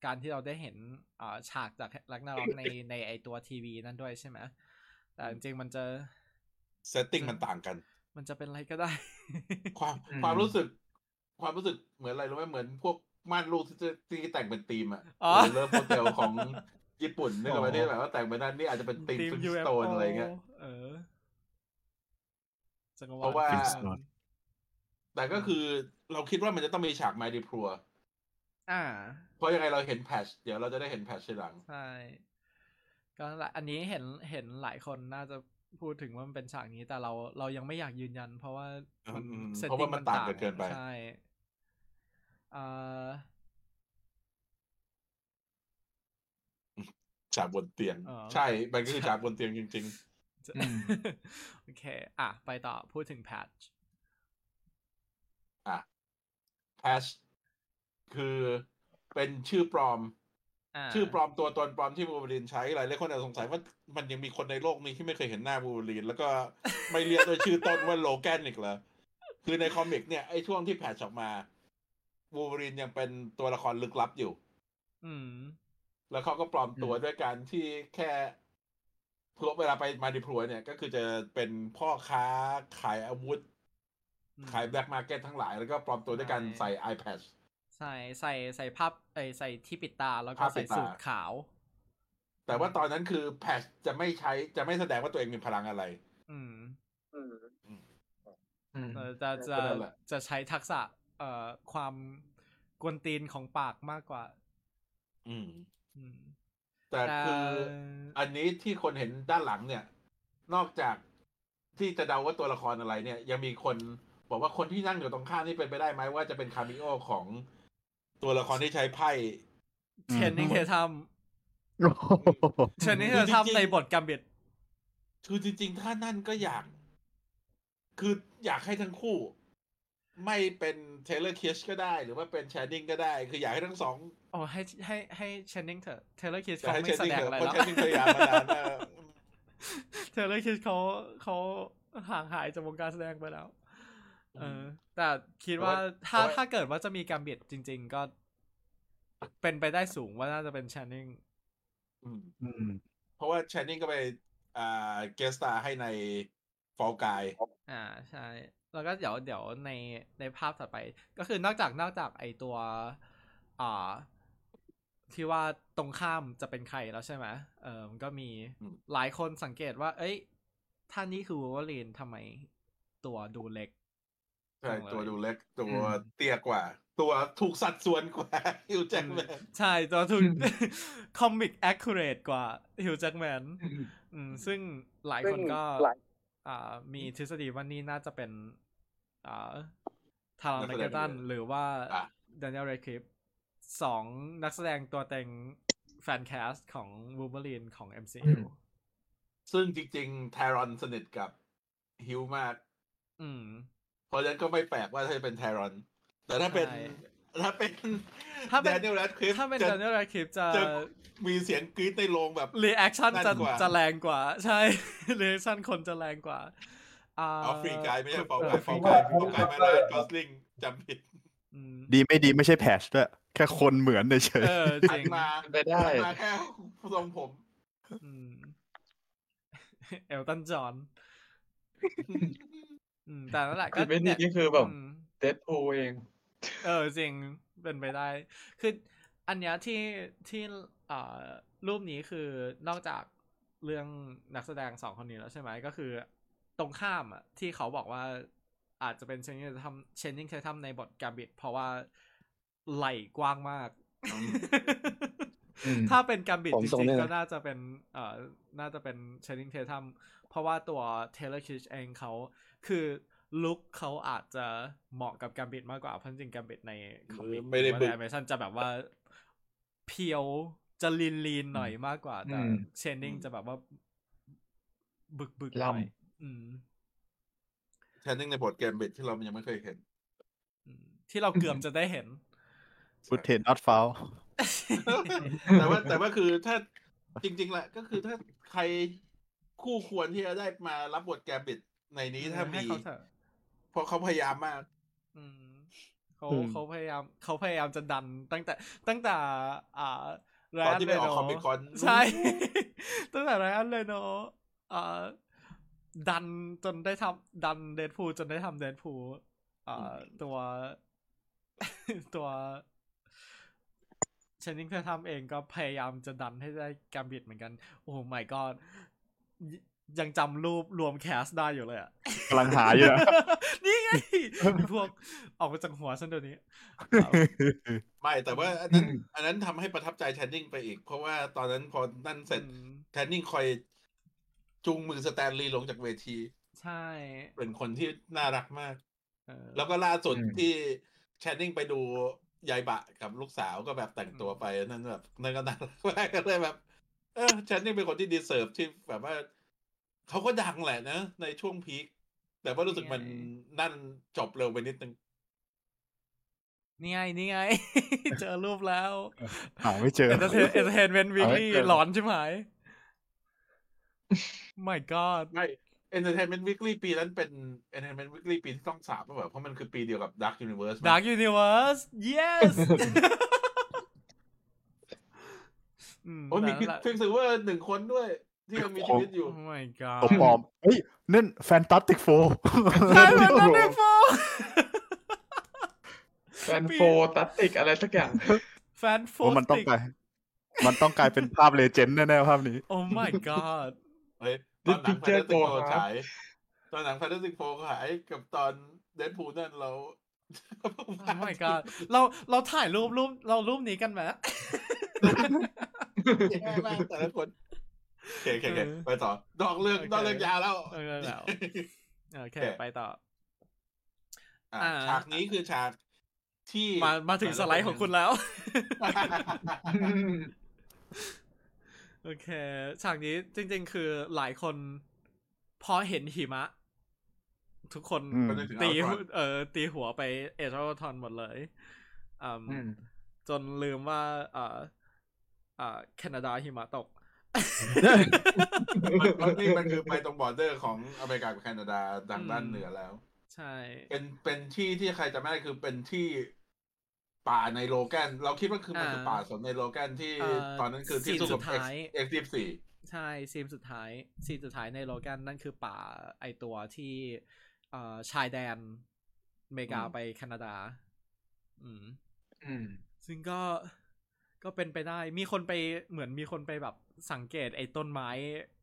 การที่เราได้เห็นอ่าฉากจากแรกนาร็อกในในไอตัวทีวีนั่นด้วยใช่ไหมแต่จริงๆมันจะ เซตติ้งมันต่างกัน มันจะเป็นอะไรก็ได้ ความ อืม ความรู้สึก ความรู้สึกเหมือนอะไรรู้ไหมเหมือนพวกม่านรูดที่ที่แต่งเป็นธีมอะ อ๋อ หรือเริ่มโฮเทล [laughs] ของญี่ปุ่นนี่ก็ไม่ได้แบบว่าแต่งเป็นนั้นนี่อาจจะเป็นธีม ทีม ฟิล UFO สโตนอะไรเงี้ย เออจักรวาล เพราะว่า อ่ะ แต่ก็คือเราคิดว่ามันจะต้องมีฉากไมดิพัว อ่า เพราะยังไงเราเห็นแพทชเดี๋ยวเราจะได้เห็นแพทชทีหลัง ใช่ก็นั่นแหละอันนี้เห็นเห็นหลายคนน่าจะพูดถึงว่ามันเป็นฉากนี้แต่เราเรายังไม่อยากยืนยัน เพราะว่ามัน อืม ซต เพราะว่ามันต่างกันเกินไป ใช่เอ่อ ฉากบนเตียง เอ่อ ใช่ มันก็คือฉากบนเตียงจริง จะ อืม [laughs] โอเค อ่ะ ไปต่อพูดถึงแพทช์ ๆ อ่ะแพทชคือเป็นชื่อปลอม า ชื่อปลอมตัวตนปลอมที่บูเบลินใช้หลายหลายคนอาจจะสงสัยว่ามันยังมีคนในโลกนี้ที่ไม่เคยเห็นหน้าบูเบลินแล้วก็ไม่เรียกด้วยชื่อต้นว่าโลแกนอีกเหรอคือในคอมิกเนี่ยไอ้ช่วงที่แผดออกมาบูเบลินยังเป็นตัวละครลึกลับอยู่ อืม แล้วเขาก็ปลอมตัว อืม ด้วยการที่แค่พวกเวลาไปมาดิพลัวเนี่ย ก็คือจะเป็นพ่อค้าขายอาวุธ อืม ขายแบล็กมาเก็ตทั้งหลาย แล้วก็ปลอมตัวด้วยการ ใช่ ใส่ iPad ใส่ใส่ใส่ภาพเอยใส่ที่ปิดตาแล้วก็ ภาพปิ ใส่ ดตา สูทขาว แต่ว่าตอนนั้นคือแพทจะไม่ใช้จะไม่แสดงว่าตัวเองมีพลังอะไร อืม อืม อืม เออจะจะ ก็นั่นแหละ จะใช้ทักษะ เอ่อความกวนตีนของปากมากกว่า อืม อืม แต่คือ อันนี้ที่คนเห็นด้านหลังเนี่ย นอกจากที่จะเดาว่าตัวละครอะไรเนี่ย ยังมีคนบอกว่าคนที่นั่งอยู่ตรงข้ามนี่เป็นไปได้ไหมว่าจะเป็นคาเมิโอของตัวละครที่ใช้ไพ่ เทรนนิ่ง อืม เธอท โอ้โห ำเทรนนิ่งเธอทำในบทกัมบิด คือจริง ๆ ถ้านั่นก็อยาก คืออยากให้ทั้งคู่ ไม่เป็นเทเลอร์เคชก็ได้ หรือว่าเป็นแชนนิงก็ได้ คืออยากให้ทั้งสอง โอ้ให้ให้ให้เทรนนิ่งเธอะเทเลอร์คิส อยาก เขา ให้ไม่แชน แส นิง ดง เถ อะไร อะแล้วเพราะแชนนิงพยายามมานานมาก เทเลอร์คิสเขาเขาห่างหายจากวงการแสดงไปแล้ว เออ แต่คิดว่าถ้าถ้าเกิดว่าจะมีกัมบิดจริง ๆ ก็ เป็นไปได้สูงว่าน่าจะเป็นแชนนิง อืม เพราะว่าแชนนิงก็ไป อ่าเกสตาให้ในฟอลกาย อ่าใช่ แล้วก็เดี๋ยวเดี๋ยวในในภาพถัดไป ก็คือนอกจากนอกจากไอตัวอ่าที่ว่าตรงข้ามจะเป็นใครแล้วใช่ไหมเออมันก็มี อืม หลายคนสังเกตว่า เอ้ยท่านนี้คือวอลเลนทำไมตัวดูเล็ก ใช่ จังเลย ตัวดูเล็กตัว อืม เตี้ยกว่า ตัวถูกสัดส่วนกว่า [laughs] ฮิวแจ็คแมน ใช่ตัวทุน [laughs] คอมิกแอคคูเรตกว่าฮิวจ็กแมนซึ่งหลายคนก็ ซึ่งหลาย อ่า มีทฤษฎีว่านี่น่าจะเป็น อ่าทารอนแมกเกตันหรือว่า อ่ะ ด a น i e l ลเรคลิปสองนักแสดงตัวเต็งแฟนแคสของวูเบอรีนของ MCU ซึ่งจริงๆ ไทรอนสนิทกับฮิวมาก อืม เพราะฉะนั้นก็ไม่แปลกว่าถ้าจะเป็นไทรอน แต่ถ้าเป็น ใช่ ถ้าเป็น ถ้าเป็น แดเนียลแรดคลิฟ ถ้าเป็น จะ ด a น i e l ลเรคลิปจะ จะมีเสียงกรี๊ดในโรงแบบ รีแอคชั่น นั่น จะ กว่า จะแรงกว่า ใช่ [laughs] รีแอคชั่นคนจะแรงกว่า อ่า เอาฟรีกายไม่ใช่ฟอล เ กายฟอล Free กาย Guy ฟอลกายมาแล้วกอสลิงจำผิด อืม ดีไม่ดีไม่ใช่แพชด้วยแค่คนเหมือนเฉย เออจ หั ริ น ง มา ไปได้ หันมาแค่ทรงผม อื [laughs] ม เอลตันจอห์นอืม แต่นั่นแหละก็ คือไม่นี่ เนี่ย ก็คือแบบ อืม เดดพูเอง [laughs] เออจริงเป็นไปได้ คืออันเนี้ยที่ที่เอ่อรูปนี้คือนอกจากเรื่องนักแสดงสองคนนี้แล้วใช่ไหมก็คือ ตรงข้ามอ่ะที่เขาบอกว่า อาจจะเป็นเชนนิงทำเชนนิงเคยทำในบทกาบิดเพราะว่าไหลกว้างมาก อืม ถ้าเป็นการบิด ผม จ ส่ง ริง ด้วยนะๆก็น่าจะเป็นเอ่อน่าจะเป็นเชนนิงเททัมเพราะว่าตัวเทเลอร์คิชเองเขาคือลุคเขาอาจจะเหมาะกับการบิดมากกว่าเพราะจริงๆการบิดในคอมิก ไม่ได้บึ แอก นิเมชันจะแบบว่าเพียวจะลีนลีนๆหน่อยมากกว่าแต่ อืม เชนนิงจะแบบว่า บึกบึก ล่ำ หน่อยอืม แทนนิ่งในบทเกมเบ็ดที่เรายังไม่เคยเห็น อืมที่เราเกือบจะได้เห็น ฟุตเทนอัดฟาว [laughs] แต่ว่าแต่ว่าคือถ้าจริง ๆแหละก็คือถ้าใครคู่ควรที่จะได้มารับบทแกมบิดในนี้ถ้า ให้ มี เขาเถอะ เพราะเขาพยายามมาก อืมเขา อืม เขาพยายามเขาพยายามจะดันตั้งแต่ตั้งแต่ อ่าไร ตอน อัน ที่ เร ไปออก โน Comic-Con ใช่ [laughs] ตั้งแต่ไรอันเรโนอ่าดันจนได้ทำดันเดดพูจนได้ทำเดดพูอ่าตัว [laughs] ตัวเชนนิงเธอทำเองก็พยายามจะดันให้ได้แกมบิดเหมือนกัน โอ้ my god ยยังจำรูปรวมแคสได้อยู่เลยอะ กำลังหาอยู่อะ [laughs] นี่ไง พวกออกมาจากหัวฉันเดี๋ยว [laughs] นี้ ไม่แต่ว่าอันนั้น อันนั้นทำให้ประทับใจแทนนิ่งไปอีก เพราะว่าตอนนั้นพอนั่นเสร็จ อืม แทนนิ่งคอยจูงมือสแตนลีย์ลงจากเวที ใช่ เป็นคนที่น่ารักมาก เออ แล้วก็ล่าสุด อืม ที่แชนนิ่งไปดูยายบะกับลูกสาวก็แบบแต่งตัวไปนั่นแบบนั่นก็น่ารักมากก็เลยแบบ เออแชนนิ่งเป็นคนที่ดีเซิร์ฟที่แบบว่าเขาก็ดังแหละนะ ในช่วงพีคแต่ว่ารู้สึกมัน ใช่ นั่นจบเร็วไปนิดนึง นี่ไง นี่ไง [laughs] เจอรูปแล้ว หาไม่เจอ เอเตเทนเมนต์วี เอาไว้ ลี่ เจอ หลอนใช่ไหม [laughs] my god ไม่ Entertainment Weekly ปีนั้นเป็น Entertainment Weekly ปีที่ต้องสามป่ะแบบเพราะมันคือปีเดียวกับ Dark Universe มั้ย dark universe yes [laughs] ม โอ้ยมี นั่น คริส แหละ คริสเซเวอร์หนึ่งคนด้วย ที่ยังมีชีวิตอยู่ oh my god ตัวปลอมเฮ้ยนั่นแฟนตาติกโฟ ใช่มันต้องได้โฟร์ แฟนโฟตัติกอะไรสักอย่าง แฟนโฟ โอ้มันต้องกลาย มันต้องกลายเป็นภาพเลเจนด์แน่ๆภาพนี้ โอ้ my god เฮ้ยตอนหนัง Big แฟน Picture ตาติกโฟ Go ครับ ฉายตอนหนังแฟนตาติกโฟขายกับตอนเดนพูนั่นเรา [laughs] โอ้ [laughs] my god เราเราถ่ายรูปรูปเรารูปนี้กันไหม แย่มากแต่ละคนโอเคโอเคโอเค เออ ไปต่อนอกเรื่อง โอเค นอกเรื่องยาวแล้ว เออแล้วโอเค ไปต่อ อ่ะ อ่า ฉากนี้คือฉากที่ มามาถึงสไลด์ของคุณแล้ว โอเค ฉากนี้จริงๆ คือหลายคนพอเห็นหิมะ ทุกคน อืม มันจะถึง ตี เอา หั ก่ ว อน เออตีหัวไปเอเทอร์ทอนหมดเลยอืม อืม จนลืมว่าเอ่อเอ่อแคนาดาหิมะต [laughs] ก มันมันนี่มันคือไปตรงบอร์เดอร์ของอเมริกากับแคนาดาทางด้านเหนือแล้ว ใช่ เป็นเป็นที่ที่ใครจำไม่ได้คือเป็นที่ป่าในโลแกน เราคิดว่าคือมันคือ อ่า ป่าสนในโลแกนที่ เอ่อ ตอนนั้นคือที่ ซีน สู้ สุ กับ ด เอ็ก ท้าย ซ์เอ็กซ์ยี่สิบสี่ ใช่ซีนสุดท้ายซีนสุดท้ายในโลแกนนั่นคือป่าไอตัวที่เอ่อชายแดนอเมริกาไปแคนาดา อืม อืม ซึ่งก็ก็เป็นไปได้มีคนไปเหมือนมีคนไปแบบสังเกตไอ้ต้นไม้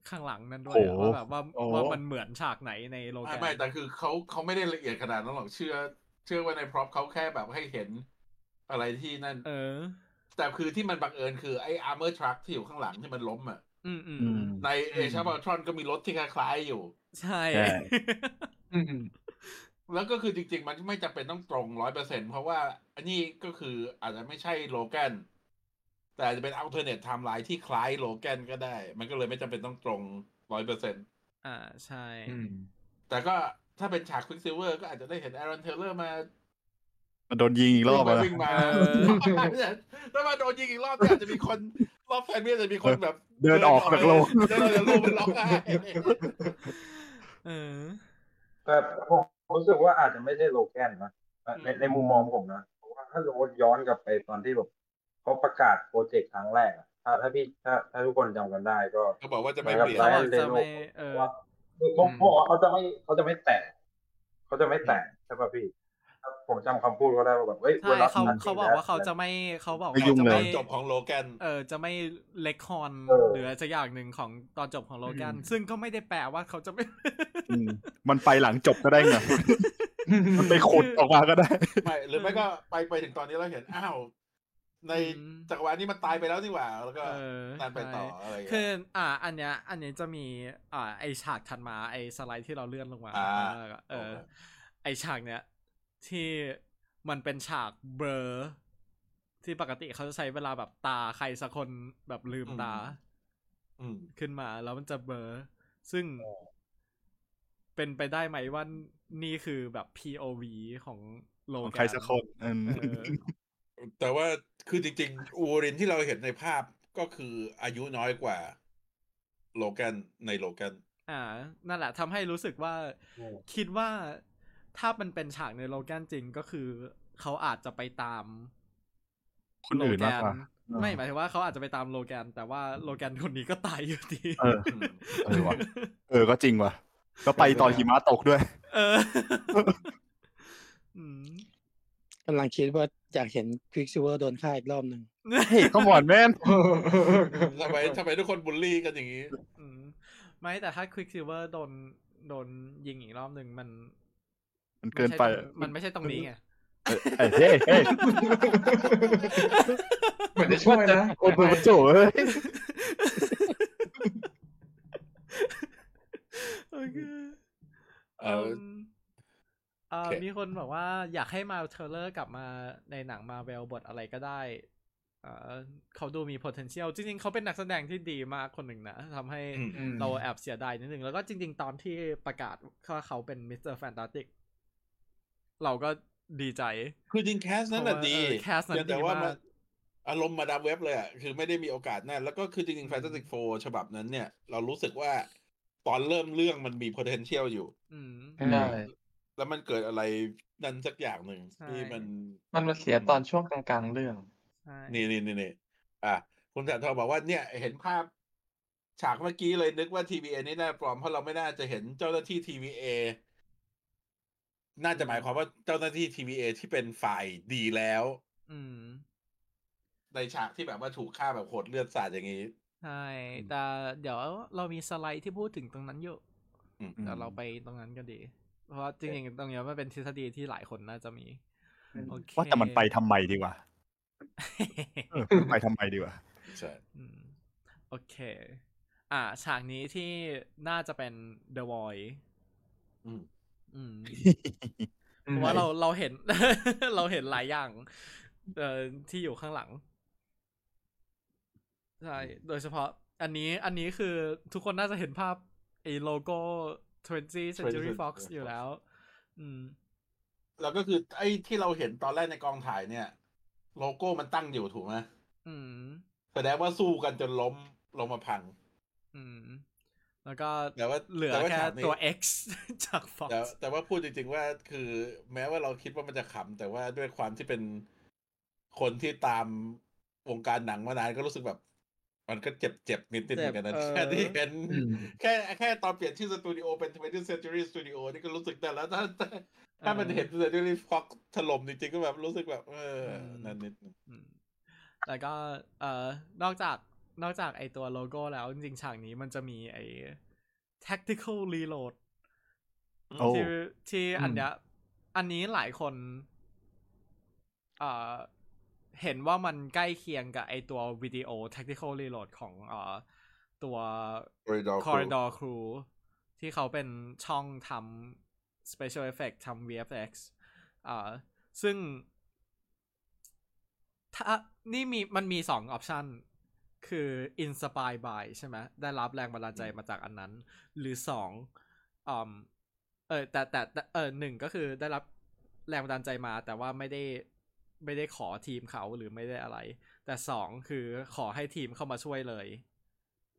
ข้างหลังนั้นด้วยอะ โอ้โห ว่าแบบว่า โอ้โห ว่ามันเหมือนฉากไหนในโลแก ไม่ น ไม่แต่คือเขาเขาไม่ได้ละเอียดขนาดนั้นหรอกเชื่อ เชื่อว่าในพร็อพเขาแค่แบบให้เห็นอะไรที่นั่น เออ แต่คือที่มันบังเอิญคือไอ้อาร์เมอร์ทรัคที่อยู่ข้างหลังที่มันล้มอ่ะ อืมอืม ในเอชาบอลทรอนก็มีรถที่คล้ายๆอยู่ ใช่ ใช่ อืม แล้วก็คือจริง ๆ มันไม่จำเป็นต้องตรงร้อยเปอร์เซ็นเพราะว่า อันนี้ก็คืออาจจะไม่ใช่โลแกนแต่อาจจะเป็นอัลเทอร์เนทไทม์ไลน์ที่คล้ายโลแกนก็ได้ มันก็เลยไม่จำเป็นต้องตรงร้อยเปอร์เซ็น อ่าใช่ อืม แต่ก็ถ้าเป็นฉากควิกซิลเวอร์ก็อาจจะได้เห็นแอรอนเทเลอร์มา มันโดนยิงอีกรอบ มา อะ วิ่งมา [laughs] เออ แล้วมาโดนยิงอีกรอบเนี่ยอาจจะมีคนรอบแฟนเมียจะมีคนแบบ เดินออกจากโรง เดินออกจากโรงเป็น [laughs] ร้องไห้ เออ แต่ผมรู้สึกว่าอาจจะไม่ใช่โลแกนนะอ่ะใน อืม ในมุมมองผมนะผมว่าถ้าสมมติย้อนกลับไปตอนที่แบบเขาประกาศโปรเจกต์ครั้งแรกอะถ้าถ้าพี่ถ้าถ้าทุกคนจำกันได้ก็ เขาบอกว่าจะไม่ ครับ เปลี่ยน เขาอาจจะไม่เออ ว่าเขาบอกว่าเขาจะไม่เขาจะไม่แตะเขาจะไม่แตะใช่ป่ะพี่ ผมจำคำพูดเขาได้ว่าแบบเฮ้ย ใช่ วล เขา นั้น เขาบอกว่าเขาจะไม่เขาบอกว่า ไม่ยุ่ง จะ เลย ไม่ ตอนจบของโลแกน เออจะไม่เล็กฮอนหรือจะอย่างหนึ่งของตอนจบของโลแกน อืม ซึ่งก็ไม่ได้แปลว่าเขาจะไม่ อืมมันไปหลังจบก็ได้ไง มันไปขุดออกมาก็ได้ ไม่ [laughs] หรือไม่ก็ไปไปถึงตอนนี้เราเห็นอ้าว ใน อืม จักรวาลนี้มันตายไปแล้วนี่หว่า แล้วก็ เออ นันไปต่อ ใช่ อะไรอย่าง คื เงี้ อย อ่า อันเนี้ย อันเนี้ยจะมีอ่าไอฉากถัดมาไอสไลด์ที่เราเลื่อนลงมา อ่า แล้วก็เออ โอเค ไอฉากเนี้ยที่มันเป็นฉากเบลอที่ปกติเขาจะใช้เวลาแบบตาใครสักคนแบบลืมตา อืม ขึ้นมาแล้วมันจะเบลอซึ่งเป็นไปได้ไหมว่านี่คือแบบ POV ของโล ของ แกน ใครสักคนอืม เออ แต่ว่าคือจริงๆ อูรินที่เราเห็นในภาพก็คืออายุน้อยกว่า โลแกนในโลแกน อ่า นั่นแหละทำให้รู้สึกว่า อืม คิดว่าถ้ามันเป็นฉากในโลแกนจริงก็คือ เขาอาจจะไปตาม คนอื่นมากกว่า โลแนไม่หมายถึงว่าเขาอาจจะไปตามโลแกน แต่ว่าโลแกนคนนี้ก็ตายอยู่ดี เออ เออว่ะ เออก็จริงว่ะ ก็ไปตอนหิมะตกด้วย เอออืม กำลังคิดว่าอยากเห็นควิกซิเวอร์โดนฆ่าอีกรอบ [laughs] หนึ่ง เฮ้ยก็หมอนแม่น [laughs] ทำไมทำไมทุกคนบูลลี่กันอย่างนี้ อืมไม่แต่ถ้าควิกซิเวอร์โดนโดนยิงอีกรอบหนึ่งมัน มันเกินไป มันไม่ใช่ตรงนี้ไง เอ้ยเฮ้ยเฮ้ย เหมือนจะช่วยนะ โอ้ยมันโจ๋เอ้ย โอเค เอ่อ มเอ่อ โอเค มีคนบอกว่าอยากให้มาเทเลอร์กลับมาในหนังมาเวลบทอะไรก็ได้เอ่อเขาดูมี potential จริงๆ เขาเป็นนักแสดงที่ดีมากคนหนึ่งนะทำให้ อืม เราแอบเสียดายนิดนึง แล้วก็จริงๆ ตอนที่ประกาศว่าเขาเป็นมิสเตอร์แฟนตาติกเราก็ดีใจ คือจริงแคสนั้นแหละ เพราะว่า ดี เออ cast นั้น เพียงแต่ ดี ว่ามัน มาก อารมณ์มาดามเว็บเลยอ่ะ คือไม่ได้มีโอกาสแน่นแล้วก็คือจริงๆ Fantastic Four ฉบับนั้นเนี่ย เรารู้สึกว่าตอนเริ่มเรื่องมันมี potential อยู่ อืม ใช่ แล้วมันเกิดอะไรนั่นสักอย่างหนึ่ง ใช่ ที่มัน มันมาเสียตอนช่วงกลางๆเรื่อง ใช่ นี่นี่นี่นี่อ่ะคุณแสนทองบอกว่าเนี่ยเห็นภาพ ฉากเมื่อกี้เลยนึกว่า TVA นี่น่าปลอมเพราะเราไม่น่าจะเห็นเจ้าหน้าที่ TVA น่าจะหมายความว่าเจ้าหน้าที่ TVA ที่เป็นฝ่ายดีแล้ว อืม ในฉากที่แบบว่าถูกฆ่าแบบโหดเลือดสาดอย่างนี้ ใช่ แต่เดี๋ยวเรามีสไลด์ที่พูดถึงตรงนั้นอยู่ อืม เดี๋ยวเราไปตรงนั้นกันดี เพราะว่าจริงๆ ตรงเนี้ยมันเป็นทฤษฎีที่หลายคนน่าจะมี โอเค ว่าแต่มันไปทำไมดีกว่าเออมันไปทำไมดีกว่า ใช่ อืมโอเค อ่า ฉากนี้ที่น่าจะเป็น The Void อืม อื [laughs] ม เพราะว่าเราเราเห็น [laughs] เราเห็นหลายอย่างเอ่อที่อยู่ข้างหลังใช่โดยเฉพาะ อันนี้อันนี้คือทุกคนน่าจะเห็นภาพไอ้โลโก้ 20 Century Century Fox Fox อยู่แล้ว อืม แล้วก็คือไอ้ที่เราเห็นตอนแรกในกองถ่ายเนี่ย โลโก้มันตั้งอยู่ถูกไหม อืม แสดงว่าสู้กันจนล้มลงมาพัง อืม แล้วก็ แต่ว่า เหลือ แต่ว่า แค่ ฉากนี้ ตัว X [laughs] จาก Fox แต่แต่ว่าพูดจริงๆว่าคือแม้ว่าเราคิดว่ามันจะขำแต่ว่าด้วยความที่เป็นคนที่ตามวงการหนังมานานก็รู้สึกแบบ มันก็เจ็บเจ็บๆนิดๆเหมือนกันนะ เจ็บเออ แค่ที่เห็นแค่แค่ตอนเปลี่ยนชื่อสตูดิโอเป็น20 Century Studio นี่ก็รู้สึกแต่แล้วถ้าถ้าถ้ามันเห็น Century Fox ถล่มจริงๆก็แบบรู้สึกแบบ เออนั่นนิดนึง อืมแล้วก็เอ่อนอกจากนอกจากไอตัวโลโก้แล้ว จริงๆ ฉากนี้มันจะมีไอ tactical reload โอ้ ที่ที่ อืม อันเนี้ยอันนี้หลายคนเอ่อเห็นว่ามันใกล้เคียงกับไอตัววิดีโอ tactical reload ของเอ่อตัว คอริดอร์ corridor crew ที่เขาเป็นช่องทำ special effect ทำ VFX อ่าซึ่ง ถ้านี่มีมันมีสองออปชันคือ inspire by ใช่ไหมได้รับแรงบันดาลใจมาจากอันนั้น หรือสองอมเออแต่แต่แต่เออหนึ่งก็คือได้รับแรงบันดาลใจมา แต่ว่าไม่ได้ไม่ได้ขอทีมเขาหรือไม่ได้อะไร แต่สองคือขอให้ทีมเข้ามาช่วยเลย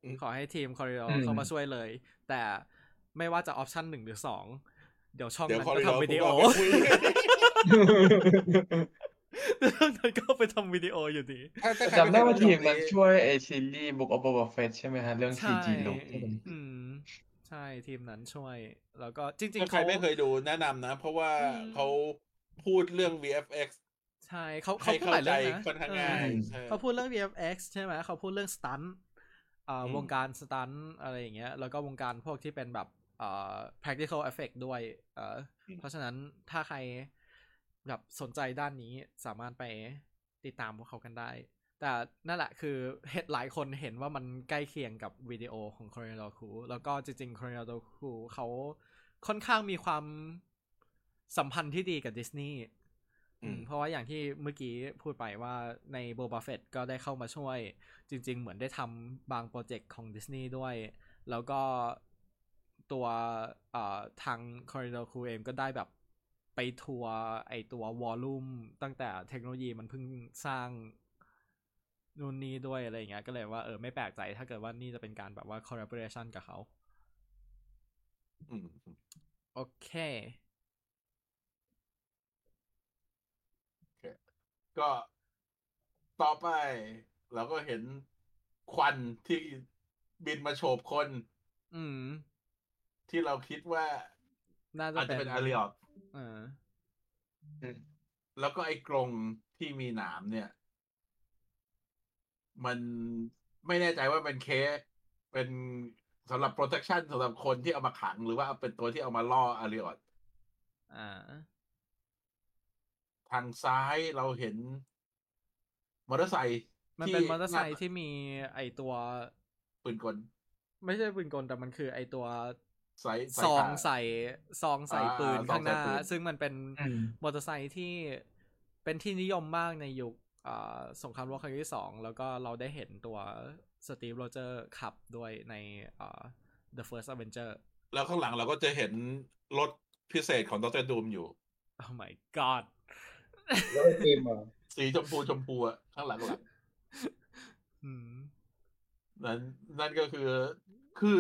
อืม ขอให้ทีมคอริโอ อืม เข้ามาช่วยเลย แต่ไม่ว่าจะออปชันหนึ่งหรือสองเดี๋ยวช่อง เดี๋ยว นั้น คอ ก็ทำริดอร์วิดีโอ เรื่องนั้นก็ไปทำวิดีโออยู่ดี [laughs] [laughs] จำได้ว่าทีมมันช่วยไอซีรีส์บุกออฟเวอร์เฟสใช่ไหมฮะ เรื่องซี ใช่ จีลุก อืม ใช่ทีมนั้นช่วย แล้วก็จริง ถ้า ๆ ใคร เขา ไม่เคยดูแนะนำนะ เพราะว่า อืม เขาพูดเรื่อง VFX ใช่เขาเขา ให้ พูด เข้า หลาย ใจ เรื่องนะ ค่อนข้าง เออ ง่าย ใช่ เออ เขาพูดเรื่อง VFX ใช่ไหมเขาพูดเรื่องสตันอ่า อืม วงการสตันอะไรอย่างเงี้ย แล้วก็วงการพวกที่เป็นแบบ เอ่อ practical effect ด้วยเอ่ออ ม เพราะฉะนั้นถ้าใครแบบสนใจด้านนี้สามารถไปติดตามพวกเขากันได้ แต่นั่นแหละคือ [laughs] เห็นหลายคนเห็นว่ามันใกล้เคียงกับวิดีโอของคอริโอคูแล้วก็จริงๆคอริโอคูเขาค่อนข้างมีความสัมพันธ์ที่ดีกับดิสนีย์ อืม เพราะว่าอย่างที่เมื่อกี้พูดไปว่าในโบบาเฟตก็ได้เข้ามาช่วย จริง ๆ เหมือนได้ทำบางโปรเจกต์ของดิสนีย์ด้วย แล้วก็ตัวเอ่อทางคอริโอคูเองก็ได้แบบไปทัวร์ไอตัววอลลุ่มตั้งแต่เทคโนโลยีมันเพิ่งสร้าง นู่นนี่ด้วยอะไรอย่างเงี้ยก็เลยว่าเออไม่แปลกใจถ้าเกิดว่านี่จะเป็นการแบบว่า collaboration กับเขา อืม โอเค ก็ต่อไปเราก็เห็นควันที่บินมาโฉบคน อืม ที่เราคิดว่า น่าจะ อาจจะ เป็ เป็น นอาริออต เออ แล้วก็ไอ้กรงที่มีหนามเนี่ย มันไม่แน่ใจว่าเป็นเคสเป็นสำหรับ protection สำหรับคนที่เอามาขัง หรือว่าเอาเป็นตัวที่เอามาล่ออาริออต อ่า ทางซ้ายเราเห็น มอเตอร์ไซค์ มัน ที่ เป็นมอเตอร์ไซ หน้า ค์ที่มีไอตัว ปืนกล ไม่ใช่ปืนกลแต่มันคือไอตัว ไซส์ไซ ซอง ขา ใส่ซองใส่ปืน อ่า ข้างหน้า ซองใส่ปืน ซึ่งมันเป็น อืม มอเตอร์ไซค์ที่เป็นที่นิยมมากในยุคอ่าสงครามโลกครั้งที่สองแล้วก็เราได้เห็นตัวสตีฟโรเจอร์ขับด้วยในอ่า The First Avenger แล้วข้างหลังเราก็จะเห็นรถพิเศษของดรดูมอยู่ Oh my god แล้วก็ทีม [laughs] อ่ะ สีชมพูชมพูอะข้างหลังหลัง อืม นั้น นั่นก็คือ คือ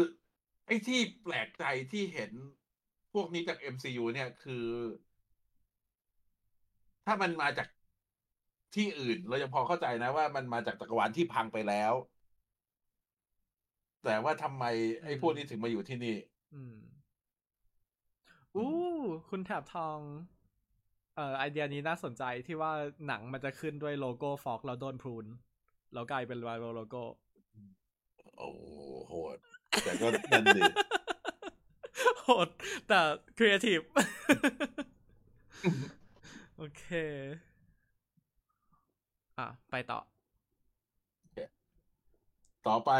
ไอ้ที่แปลกใจที่เห็นพวกนี้จาก MCU เนี่ยคือ ถ้ามันมาจากที่อื่น เรายังพอเข้าใจนะว่ามันมาจากจักรวาลที่พังไปแล้ว แต่ว่าทำไมไอ้พวกนี้ถึงมาอยู่ที่นี่ อืม อู้ คุณแถบทอง เอ่อ ไอเดียนี้น่าสนใจที่ว่าหนังมันจะขึ้นด้วยโลโก้ฟอกแล้วโดนพรูน แล้วกลายเป็นวายโลโก้ โอ้โหโหด แต่ก็นั่นดิ [laughs] โหด แต่ครีเอทีฟ [laughs] โอเค อ่ะ ไปต่อ ต่อไป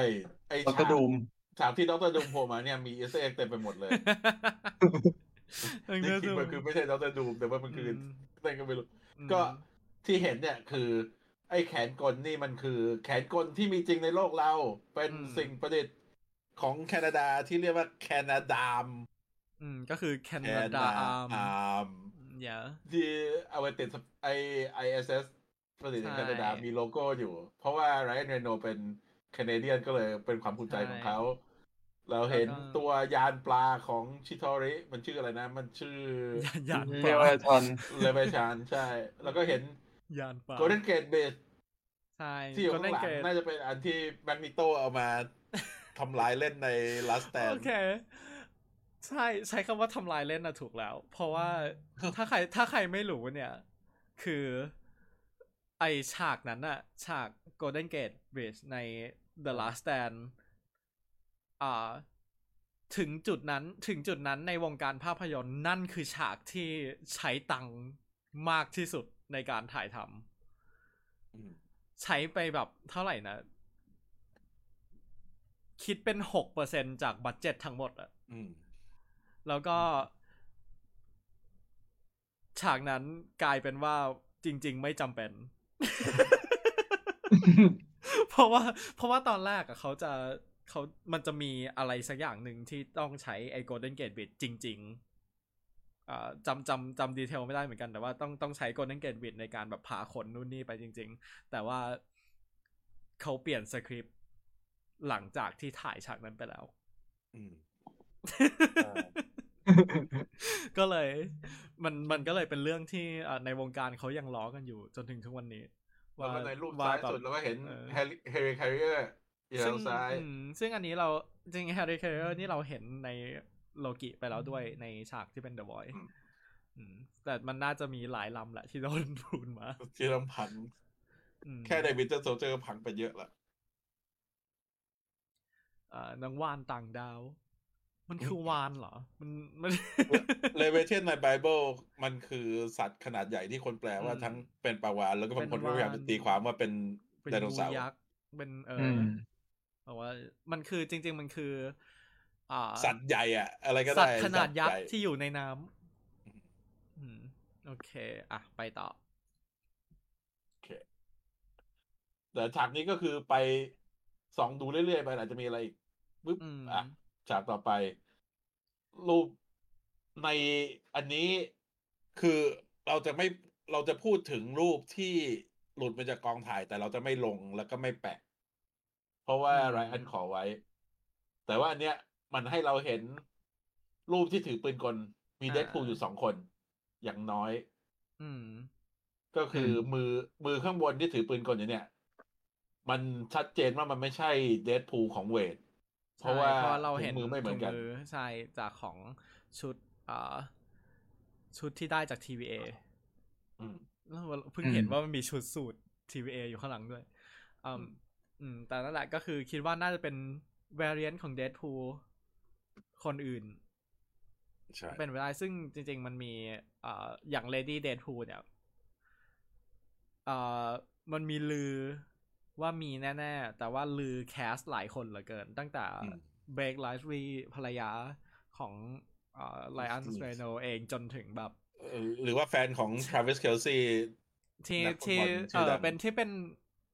ไอ้ ด ฉาก รดูม ฉากที่ดรดูมโผล่มาเนี่ยมีเอสเอ็กเต็มไปหมดเลย [laughs] นี่คิดว่าคือไม่ใช่ดรดูมแต่ว่ามันคืออ ม นั่นก็ไม่รู้ ก็ที่เห็นเนี่ยคือ ไอ้แขนกลนี่มันคือ แขนกลที่มีจริงในโลกเรา เป็น อืม สิ่งประดิษฐ์ของแคนาดาที่เรียกว่าแคนาดาม อืม ก็คือแค แค นาดาอาร์ม ม อย่า ที่เอาไว้ติดไอไอเอสเอสประดิษฐ์ใน ใช่ แคนาดามีโลโก้อยู่ เพราะว่าไรอันเรโนเป็นแคนาเดียนก็เลยเป็นความภูมิใจของเขา เราเห็นตัวยานปลาของชิโทริมันชื่ออะไรนะ มันชื่ [laughs] อ ยาน เรียก ป่า ว่าทอน เลเวชานใช่ แล้วก็เห็น ยานป่า โกลเด้นเกตเบส ใช่ ที่อยู่ ก็ ข้างห เล่น ลัง เกม น่าจะเป็นอันที่แมกนิโตเอา [laughs] มาทำลายเล่นใน Last โอ Stand เค ใช่ใช้คำว่าทำลายเล่นนะถูกแล้ว เพราะว่าถ้าใครถ้าใครไม่รู้เนี่ย คือไอฉากนั้นอะฉาก Golden Gate Bridge ใน The Last Stand อ่า ถึงจุดนั้นถึงจุดนั้นในวงการภาพยนตร์นั่นคือฉากที่ใช้ตังค์มากที่สุดในการถ่ายทำใช้ไปแบบเท่าไหร่นะ คิดเป็นหกเปอร์เซ็นจากบัตเจ็ตทั้งหมดอะ อืม แล้วก็ ฉากนั้นกลายเป็นว่าจริง ๆ ไม่จำเป็น [laughs] เพราะว่า เพราะว่าตอนแรกอะเขาจะเขามันจะมีอะไรสักอย่างหนึ่งที่ต้องใช้ไอโกลเด้นเกตบิดจริงๆอ่าจำจำจำดีเทลไม่ได้เหมือนกันแต่ว่าต้องต้องใช้โกลเด้นเกตบิดในการแบบพาคนนู่นนี่ไปจริง ๆ แต่ว่าเขาเปลี่ยนสคริปต์หลังจากที่ถ่ายฉากนั้นไปแล้ว อืม [laughs] ก็เลย มันมันก็เลยเป็นเรื่องที่อ่ะในวงการเขายังล้อกันอยู่จนถึงทุกวันนี้ แล้วก็ในรูปซ้าย แบบ สุดเราก็เห็น ออ แฮร์รี่แฮร์รี่แคริเออร์อยู่ ซึ่ ทาง งซ้าย อืมซึ่งอันนี้เราจริงแฮร์รี่แคริเออร์นี่เราเห็นในโลกิไปแล้วด้วยในฉากที่เป็นเดอะ i อย อืม แต่มันน่าจะมีหลายลำแหละที่โดน [laughs] พูนมา ที่ลำพัง อืม แค่ในวินเทอร์โซเจอร์พังไปเยอะละ อ่านังว่านต่างดาว มันคือวานเหรอ มันมัน เลเวเทนในไบเบิลมันคือสัตว์ขนาดใหญ่ที่คนแปลว่า อืม ทั้งเป็นปลาวาฬแล้วก็บางคน เป็นวาฬก็พยายามจะตีความว่าเป็น เป็น ไดโน งู เสาร์ ยักษ์เป็นเออ อื อ ม แต่ว่ามันคือจริง ๆ มันคือ อ่า สัตว์ใหญ่อะอะไรก็ สั ได้ ตว์ขนาดยัก สั ษ์ ตว์ใหญ่ ที่อยู่ในน้ำอืม โอเค อ่ะ ไปต่อ แต่ฉากนี้ก็คือไปส่องดูเรื่อยๆไปอาจจะมีอะไรอีกปึ๊บ อืม อ่ะฉากต่อไป รูปในอันนี้คือเราจะไม่เราจะพูดถึงรูปที่หลุดมาจากกองถ่าย แต่เราจะไม่ลงแล้วก็ไม่แปะ เพราะว่า อืม ไรอันขอไว้ แต่ว่าอันเนี้ย มันให้เราเห็นรูปที่ถือปืนกล มีเดดพูลอยู่สองคน อย่างน้อย อืม ก็คืออมือมือข้างบนที่ถือปืนกลอยู่เนี่ย มันชัดเจนว่ามันไม่ใช่เดดพูลของเวท เพราะ ใช่ ว่า เพราะเราเห็น ถุงมือไม่เหมือนกัน ถุงใช่จากของชุดเอ่อชุดที่ได้จาก TVA อืม แล้วเพิ่ง อืม เห็นว่ามันมีชุดสูตร TVA อยู่ข้างหลังด้วยอืมอืม แต่นั่นแหละก็คือคิดว่าน่าจะเป็น variant ของ Deadpool คนอื่น ใช่ เป็นไปได้ซึ่งจริง ๆ มันมีเอ่ออย่าง Lady Deadpool เนี่ยเอ่อมันมีลือว่ามีแน่ ๆ แต่ว่าลือแคสหลายคนเหลือเกิน ตั้งแต่ อืม Break l i v e l y ภรรยาของเอ่อ Lion s r e n o เองจนถึงแบบ เอ่อหรือว่าแฟนของ Travis Kelsey ที่ นักฟุต ที่ บอลชื่ เอ อดั อง เป็นที่เป็น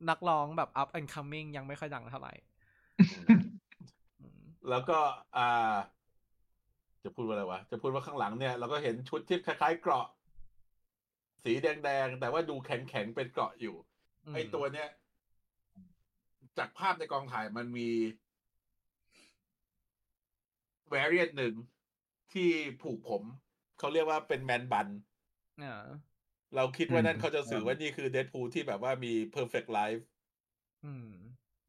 นักร้องแบบ up and coming ยังไม่ค่อยดังเท่าไหร่ [laughs] อืม แล้วก็ อ่า จะพูดว่าอะไรวะ จะพูดว่าข้างหลังเนี่ยเราก็เห็นชุดที่คล้ายๆเกราะ สีแดงๆ แต่ว่าดูแข็งๆ เป็นเกราะอยู่ ไอตัวเนี้ย จากภาพในกองถ่ายมันมี v a r i a n t หนึ่งที่ผูกผม เขาเรียกว่าเป็นแมนบัน เออ เราคิดว่านั่น อืม เขาจะสื่อว่านี่คือเด p พู l ที่แบบว่ามี perfect life อืม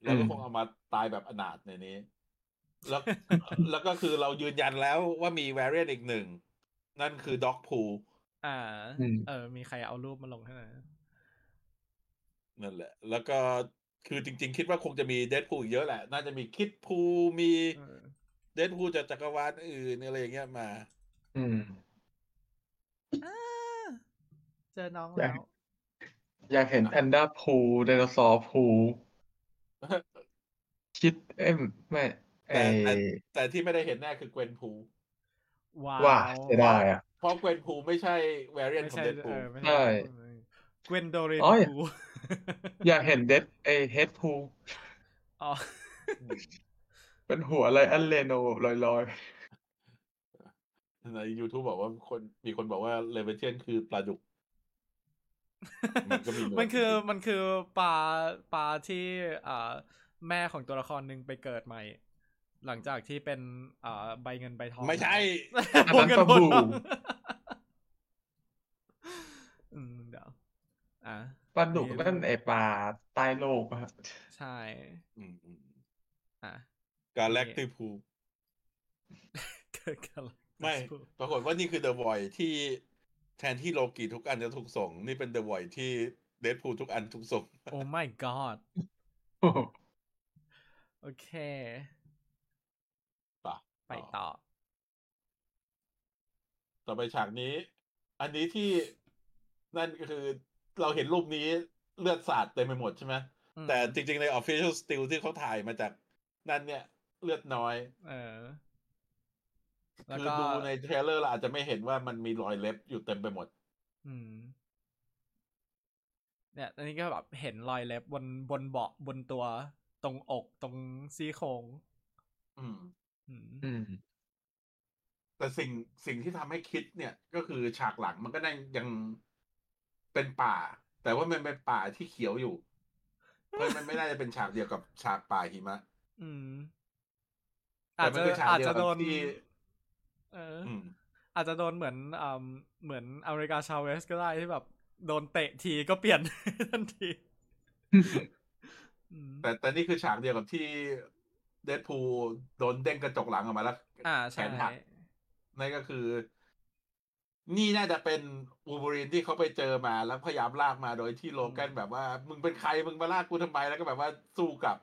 เราก็คงเอามาตายแบบอนาถในนี้ แล้ว [laughs] แล้วก็คือเรายืนยันแล้วว่ามี v a r i a n t อีกหนึ่ง นั่นคือด็อกพู อ่า อืม เออ มีใครเอารูปมาลงให้ไหม นั่นแหละ แล้วก็คือจริง ๆ คิดว่าคงจะมีเด p พู l อีกเยอะแหละ น่าจะมีคิดพูมี เออ เดดพูลจากจักรวาลอื่นอะไรอย่างเงี้ยมา อืม อ่าเจอน้อง อยา แล้ ก ว อยากเห็นแพนด้าพูไดโนเสาร์พูคิดเอ้ยไม่ไอ แต่แต่ แต่ที่ไม่ได้เห็นแน่คือเกวนพูล ว้า ว่า จะ จะได้อ่ะ เพราะเกวนพูลไม่ใช่แวรเรียน ไม่ ของ ใช่ เดด เอ พูล อไม่ ใช่ ใช่เกวนโดเรน อ๋อ กู [laughs] อยากเห็นเดดไอเฮดพู อ๋อ เป็นหัวไรอันเลโนลอยลอย ใน YouTube บอกว่าคนมีคนบอกว่าเลเวเทียนคือปลาดุก มันก็มีหนว [laughs] ดมันคือมันคือปลาปลาที่อ่าแม่ของตัวละครหนึ่งไปเกิดใหม่ หลังจากที่เป็นอ่าใบเงินใบทอง ไม่ใช่ [laughs] อันนั้นปลาบู อืมเดี๋ยวอ่ะ ปลาดุกนั่นไอปลาใต้โลกอะครับ ใช่ อืมอืม อ่ะ [laughs] การแลกติพู เกิดกันแล้ว ไม่ ปรากฏว่านี่คือเดอะ i อยที่แทนที่โลกีทุกอันจะถูกส่ง นี่เป็นเดอะ i อยที่เดดพูลทุกอันถูกส่ง Oh my [laughs] god โอเค ป่ะ ไปต่อ ต่อไปฉากนี้ อันนี้ที่นั่นก็คือเราเห็นรูปนี้เลือดสาดเต็มไปหมดใช่ไหม อืม แต่จริงๆ ใน Official Still ที่เขาถ่ายมาจากนั่นเนี่ย เลือดน้อย เออ แล้ว คือ ก็ ดูในเทรลเลอร์เราอาจจะไม่เห็นว่ามันมีรอยเล็บอยู่เต็มไปหมด อืม เนี่ยอันนี้ก็แบบเห็นรอยเล็บบนบนเบาะบนตัว ตรงอกตรงซี่โครง อืม อืม อืม แต่สิ่งสิ่งที่ทำให้คิดเนี่ย ก็คือฉากหลังมันก็ได้ยังเป็นป่า แต่ว่ามันเป็นป่าที่เขียวอยู่ เพราะมันไม่น่าจะเป็นฉากเดียวกับฉากป่าหิมะ อืม แต่ อาจ มัน จะ เป็นฉาก อาจ เดียว จะ กับ โดน ที่ เอออ อืม อาจจะโดนเหมือนอ่าเหมือนอเมริกาชาเวสก็ได้ที่แบบ โดนเตะทีก็เปลี่ยน [laughs] ทันทีอืม แต่แต่นี่คือฉากเดียวกับที่เดดพูลโดนเด้งกระจกหลังออกมาแล้ว อ่า แข ใช่ นหัก นั่นก็คือ นี่น่าจะเป็นวูบูรินที่เขาไปเจอมาแล้วพยายามลากมาโดยที่โลแกนแบบว่า มึงเป็นใครมึงมาลากกูทำไมแล้วก็แบบว่าสู้กลับ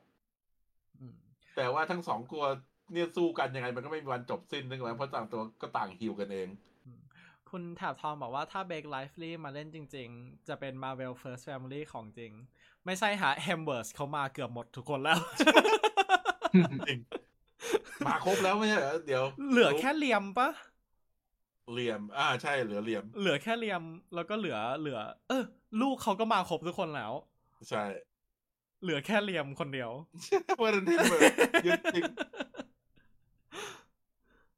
อืม แต่ว่าทั้งสองกลัว เนี่ยสู้กันยังไงมันก็ไม่มีวันจบสิ้นนึกไหมเพราะต่างตัวก็ต่างฮิวกันเอง คุณถาบทองบอกว่าถ้าเบ k ไลฟ์ลีมาเล่นจริง ๆ จะเป็น Marvel First Family ของจริง ไม่ใช่หาแฮมเบอร์สเขามาเกือบหมดทุกคนแล้ว [laughs] มาครบแล้วไม่ใช่เหรอเดี๋ยว เหลือแค่เหลี่ยมปะ เหลี่ยม อ่าใช่เหลือเหลี่ยม เหลือแค่เหลี่ยมแล้วก็เหลือเหลือ เออ ลูกเขาก็มาครบทุกคนแล้ว ใช่ เหลือแค่เหลี่ยมคนเดียว เพราะฉะนั้นที่เบอร์ยึดจริง [laughs]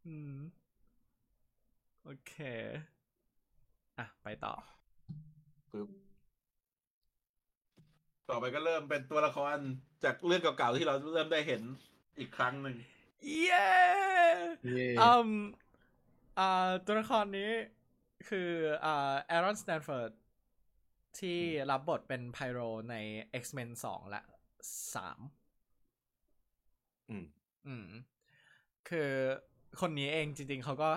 อืม โอเค อ่ะ ไปต่อ ปึ๊บต่อไปก็เริ่มเป็นตัวละครจากเรื่องเก่าๆที่เราเริ่มได้เห็นอีกครั้งหนึ่ง เย้ เย่ อืมอ่าตัวละครนี้คืออ่าแอรอนสแตนฟอร์ดที่รับบทเป็นไพโรใน X-Men 2 และ 3 อืม อืม คือคนนี้เองจริงๆ เขาก็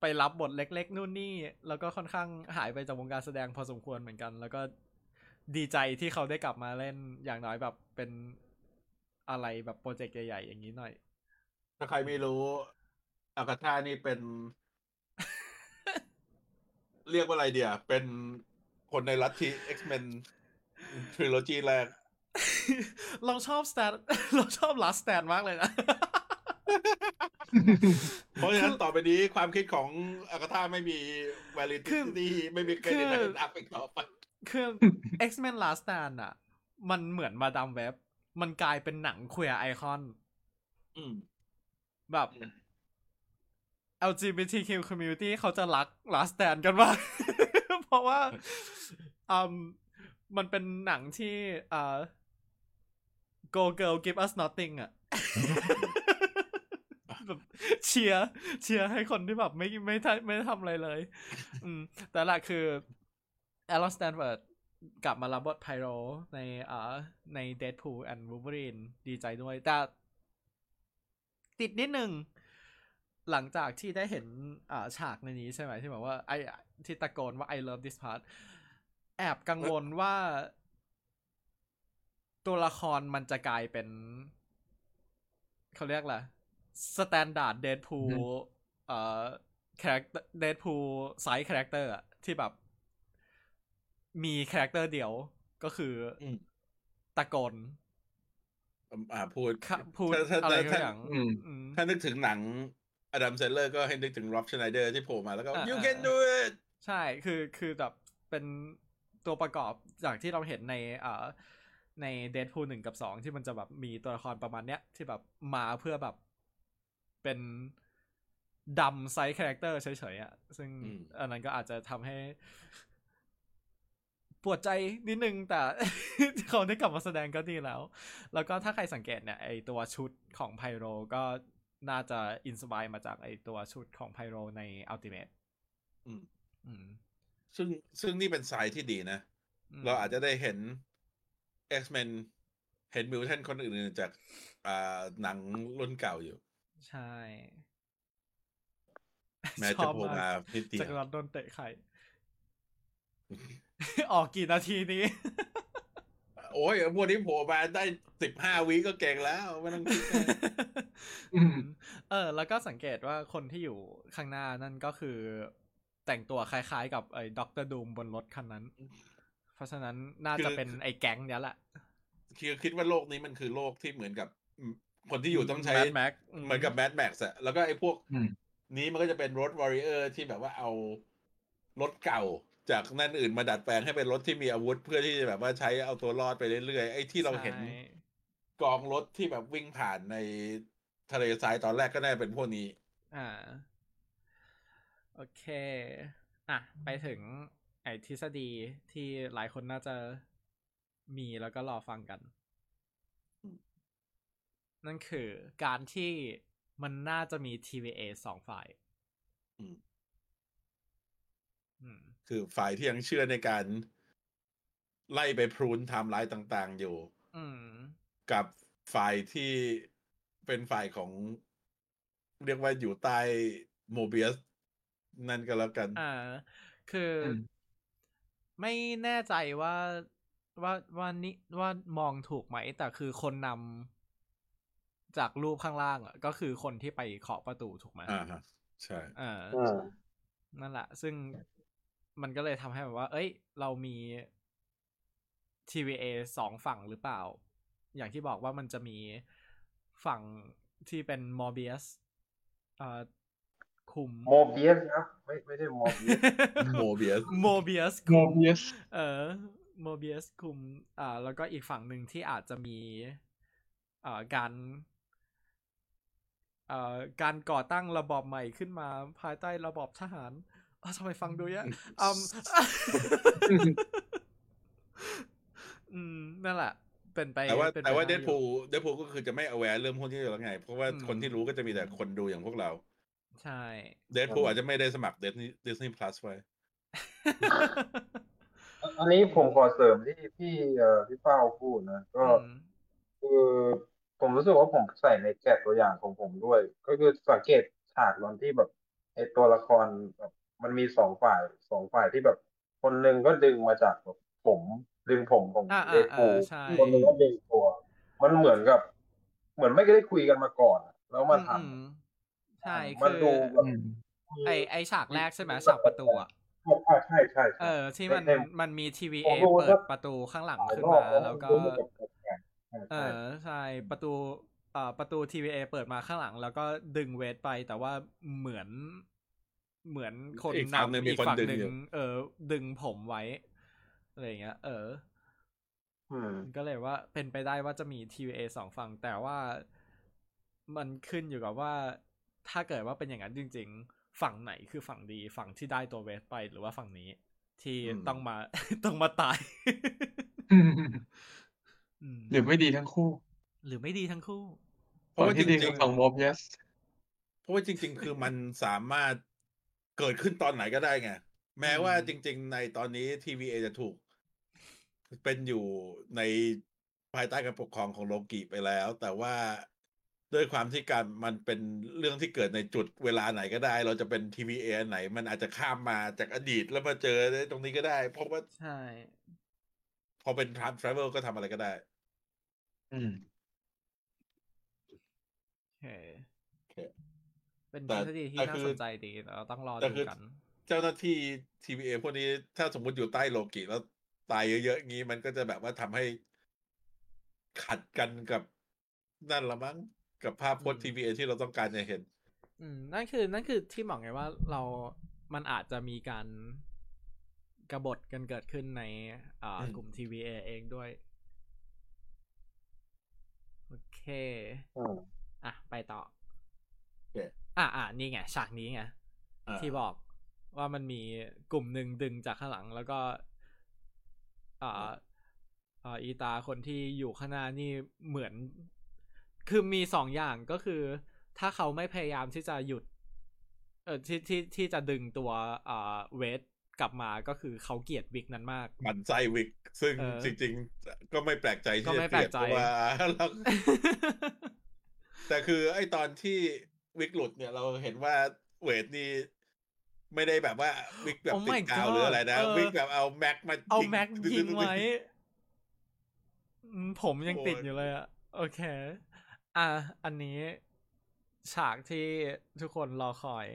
ไปรับบทเล็กๆ นู่นนี่ แล้วก็ค่อนข้างหายไปจากวงการแสดงพอสมควรเหมือนกัน แล้วก็ดีใจที่เขาได้กลับมาเล่นอย่างน้อยแบบเป็นอะไรแบบโปรเจกต์ใหญ่ๆ อย่างนี้หน่อย ถ้าใครไม่รู้ อากาธานี่เป็น เรียกว่าอะไรเดียเป็นคนในลัทธิ X-Men Trilogy แรก [laughs] เราชอบสแตน เราชอบลัสแตนมากเลยนะ เพราะฉะนั้นต่อไปนี้ความคิดของอากาธาไม่มี คือ validity ไม่ [laughs] มีเครดิตอะไรอัพอีกต่อไป คือ X-Men Last Stand อ่ะ มันเหมือนมาดามเว็บ มันกลายเป็นหนังเค e ียไอคอน อืม แบบ LGBTQ community เขาจะรัก Last Stand กันมาก [laughs] เพราะว่าอืมมันเป็นหนังที่อ่า Go Girl Give Us Nothing อ่ะ แบบเชียร์เชียร์ให้คนที่แบบไม่ไม่ทำไม่ทำอะไรเลย อืม แต่หลักคือแอลอนสแตนเวิร์ดกลับมารับบทไพโรในอ่าใน Deadpool and Wolverine ดีใจด้วย แต่ ติดนิดหนึ่ง หลังจากที่ได้เห็นอ่าฉากในนี้ใช่ไหมที่บอกว่าไอที่ตะโกนว่า I love this part แอบกังวลว่า ตัวละครมันจะกลายเป็น เขาเรียกอะไรสแตนดาร์ดเดดพูเอ่อคาแรคเดดพูไซส์คาแรคเตอร์อะที่แบบ มีคาแรคเตอร์เดียวก็คืออ ม ตะโกน อ่าพูด ค่ะพูด ถ้าถ้า อะไร ถ้า ก็อย่าง อืม อืม ถ้านึกถึงหนังอดัมเซนเลอร์ก็ให้นึกถึง Rob Schneider ที่โผล่มาแล้วก็ อ่า you can do it ใช่ คือ คือแบบ เป็นตัวประกอบจากที่เราเห็นในเอ่อในเดดพูหนึ่งกับสองที่มันจะแบบมีตัวละครประมาณเนี้ย ที่แบบมาเพื่อแบบเป็นดำไซส์คาแรคเตอร์เฉยๆอะ่ะ ซึ่ง อืม อันนั้นก็อาจจะทำให้ ปวดใจนิดนึง แต่ [laughs] เขาได้กลับมาแสดงก็ดีแล้ว แล้วก็ถ้าใครสังเกตเนี่ย ไอตัวชุดของไพโรก็น่าจะอินสปายมาจากไอตัวชุดของไพโรในอัลติเมท อืม อืม ซึ่งซึ่งนี่เป็นสายที่ดีนะ ม เราอาจจะได้เห็น X-Men เห็นมิวแทนคนอื่นๆจากอ่าหนังรุ่นเก่าอยู่ ใช่ [laughs] แม้ ช จะ อบ โผล่ ก มานิดเดีย จักร ว วาลโดนเตะไข่ [laughs] ออกกี่นาทีนี้ [laughs] โอ้ยพวกนี้โผล่มาได้สิบห้าวิก็เก่งแล้ว ไม่ต้องคิดมาก อืม เออ แล้วก็สังเกตว่าคนที่อยู่ข้างหน้านั่นก็คือ แต่งตัวคล้ายๆกับไอ้ด็อกเตอร์ดูมบนรถคันนั้น เพราะฉะนั้นน่าจะเป็นไอ้แก๊งเนี้ยแหละ คือคิดว่าโลกนี้มันคือโลกที่เหมือนกับอืมคนที่อยู่ต้องใช้ แมทแม็ก เหมือนกับแมดแม็กซ์อะแล้วก็ไอ้พวก อืม นี้มันก็จะเป็นรถวอริเออร์ที่แบบว่าเอารถเก่าจากนั่นอื่นมาดัดแปลงให้เป็นรถที่มีอาวุธ เพื่อที่จะแบบว่าใช้เอาตัวรอดไปเรื่อยๆ ไอ้ที่เราเห็น ใช่ กองรถที่แบบวิ่งผ่านในทะเลทรายตอนแรกก็น่าจะเป็นพวกนี้ อ่า โอเค อ่ะ ไปถึงไอทฤษฎีที่หลายคนน่าจะมีแล้วก็รอฟังกัน นั่นคือการที่มันน่าจะมี TVA สองฝ่าย อืม อืม คือฝ่ายที่ยังเชื่อในการไล่ไปพรูนไทม์ไลน์ต่าง ๆ อยู่ อืม กับฝ่ายที่เป็นฝ่ายของ เรียกว่าอยู่ใต้โมเบียสนั่นก็แล้วกัน อ่า คืออ ม ไม่แน่ใจว่าว่าว่านี่ว่ามองถูกไหม แต่คือคนน จากรูปข้างล่างอะก็คือคนที่ไปเคาะประตูถูกไหม อ่าฮะใช่ [laughs] เออ อืม นั่นแหละ ซึ่งมันก็เลยทำให้แบบว่า เอ้ย เรามี TVA สองฝั่งหรือเปล่า อย่างที่บอกว่ามันจะมีฝั่งที่เป็น Morbius เอ่อคุม โมเบียสนะไม่ไม่ใช่โมเบียส โมเบียส Morbius โม คุม เบียส เออ Morbius คุม อ่า แล้วก็อีกฝั่งหนึ่งที่อาจจะมีเอ่อการเอ่อการก่อตั้งระบอบใหม่ขึ้นมาภายใต้ระบอบทหารอ้าวทำไมฟังดูยะอืม [laughs] อืม นั่นแหละ เป็นไป แต่ว่า ป็นไป แต่ว่า ไ เดดพูเดดพูก็คือจะไม่ aware เรื่องพวกนี้อยู่แล้วไง เพราะว่า อืม คนที่รู้ก็จะมีแต่คนดูอย่างพวกเรา ใช่ เดดพูอาจจะไม่ได้สมัครเด s นี y เดสนี y plus ไว้ [laughs] อันนี้ผมขอเสริมที่พี่เอ่อพี่เป้าพูดนะ ก็ อืม คือผมรู้สึกว่าผมใส่ในแกะตัวอย่างของผมด้วย ก็คือสังเกตฉากตอนที่แบบไอตัวละครแบบมันมีสองฝ่ายสองฝ่ายที่แบบ คนหนึ่งก็ดึงมาจากแบบผมดึงผมของ อ่า เด อ่า ด อ่า พูล ใช่ คนหนึ่งก็ดึงตัว มันเหมือนกับ เหมือนไม่ได้คุยกันมาก่อนอะแล้วมาท อืมใช่ ำมั คื น อ ดูแบบ ไอไอฉากแรกใช่ไหมฉากประตูอะ อ่าใช่ใช่ใช่ เออที่มัน เต็ม มันมีทีวี ผ เอ มรู้ว่า เปิดประตูข้างหลังขึ้นมา แล้วก็ เอ ใช่ อใช่ประตูเอ่อประตูทีวีเอเปิดมาข้างหลัง แล้วก็ดึงเวทไปแต่ว่าเหมือนเหมือนคน อีกฝั่งหนึ่งมี อีกฝั่ง คนดึง หนึ่ อยู่ งเออ ดึงผมไว้อะไรอย่างเงี้ย เออ อืม ก็เลยว่าเป็นไปได้ว่าจะมี TVA สองฝั่งแต่ว่ามันขึ้นอยู่กับว่า ถ้าเกิดว่าเป็นอย่างนั้นจริง ๆ ฝั่งไหนคือฝั่งดี ฝั่งที่ได้ตัวเวสไปหรือว่าฝั่งนี้ ที่ อืม ต้องมา [laughs] ต้องมาตาย อืม หรือไม่ดีทั้งคู่ หรือไม่ดีทั้งคู่ เพ ตอ ราะ น ว่าจ ที่ดี ริ คื ง อฝั่งโมเบียส ๆเพราะว่าจริง ๆ คือมันสามารถเกิดขึ้นตอนไหนก็ได้ไง แม้ว่า อืม จริง ๆ ในตอนนี้ TVA จะถูก เป็นอยู่ในภายใต้การปกครองของโลกิไปแล้ว แต่ว่าด้วยความที่การมันเป็นเรื่องที่เกิดในจุดเวลาไหนก็ได้ เราจะเป็น TVA อันไหน มันอาจจะข้ามมาจากอดีตแล้วมาเจอได้ตรงนี้ก็ได้ เพราะว่า ใช่ พอเป็น time travel ก็ทำอะไรก็ได้ อืม โอเค เป็น แต่ ทฤษฎีที่ แต่ น่า คือ สนใจดีแต่เราต้องรอ แต่ ดู คือ กัน เจ้าหน้าที่ TVA พวกนี้ถ้าสมมติอยู่ใต้โลกิแล้วตายเยอะๆอย่างนี้มันก็จะแบบว่าทำให้ขัดกันกับนั่นละมั้งกับภาพพจน์ TVA ที่เราต้องการจะเห็น อืมนั่นคือ นั่นคือที่บอกไงว่าเรา มันอาจจะมีการกบฏกันเกิดขึ้นในอ่า อืม กลุ่ม TVA เองด้วย โอเค อืม อ่ะ ไปต่อ โอเค อ่ะอ่ะนี่ไง ฉากนี้ไง อ่า ที่บอกว่ามันมีกลุ่มหนึ่งดึงจากข้างหลังแล้วก็อ่าอ่าอีตาคนที่อยู่ข้างหน้านี่เหมือน คือมีสองอย่างก็คือ ถ้าเขาไม่พยายามที่จะหยุด เออที่ที่ที่จะดึงตัวอ่าเวทกลับมาก็คือเขาเกลียดวิกนั้นมาก หมันไส้วิก ซึ่ง เออ จริงๆ ก็ไม่แปลกใจ ก็ ที่ ไม่ จะเกลียด แปลกใจ เพราะว่า [laughs] เราแต่คือไอ้ตอนที่วิกหลุดเนี่ย เราเห็นว่าเวทนี่ไม่ได้แบบว่าวิกแบบ Oh ติ my ดกาวหรืออะไรนะ God เออ วิกแบบเอาแม็กมา เอา ยิง [laughs] แม็กยิงไว้อืมผมยัง โอ้ย ติดอยู่เลยอะโอเค อ่ะ อันนี้ฉากที่ทุกคนรอคอย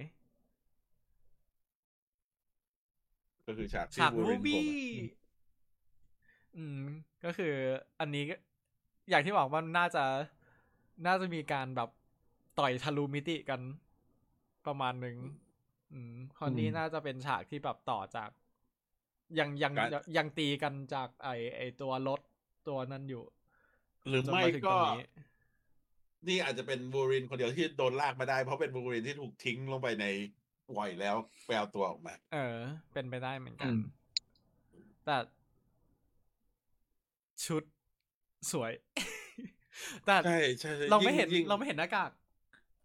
ก็คือฉากที่ ฉาก วู รู รินโผล่ บี้ มา อืม ก็คืออันนี้ก็อย่างที่บอกว่าน่าจะน่าจะมีการแบบต่อยทะลุมิติกันประมาณหนึ่งอืมคราวนี้ อืม น่าจะเป็นฉากที่แบบต่อจาก ยังยัง การ ยังยังตีกันจากไอไอตัวรถตัวนั้นอยู่ หรือ จน ไม่ มาถึงต ก็ รงนี้ นี่อาจจะเป็นวูรินคนเดียวที่โดนลากมาได้ เพราะเป็นวูรินที่ถูกทิ้งลงไปในวอยแล้วแปลตัวออกมา เออ เป็นไปได้เหมือนกั อื น ม แต่ ชุดสวย [laughs] แต่ ใช่ใช่ใช่ เราไม่เห็น ยิ่งยิ่ง เราไม่เห็นหน้ากาก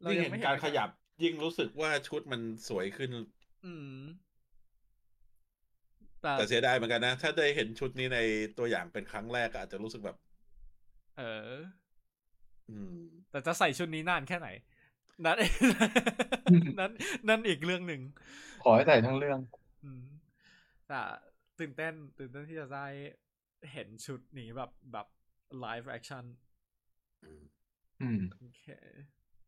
เรา ยิ่ง ยั เห็ ง น ไม่ การ ห ข น้ ยับ ยิ่งรู้สึกว่าชุดมันสวยขึ้น อืม แต่ แต่เสียดายเหมือนกันนะ ถ้าได้เห็นชุดนี้ในตัวอย่างเป็นครั้งแรกก็อาจจะรู้สึกแบบ เออ อืม แต่จะใส่ชุดนี้นานแค่ไหน นั้น [laughs] นั้น นั่นอีกเรื่องหนึ่ง ขอให้ใส่ทั้งเรื่อง อืมแต่ตื่นเต้น ตื่นเต้นที่จะได้เห็นชุดนี้แบบแบบไลฟ์แอคชั่น อืม โอเค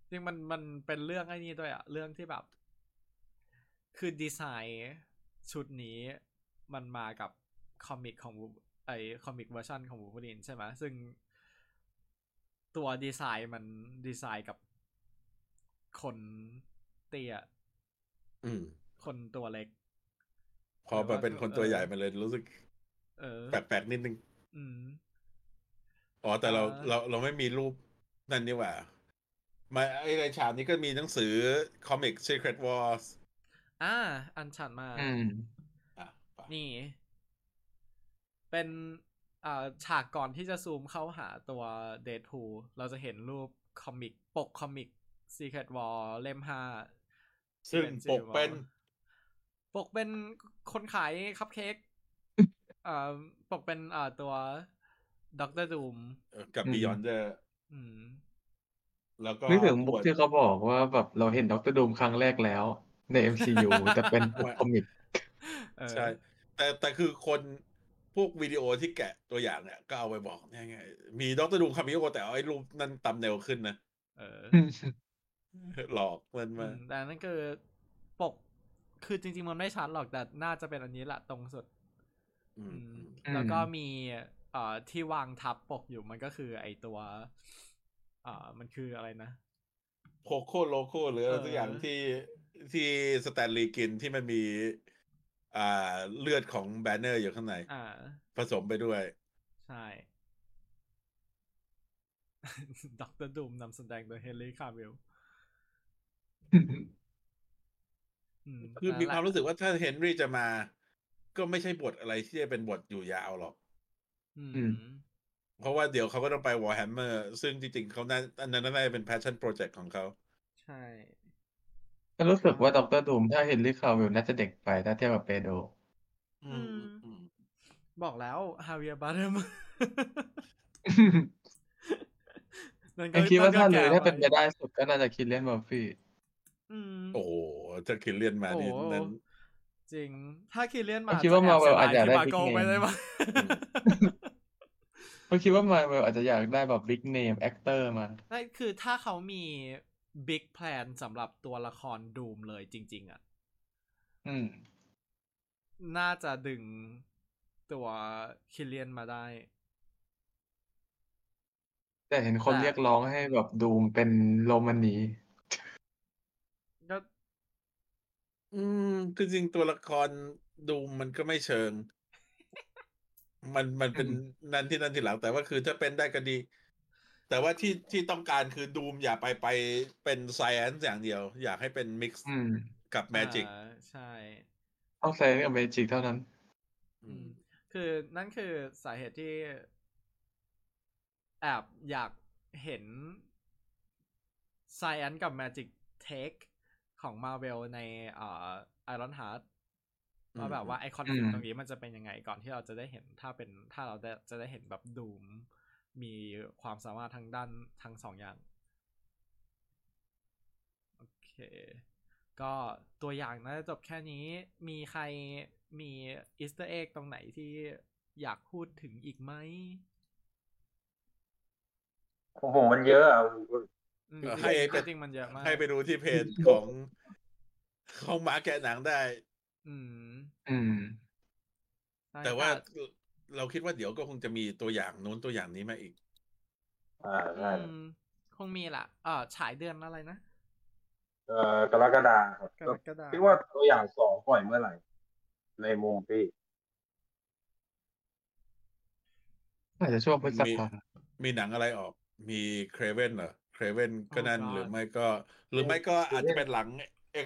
จริงมันมันเป็นเรื่องไอ้นี่ด้วยอะเรื่องที่แบบ คือดีไซน์ชุดนี้มันมากับคอมิกของวูไอคอมิกเวอร์ชันของวูฟลินใช่ไหมซึ่งตัวดีไซน์มันดีไซน์กับคนเตี้ย อืม คนตัวเล็ก พอมาเป็นคนตัวใหญ่มันเลยรู้สึก เออ แปลกๆนิดนึง อืม อ๋อแต่เรา อ่า เราเราไม่มีรูปนั่นนี่หว่ามาไอ้ในฉากนี้ก็มีหนังสือคอมิก Secret Wars อ่า อันฉันมา อืม อ่ะไป นี่ เป็นอ่าฉากก่อนที่จะซูมเข้าหาตัวเดด o ูเราจะเห็นรูปคอมิก ปกคอมิก Secret War เล่มห้า ซึ่งปกเป็น ปกเป็นคนขายคัพเค้ [laughs] กเอ่อปกเป็นอ่าตัวด็อกเตอร์ดูม กับ อืม Beyond the อืม แล้วก็ นึกถึง บ บุ๊ก ท ที่เขาบอกว่าแบบเราเห็นด็อกเตอร์ดูมครั้งแรกแล้ว ใน MCU แต่เป็นบุ๊กคอมิก เออ ใช่ แต่แต่คือคนพวกวิดีโอที่แกะตัวอย่างเนี่ย ก็เอาไปบอกเนี่ยไงมีด็อกเตอร์ดูคามิโอแต่เอาไอ้รูปนั่นตำเนวขึ้นนะ [laughs] เออ หลอกมันมา อืมแต่นั่นคือปก คือจริงๆ มันไม่ชัดหรอกแต่น่าจะเป็นอันนี้แหละตรงสุด อืม อืม อืม แล้วก็มีเอ่อที่วางทับปกอยู่มันก็คือไอตัวเอ่อมันคืออะไรนะ โคโค่โลโก้หรืออะไรสักอย่าง เออ ที่ที่สแตนลีย์กินที่มันมี อ่าเลือดของแบนเนอร์อยู่ข้างใน อ่า ผสมไปด้วย ใช่ [laughs] ด็อกเตอร์ดูมนำแสดงโดยเฮนรี่คาวิล คือมีความรู้สึกว่าถ้าเฮนรี่จะมา ก็ไม่ใช่บทอะไรที่จะเป็นบทอยู่ยาวหรอก อื อื ม ม เพราะว่าเดี๋ยวเขาก็ต้องไปวอ r h แฮมเมอร์ซึ่งจริงๆเขาน่าอันนั้นน่าจะเป็นแพชชั่นโปรเจกต์ของเขา ใช่ ก็รู้สึกว่าด็อกเตอร์ดูมถ้าเห็นลิคาวิลน่าจะเด็กไปถ้าเทียบกับเปโด อืม บอกแล้วฮาเวียบาร์เด [laughs] ม นั่น ยังคิดว่าถ้าเลย นั่นก็แก่ ถ้าเป็น ไ ไปได้สุดก็น่าจะคิดเล่นบัฟฟี่ อืม โอ้โหถ้าคิดเลียนมานี่ โอ้ นั้น จริง ถ้าคิดเลียนมา ผมคิดว่า จะแบ Marvel เสี อาจจะ ที่ ได้ บาโก้ Big Name ไปได้ปะ [laughs] ผมคิดว่ามาเวลอาจจะอยากได้แบบบิ๊กเนมแอคเตอร์มา นั่นคือถ้าเขามีบิ๊กแพลนสำหรับตัวละครดูมเลยจริง ๆอะ่ะ อืม น่าจะดึงตัวคิเลียนมาได้ แต่เห็นคน อ่ะ เรียกร้องให้แบบดูมเป็นโรมานี ก็ อืมคือจริงตัวละครดูมันก็ไม่เชิง มันมันเป็นนั่นที่นั่นที่หลัง แต่ว่าคือถ้าเป็นได้ก็ดี แต่ว่าที่ที่ต้องการคือดูมอย่าไปไปเป็นไซแอนซ์อย่างเดียว อยากให้เป็นมิกซ์ อืม กับแมจิก อ่าใช่ ต้องใช้กับเมจิกเท่านั้น อืม คือนั่นคือสาเหตุที่แอบอยากเห็น s ซ i อนกับ Magic Take ของ Marvel ในเอ่อ Iron Heart อืม ว่าแบบว่าไอคอนฟิก อืม ตรงนี้มันจะเป็นยังไงก่อนที่เราจะได้เห็นถ้าเป็นถ้าเราได้จะได้เห็นแบบดูมมีความสามารถทางด้านทั้งสองอย่าง โอเค ก็ตัวอย่างน่าจะจบแค่นี้ มีใครมีอีสเตอร์เอ็กตรงไหนที่อยากพูดถึงอีกไหม ของผมมันเยอะอะ อืม เออ จ ให้ ริง ไป ๆจริงๆมันเยอะมาก ให้ไปดูที่เพ [laughs] จของของหมาแกะหนังได้ อืม อืม แต่ว่า อ่ะ เราคิดว่าเดี๋ยวก็คงจะมีตัวอย่างนู้นตัวอย่างนี้มาอีก อ่าใช่ อืมคงมีล่ะเออฉายเดือนอะไรนะ เอ่อกรกฎาครับ ก ก็ รกฎา คิดว่าตัวอย่างสองปล่อยเมื่อไหร่ ในมุมพี่ อาจจะช่วงพฤษภา มีหนังอะไรออก มีเครเวนเหรอ เครเวนก็นั่น God หรือไม่ก็ หรือไม่ก็อาจจะเป็นหลัง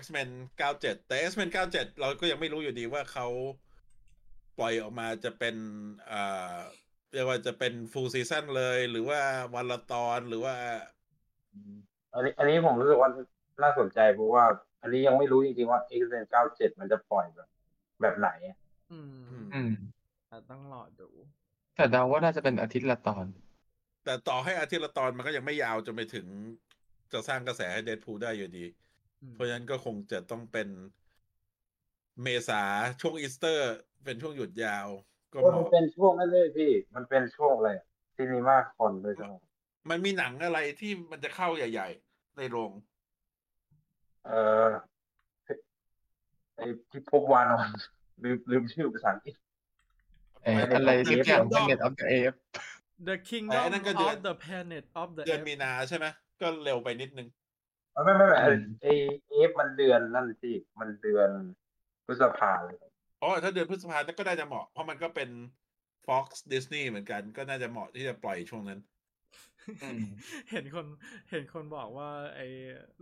X-Men 97 แต่ X-Men 97 เราก็ยังไม่รู้อยู่ดีว่าเขาปล่อยออกมาจะเป็นอ่าเรียกว่าจะเป็นฟูลซีซั่นเลย หรือว่าวันละตอนหรือว่า อันนี้ อันนี้ผมรู้สึกว่าน่าสนใจเพราะว่า อันนี้ยังไม่รู้จริงๆว่า X Men 97 มันจะปล่อยแบบแบบไหนอะ อืม อืม อืม อ่ะต้องรอดู แต่เดาว่าน่าจะเป็นอาทิตย์ละตอน แต่ต่อให้อาทิตย์ละตอนมันก็ยังไม่ยาวจนไปถึง จะสร้างกระแสให้เด p พูได้อยู่ดี อืม เพราะฉะนั้นก็คงจะต้องเป็นเมษาช่วงอีสเตอร์ เป็นช่วงหยุดยาว ก็เห มั มาะ นเป็นช่วงนั่นเลยพี่ มันเป็นช่วงอะไรซินีมาคอนด้วยใช่ไหม มันมีหนังอะไรที่มันจะเข้าใหญ่ ๆ ในโรง เออไอพิภพวานอน [laughs] ลืมลืมชื่อภาษาอังกฤษ เอ่ออะไรสักอย่าง Planet of the Apes The ไอ้ Kingdom นั่นก็เดือน of the Planet of the เดือน Apes มีนาใช่ไหมก็เร็วไปนิดนึง ไม่ไม่ไม่ อืม ไอเอฟมันเดือนนั่นสิ มันเดือนพฤษภาเลย อ๋อ ถ้าเดือนพฤษภาก็น่าจะเหมาะ เพราะมันก็เป็น Fox Disney เหมือนกัน ก็น่าจะเหมาะที่จะปล่อยช่วงนั้น อืม เห็นคนเห็นคนบอกว่าไอ้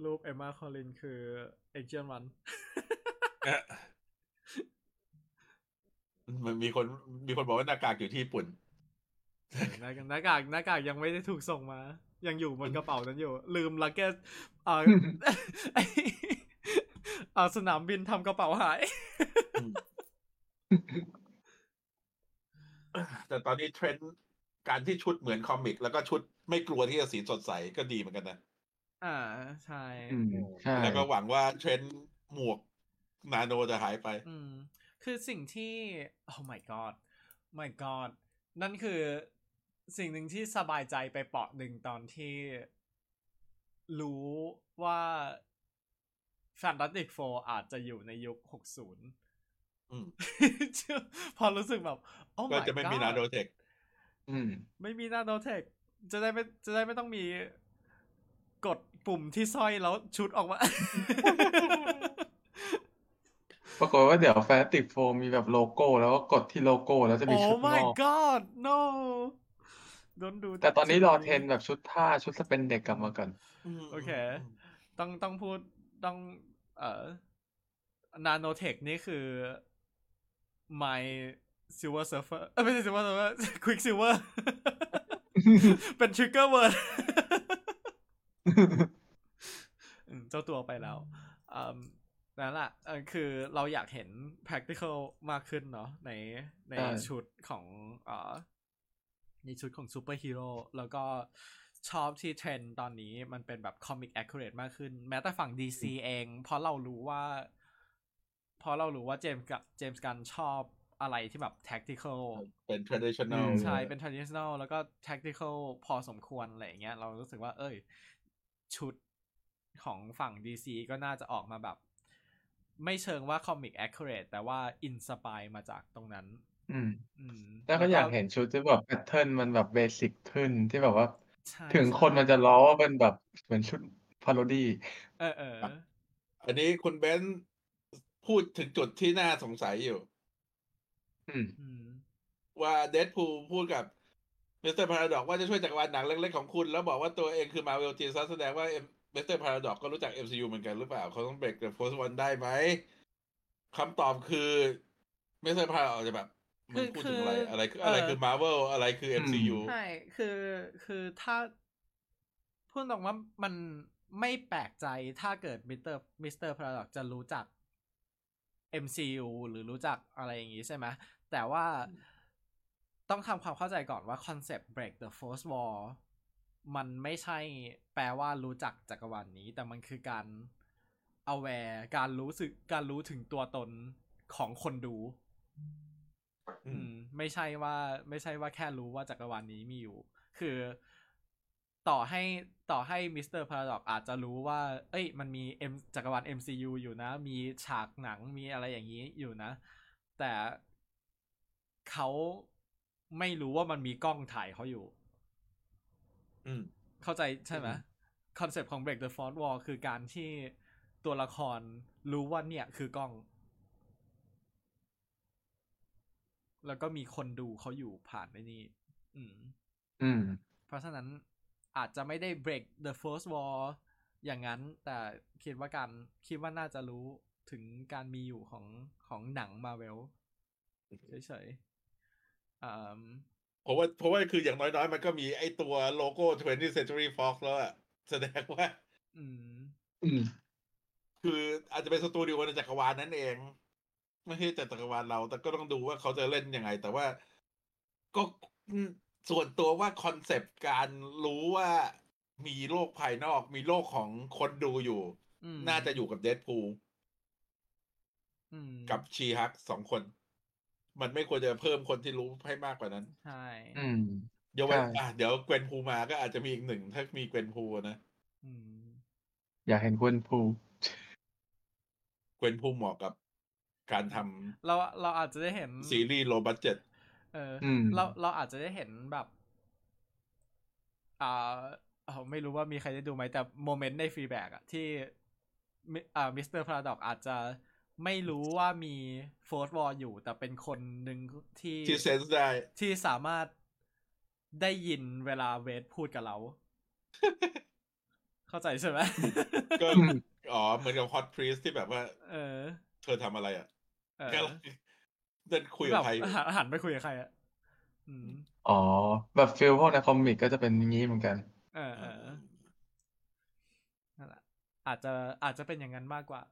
รูปเอมมาคอลินคือเอเจนวัน เอ๊ะมันมีคนมีคนบอกว่าหน้ากากอยู่ที่ญี่ปุ่น หน้ากากหน้ากากหน้ากากยังไม่ได้ถูกส่งมา ยังอยู่บนกระเป๋านั้นอยู่ ลืมลักเก็ตเอ [laughs] อ ไอ้เอาสนามบินทำกระเป๋าหาย แต่ตอนนี้เทรนด์การที่ชุดเหมือนคอมิก แล้วก็ชุดไม่กลัวที่จะสีสดใสก็ดีเหมือนกันนะ อ่า ใช่ อืมใช่ แล้วก็หวังว่าเทรนด์หมวกนาโนจะหายไป อืม คือสิ่งที่ โอ้ my god my god นั่นคือสิ่งหนึ่งที่สบายใจไปเปาะหนึ่งตอนที่รู้ว่า Fantastic Four อาจจะอยู่ในยุค อืม 60 [laughs] พอรู้สึกแบบ โอ้ my ก็ god จะไม่มีนาโนเทค อืม ไม่มีนาโนเทค จะได้ไม่จะได้ไม่ต้องมีกดปุ่มที่สร้อยแล้วชุดออกมา [laughs] ปรากฏว่าเดี๋ยวแฟติกโฟมีแบบโลโก้ แล้วก็กดที่โลโก้แล้วจะมี โอ้ ชุดง my อก god no don't do that แต่ตอนนี้รอ to me เทรนแบบชุดผ้าชุดสเปนเด็กกลับมาก่อน โอเค ต้องต้องพูดต้องเอ่อนาโนเทคนี่คือ my silver surfer เอ้ยไม่ใช่ silver surfer [laughs] quick silver [laughs] เป็น trigger word อืมเจ้าตัวไปแล้วอืมนั่นแหละเอ่อคือเราอยากเห็น practical มากขึ้นเนาะในใน ใช่ ชุดของเอ่อในชุดของซูเปอร์ฮีโร่แล้วก็ชอบที่เทรนด์ตอนนี้มันเป็นแบบ comic accurate มากขึ้น แม้แต่ฝั่ง DC เอง เพราะเรารู้ว่า เพราะเรารู้ว่าเจมส์กับเจมส์กันชอบอะไรที่แบบ tactical เป็น traditional อืม ใช่ เป็น traditional แล้วก็ tactical พอสมควรอะไรอย่างเงี้ย เรารู้สึกว่า เอ้ย ชุดของฝั่ง DC ก็น่าจะออกมาแบบ ไม่เชิงว่า comic accurate แต่ว่า inspire มาจากตรงนั้น อืม อืม แล้วก็อยากเห็นชุดที่แบบแพทเทิร์นมันแบบเบสิกขึ้นที่แบบว่า ใช่ ถึงคนมันจะล้อว่าเป็นแบบเหมือนชุดพาโรดี้ เออเออ อันนี้คุณเบนซ์พูดถึงจุดที่น่าสงสัยอยู่ อืม อืม ว่าเดดพูพูดกับมิสเตอร์พาราดอกว่าจะช่วยจักรวาลหนังเล็กๆของคุณ แล้วบอกว่าตัวเองคือมาเวลจีซัสแสดงว่ามิสเตอร์พาราดอกก็รู้จัก MCU เหมือนกันหรือเปล่า เขาต้องเบรกกับโพสต์วันได้ไหมคำตอบคือมิสเตอร์พาราดอกจะแบบมึงพูดถึงอะไร คือ อะเอออไรคืออะไรคือมาเวลอะไรคือ อืม MCU ใช่ คือ คือถ้า พูดตรงว่ามันไม่แปลกใจถ้าเกิดมิสเตอร์มิสเตอร์พาราดอกจะรู้จัก MCU หรือรู้จักอะไรอย่างนี้ใช่ไหม แต่ว่าต้องทำความเข้าใจก่อนว่าคอนเซปต์ break the force wall มันไม่ใช่แปลว่ารู้จักจักรวาลนนี้ แต่มันคือการ aware การรู้สึก การรู้ถึงตัวตนของคนดู อื อื ม มไม่ใช่ว่าไม่ใช่ว่าแค่รู้ว่าจักรวาลนี้มีอยู่ คือต่อให้ต่อให้มิสเตอร์พาราดอกอาจจะรู้ว่า เอ้ย มันมี M จักรวาล MCU อยู่นะ มีฉากหนังมีอะไรอย่างนี้อยู่นะ แต่เขาไม่รู้ว่ามันมีกล้องถ่ายเขาอยู่ อืม เข้าใจใช่ไหม อืม คอนเซปต์ของ Break the Fourth Wall คือการที่ตัวละครรู้ว่าเนี่ยคือกล้อง แล้วก็มีคนดูเขาอยู่ผ่านไอ้นี่ อืม อืม เพราะฉะนั้นอาจจะไม่ได้ break the first wall อย่างนั้น แต่คิดว่าการคิดว่าน่าจะรู้ถึงการมีอยู่ของของหนังมาเวลเฉยๆอืม เพราะว่าเพราะว่าคืออย่างน้อยๆ มันก็มีไอตัวโลโก้ 20th Century Fox แล้วอะแสดงว่า อืม อืม คืออาจจะเป็นสตูดิโอในจักรวาลนั่นเอง ไม่ใช่แต่จักรวาลเรา แต่ก็ต้องดูว่าเขาจะเล่นยังไง แต่ว่าก็อืมส่วนตัวว่าคอนเซปต์การรู้ว่ามีโลกภายนอก มีโลกของคนดูอยู่ อืม น่าจะอยู่กับเดดพูล อืม กับชีฮักสองคน มันไม่ควรจะเพิ่มคนที่รู้ให้มากกว่านั้น ใช่ อืม เดี๋ยวเว้น ใช่ อ่ะเดี๋ยวเกวนพูมาก็อาจจะมีอีกหนึ่งถ้ามีเกวนพูนะ อืม อยากเห็นคุณภู เกวนพูเหมาะกับการทำ เราเราอาจจะได้เห็น ซีรีส์โลบั d เจ็ต เอออ อืม เราเราอาจจะได้เห็นแบบ อ่าเอาไม่รู้ว่ามีใครได้ดูไหมแต่โมเมนต์ในฟีแบ็กอะที่มิอ่ามิสเตอร์พาราดอกอาจจะไม่รู้ว่ามีโฟร์วอลอยู่ แต่เป็นคนหนึ่งที่ ที่เซนส์ได้ ที่สามารถได้ยินเวลาเวทพูดกับเรา [laughs] เข้าใจใช่ไหม [laughs] ก็อ๋อเหมือนกับฮอตพรีสที่แบบว่า เออ เธอทำอะไรอ่ะ เออ ก็เดินคุยกับใคร [laughs] อยู่ แบบหันหันไปคุยกับใครอ่ะอืม อ๋อ แบบฟิลพวกในคอมิกก็จะเป็นอย่างนี้เหมือนกัน เออเออนั่นแหละอาจจะอาจจะเป็นอย่างนั้นมากกว่า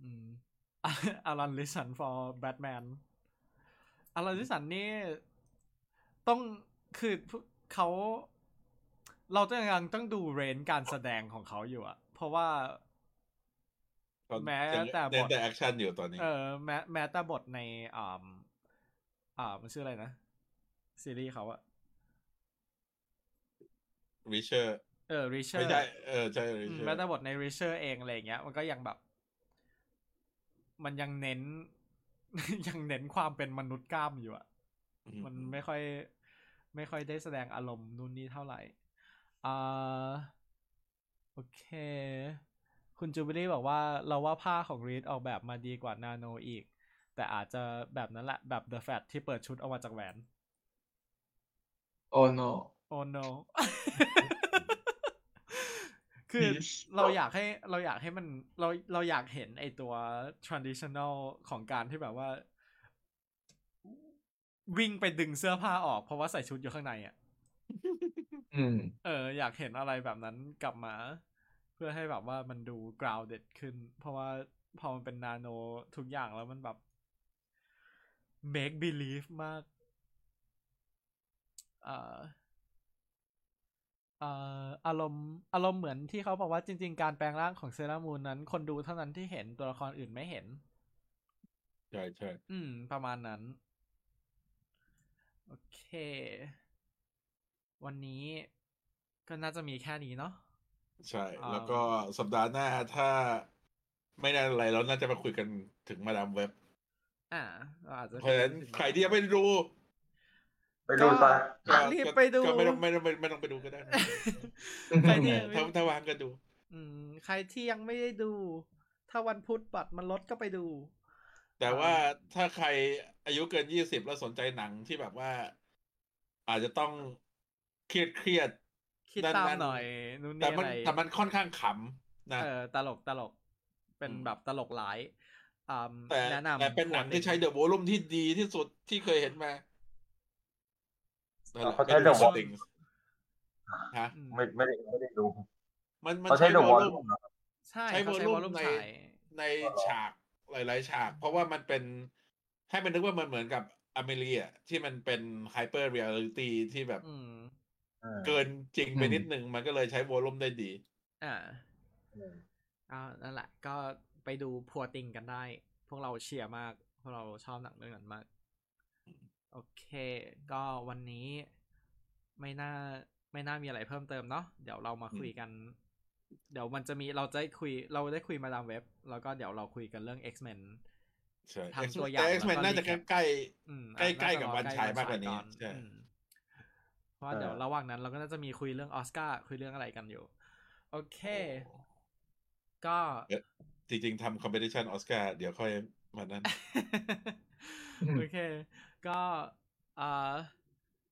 อืม [laughs] อารันลิสัน for Batman อารันลิสันนี่ต้องคือเขาเราต้องยังต้องดูเรนจ์การแสดงของเขาอยู่อะเพราะว่า ตอน แม้ ยัง แต่บท เน้นแต่แอคชั่นอยู่ตอนนี้ เออแม้แม้แต่บทในอ่าอ่ามันชื่ออะไรนะ ซีรีส์เขาอะ ริเชอร์ เออริเชอ ไม่ ร์ ใช่เออใช่ริเชอร์ แม้แต่บทในริเชอร์เองอะไรอย่างเงี้ย มันก็ยังแบบ มันยังเน้ [laughs] น ยังเน้นความเป็นมนุษย์กล้ามอยู่อะมันไม่ค่อย ไม่ค่อยได้แสดงอารมณ์นู่นนี่เท่าไหร่อ่าโอเค คุณจูบิลี่บอกว่าเราว่าผ้าของรีดออกแบบมาดีกว่านาโนอีก แต่อาจจะแบบนั้นแหละแบบเดอะแฟตที่เปิดชุดออกมาจากแหวน โอโน โอ้ no คือ Please เราอยากให้เราอยากให้มันเราเราอยากเห็นไอตัว traditional ของการที่แบบว่า วิ่งไปดึงเสื้อผ้าออกเพราะว่าใส่ชุดอยู่ข้างในอ่ะ อืม เอออยากเห็นอะไรแบบนั้นกลับมา เพื่อให้แบบว่ามันดู grounded ขึ้น เพราะว่าพอมันเป็นนาโนทุกอย่างแล้วมันแบบ make believe มากเอ่อเอ่ออารมณ์อารมณ์เหมือนที่เขาบอกว่าจริง ๆ การแปลงร่างของเซรามูนนั้น คนดูเท่านั้นที่เห็นตัวละครอื่นไม่เห็น ใช่ใช่ อืม ประมาณนั้น โอเค วันนี้ก็น่าจะมีแค่นี้เนาะ ใช่ อ่า แล้วก็สัปดาห์หน้าถ้าไม่นานอะไรเราน่าจะมาคุยกันถึงมาดามเว็บ อ่าเราอาจจะ เพราะฉะนั้นใครที่ยังไม่ได้ดู ไปดูซะ ก็ รีบ ก็ ไปดู ก็ไม่ต้องไม่ต้องไม่ไม่ต้องไปดูก็ได้นะ ใครที่ ถ้าถ้าว่างก็ดู [laughs] อืมใครที่ยังไม่ได้ดู ถ้าวันพุธบัตรมันลดก็ไปดู แต่ว่าถ้าใครอายุเกินยี่สิบแล้วสนใจหนังที่แบบว่า อาจจะต้องเครียดเครียดๆ คิดตามหน่อยนู่น แต่ นี่ มั อะ น ไร แต่มันค่อนข้างขำนะ เออตลกตลก เป็น อืม แบบตลกหลายอ่า แต่ แนะนำ แต่เป็นหนังที่ใช้เดอะ o วลุ่มที่ดีที่สุดที่เคยเห็นมานั่นแหละ เขาใช้ ก็คื The อ Volume Things ฮะ อืม ไม่ไม่ได้ไม่ได้ดู มันมัน เขาใช้ ใช้ เดอะวอ Volume ล ใช่ ใช้ เขาใช้ volume วอลลุ่ม ใน ฉาย ในฉากหลาย ๆ ฉาก เพราะว่ามันเป็นให้มันนึกว่ามันเหมือนกับอเมรีอะที่มันเป็นไฮเปอร์เรียลิตี้ที่แบบ อืม เกินจริงไป อืม นิดนึง มันก็เลยใช้ Volume ได้ดี อ่า อืม อ่านั่นแหละ ก็ไปดูพัวติงกันได้ พวกเราเชียร์มาก พวกเราชอบหนังเรื่องนั้นมาก โอเค ก็วันนี้ไม่น่าไม่น่ามีอะไรเพิ่มเติมเนาะ เดี๋ยวเรามาคุยกัน เดี๋ยวมันจะมีเราจะได้คุย เราได้คุยมาดามเว็บ แล้วก็เดี๋ยวเราคุยกันเรื่อง X-Men ใช่ ทำตัวอย่าง แต่ X-Men แล้วก็ น่าจะ recap ใกล้ อืม ใกล้ๆ น่าจะ กับ รอ วัน ใล้ ฉายมากกว่านี้ อน ใช่ อืมเพราะว่าเดี๋ยวระหว่างนั้นเราก็น่าจะมีคุยเรื่องออสการ์คุยเรื่องอะไรกันอยู่ โอเค ก็ จริง ๆทำคอมเพติชันออสการ์เดี๋ยวค่อยมา [laughs] นั้น อืม โอเค ก็เอ่อ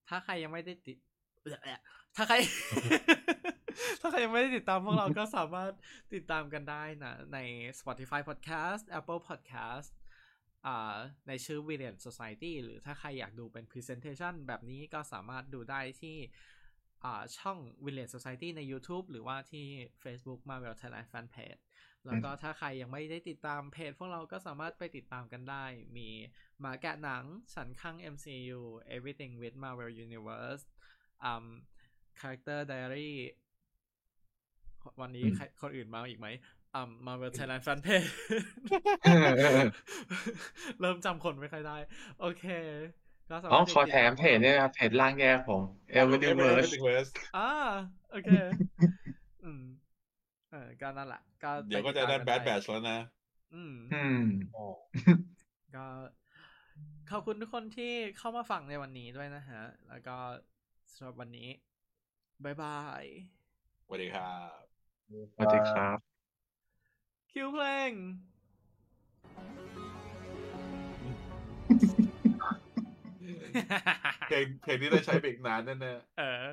ถ้าใครยังไม่ได้ติดเอ่อถ้าใคร [laughs] ถ้าใครยังไม่ได้ติดตามพ [laughs] วกเราก็สามารถติดตามกันได้นะ ใน Spotify Podcast Apple Podcast อ่าในชื่อ v i l l a n Society หรือถ้าใครอยากดูเป็น Presentation แบบนี้ก็สามารถดูได้ที่อ่าช่อง v i l l a n Society ใน YouTube หรือว่าที่ Facebook Marvel Thailand Fan Page แล้วก็ถ้าใครยังไม่ได้ติดตามเพจพวกเราก็สามารถไปติดตามกันได้ มีหมาแกะหนัง ฉันข้าง MCU Everything with Marvel Universe อืม Character Diary วันนี้ อืม ใครคนอื่นมาอีกไหมอืม Marvel Thailand Fan Page [laughs] เริ่มจำคนไม่ค่อยได้ โอเค ก็สา [laughs] อ๋อ มารถ ขอแถมเพจด้วยนะครับเพจล่างแยกผม [laughs] เอเวอร์ดิเวิร์ส Everything Worse อ่าโอเค อืมเออก็นั่นแหละก็ เดี๋ยวก็จะได้แบดแบชแล้วนะ อืม อืม ก็ขอบคุณทุกคนที่เข้ามาฟังในวันนี้ด้วยนะฮะ แล้วก็สำหรับวันนี้ บ๊ายบาย สวัสดีครับ สวัสดีครับ คิวเพลง [laughs] เพลงเพลงนี้ได้ใช้ไปอีกนานแน่ๆ เออ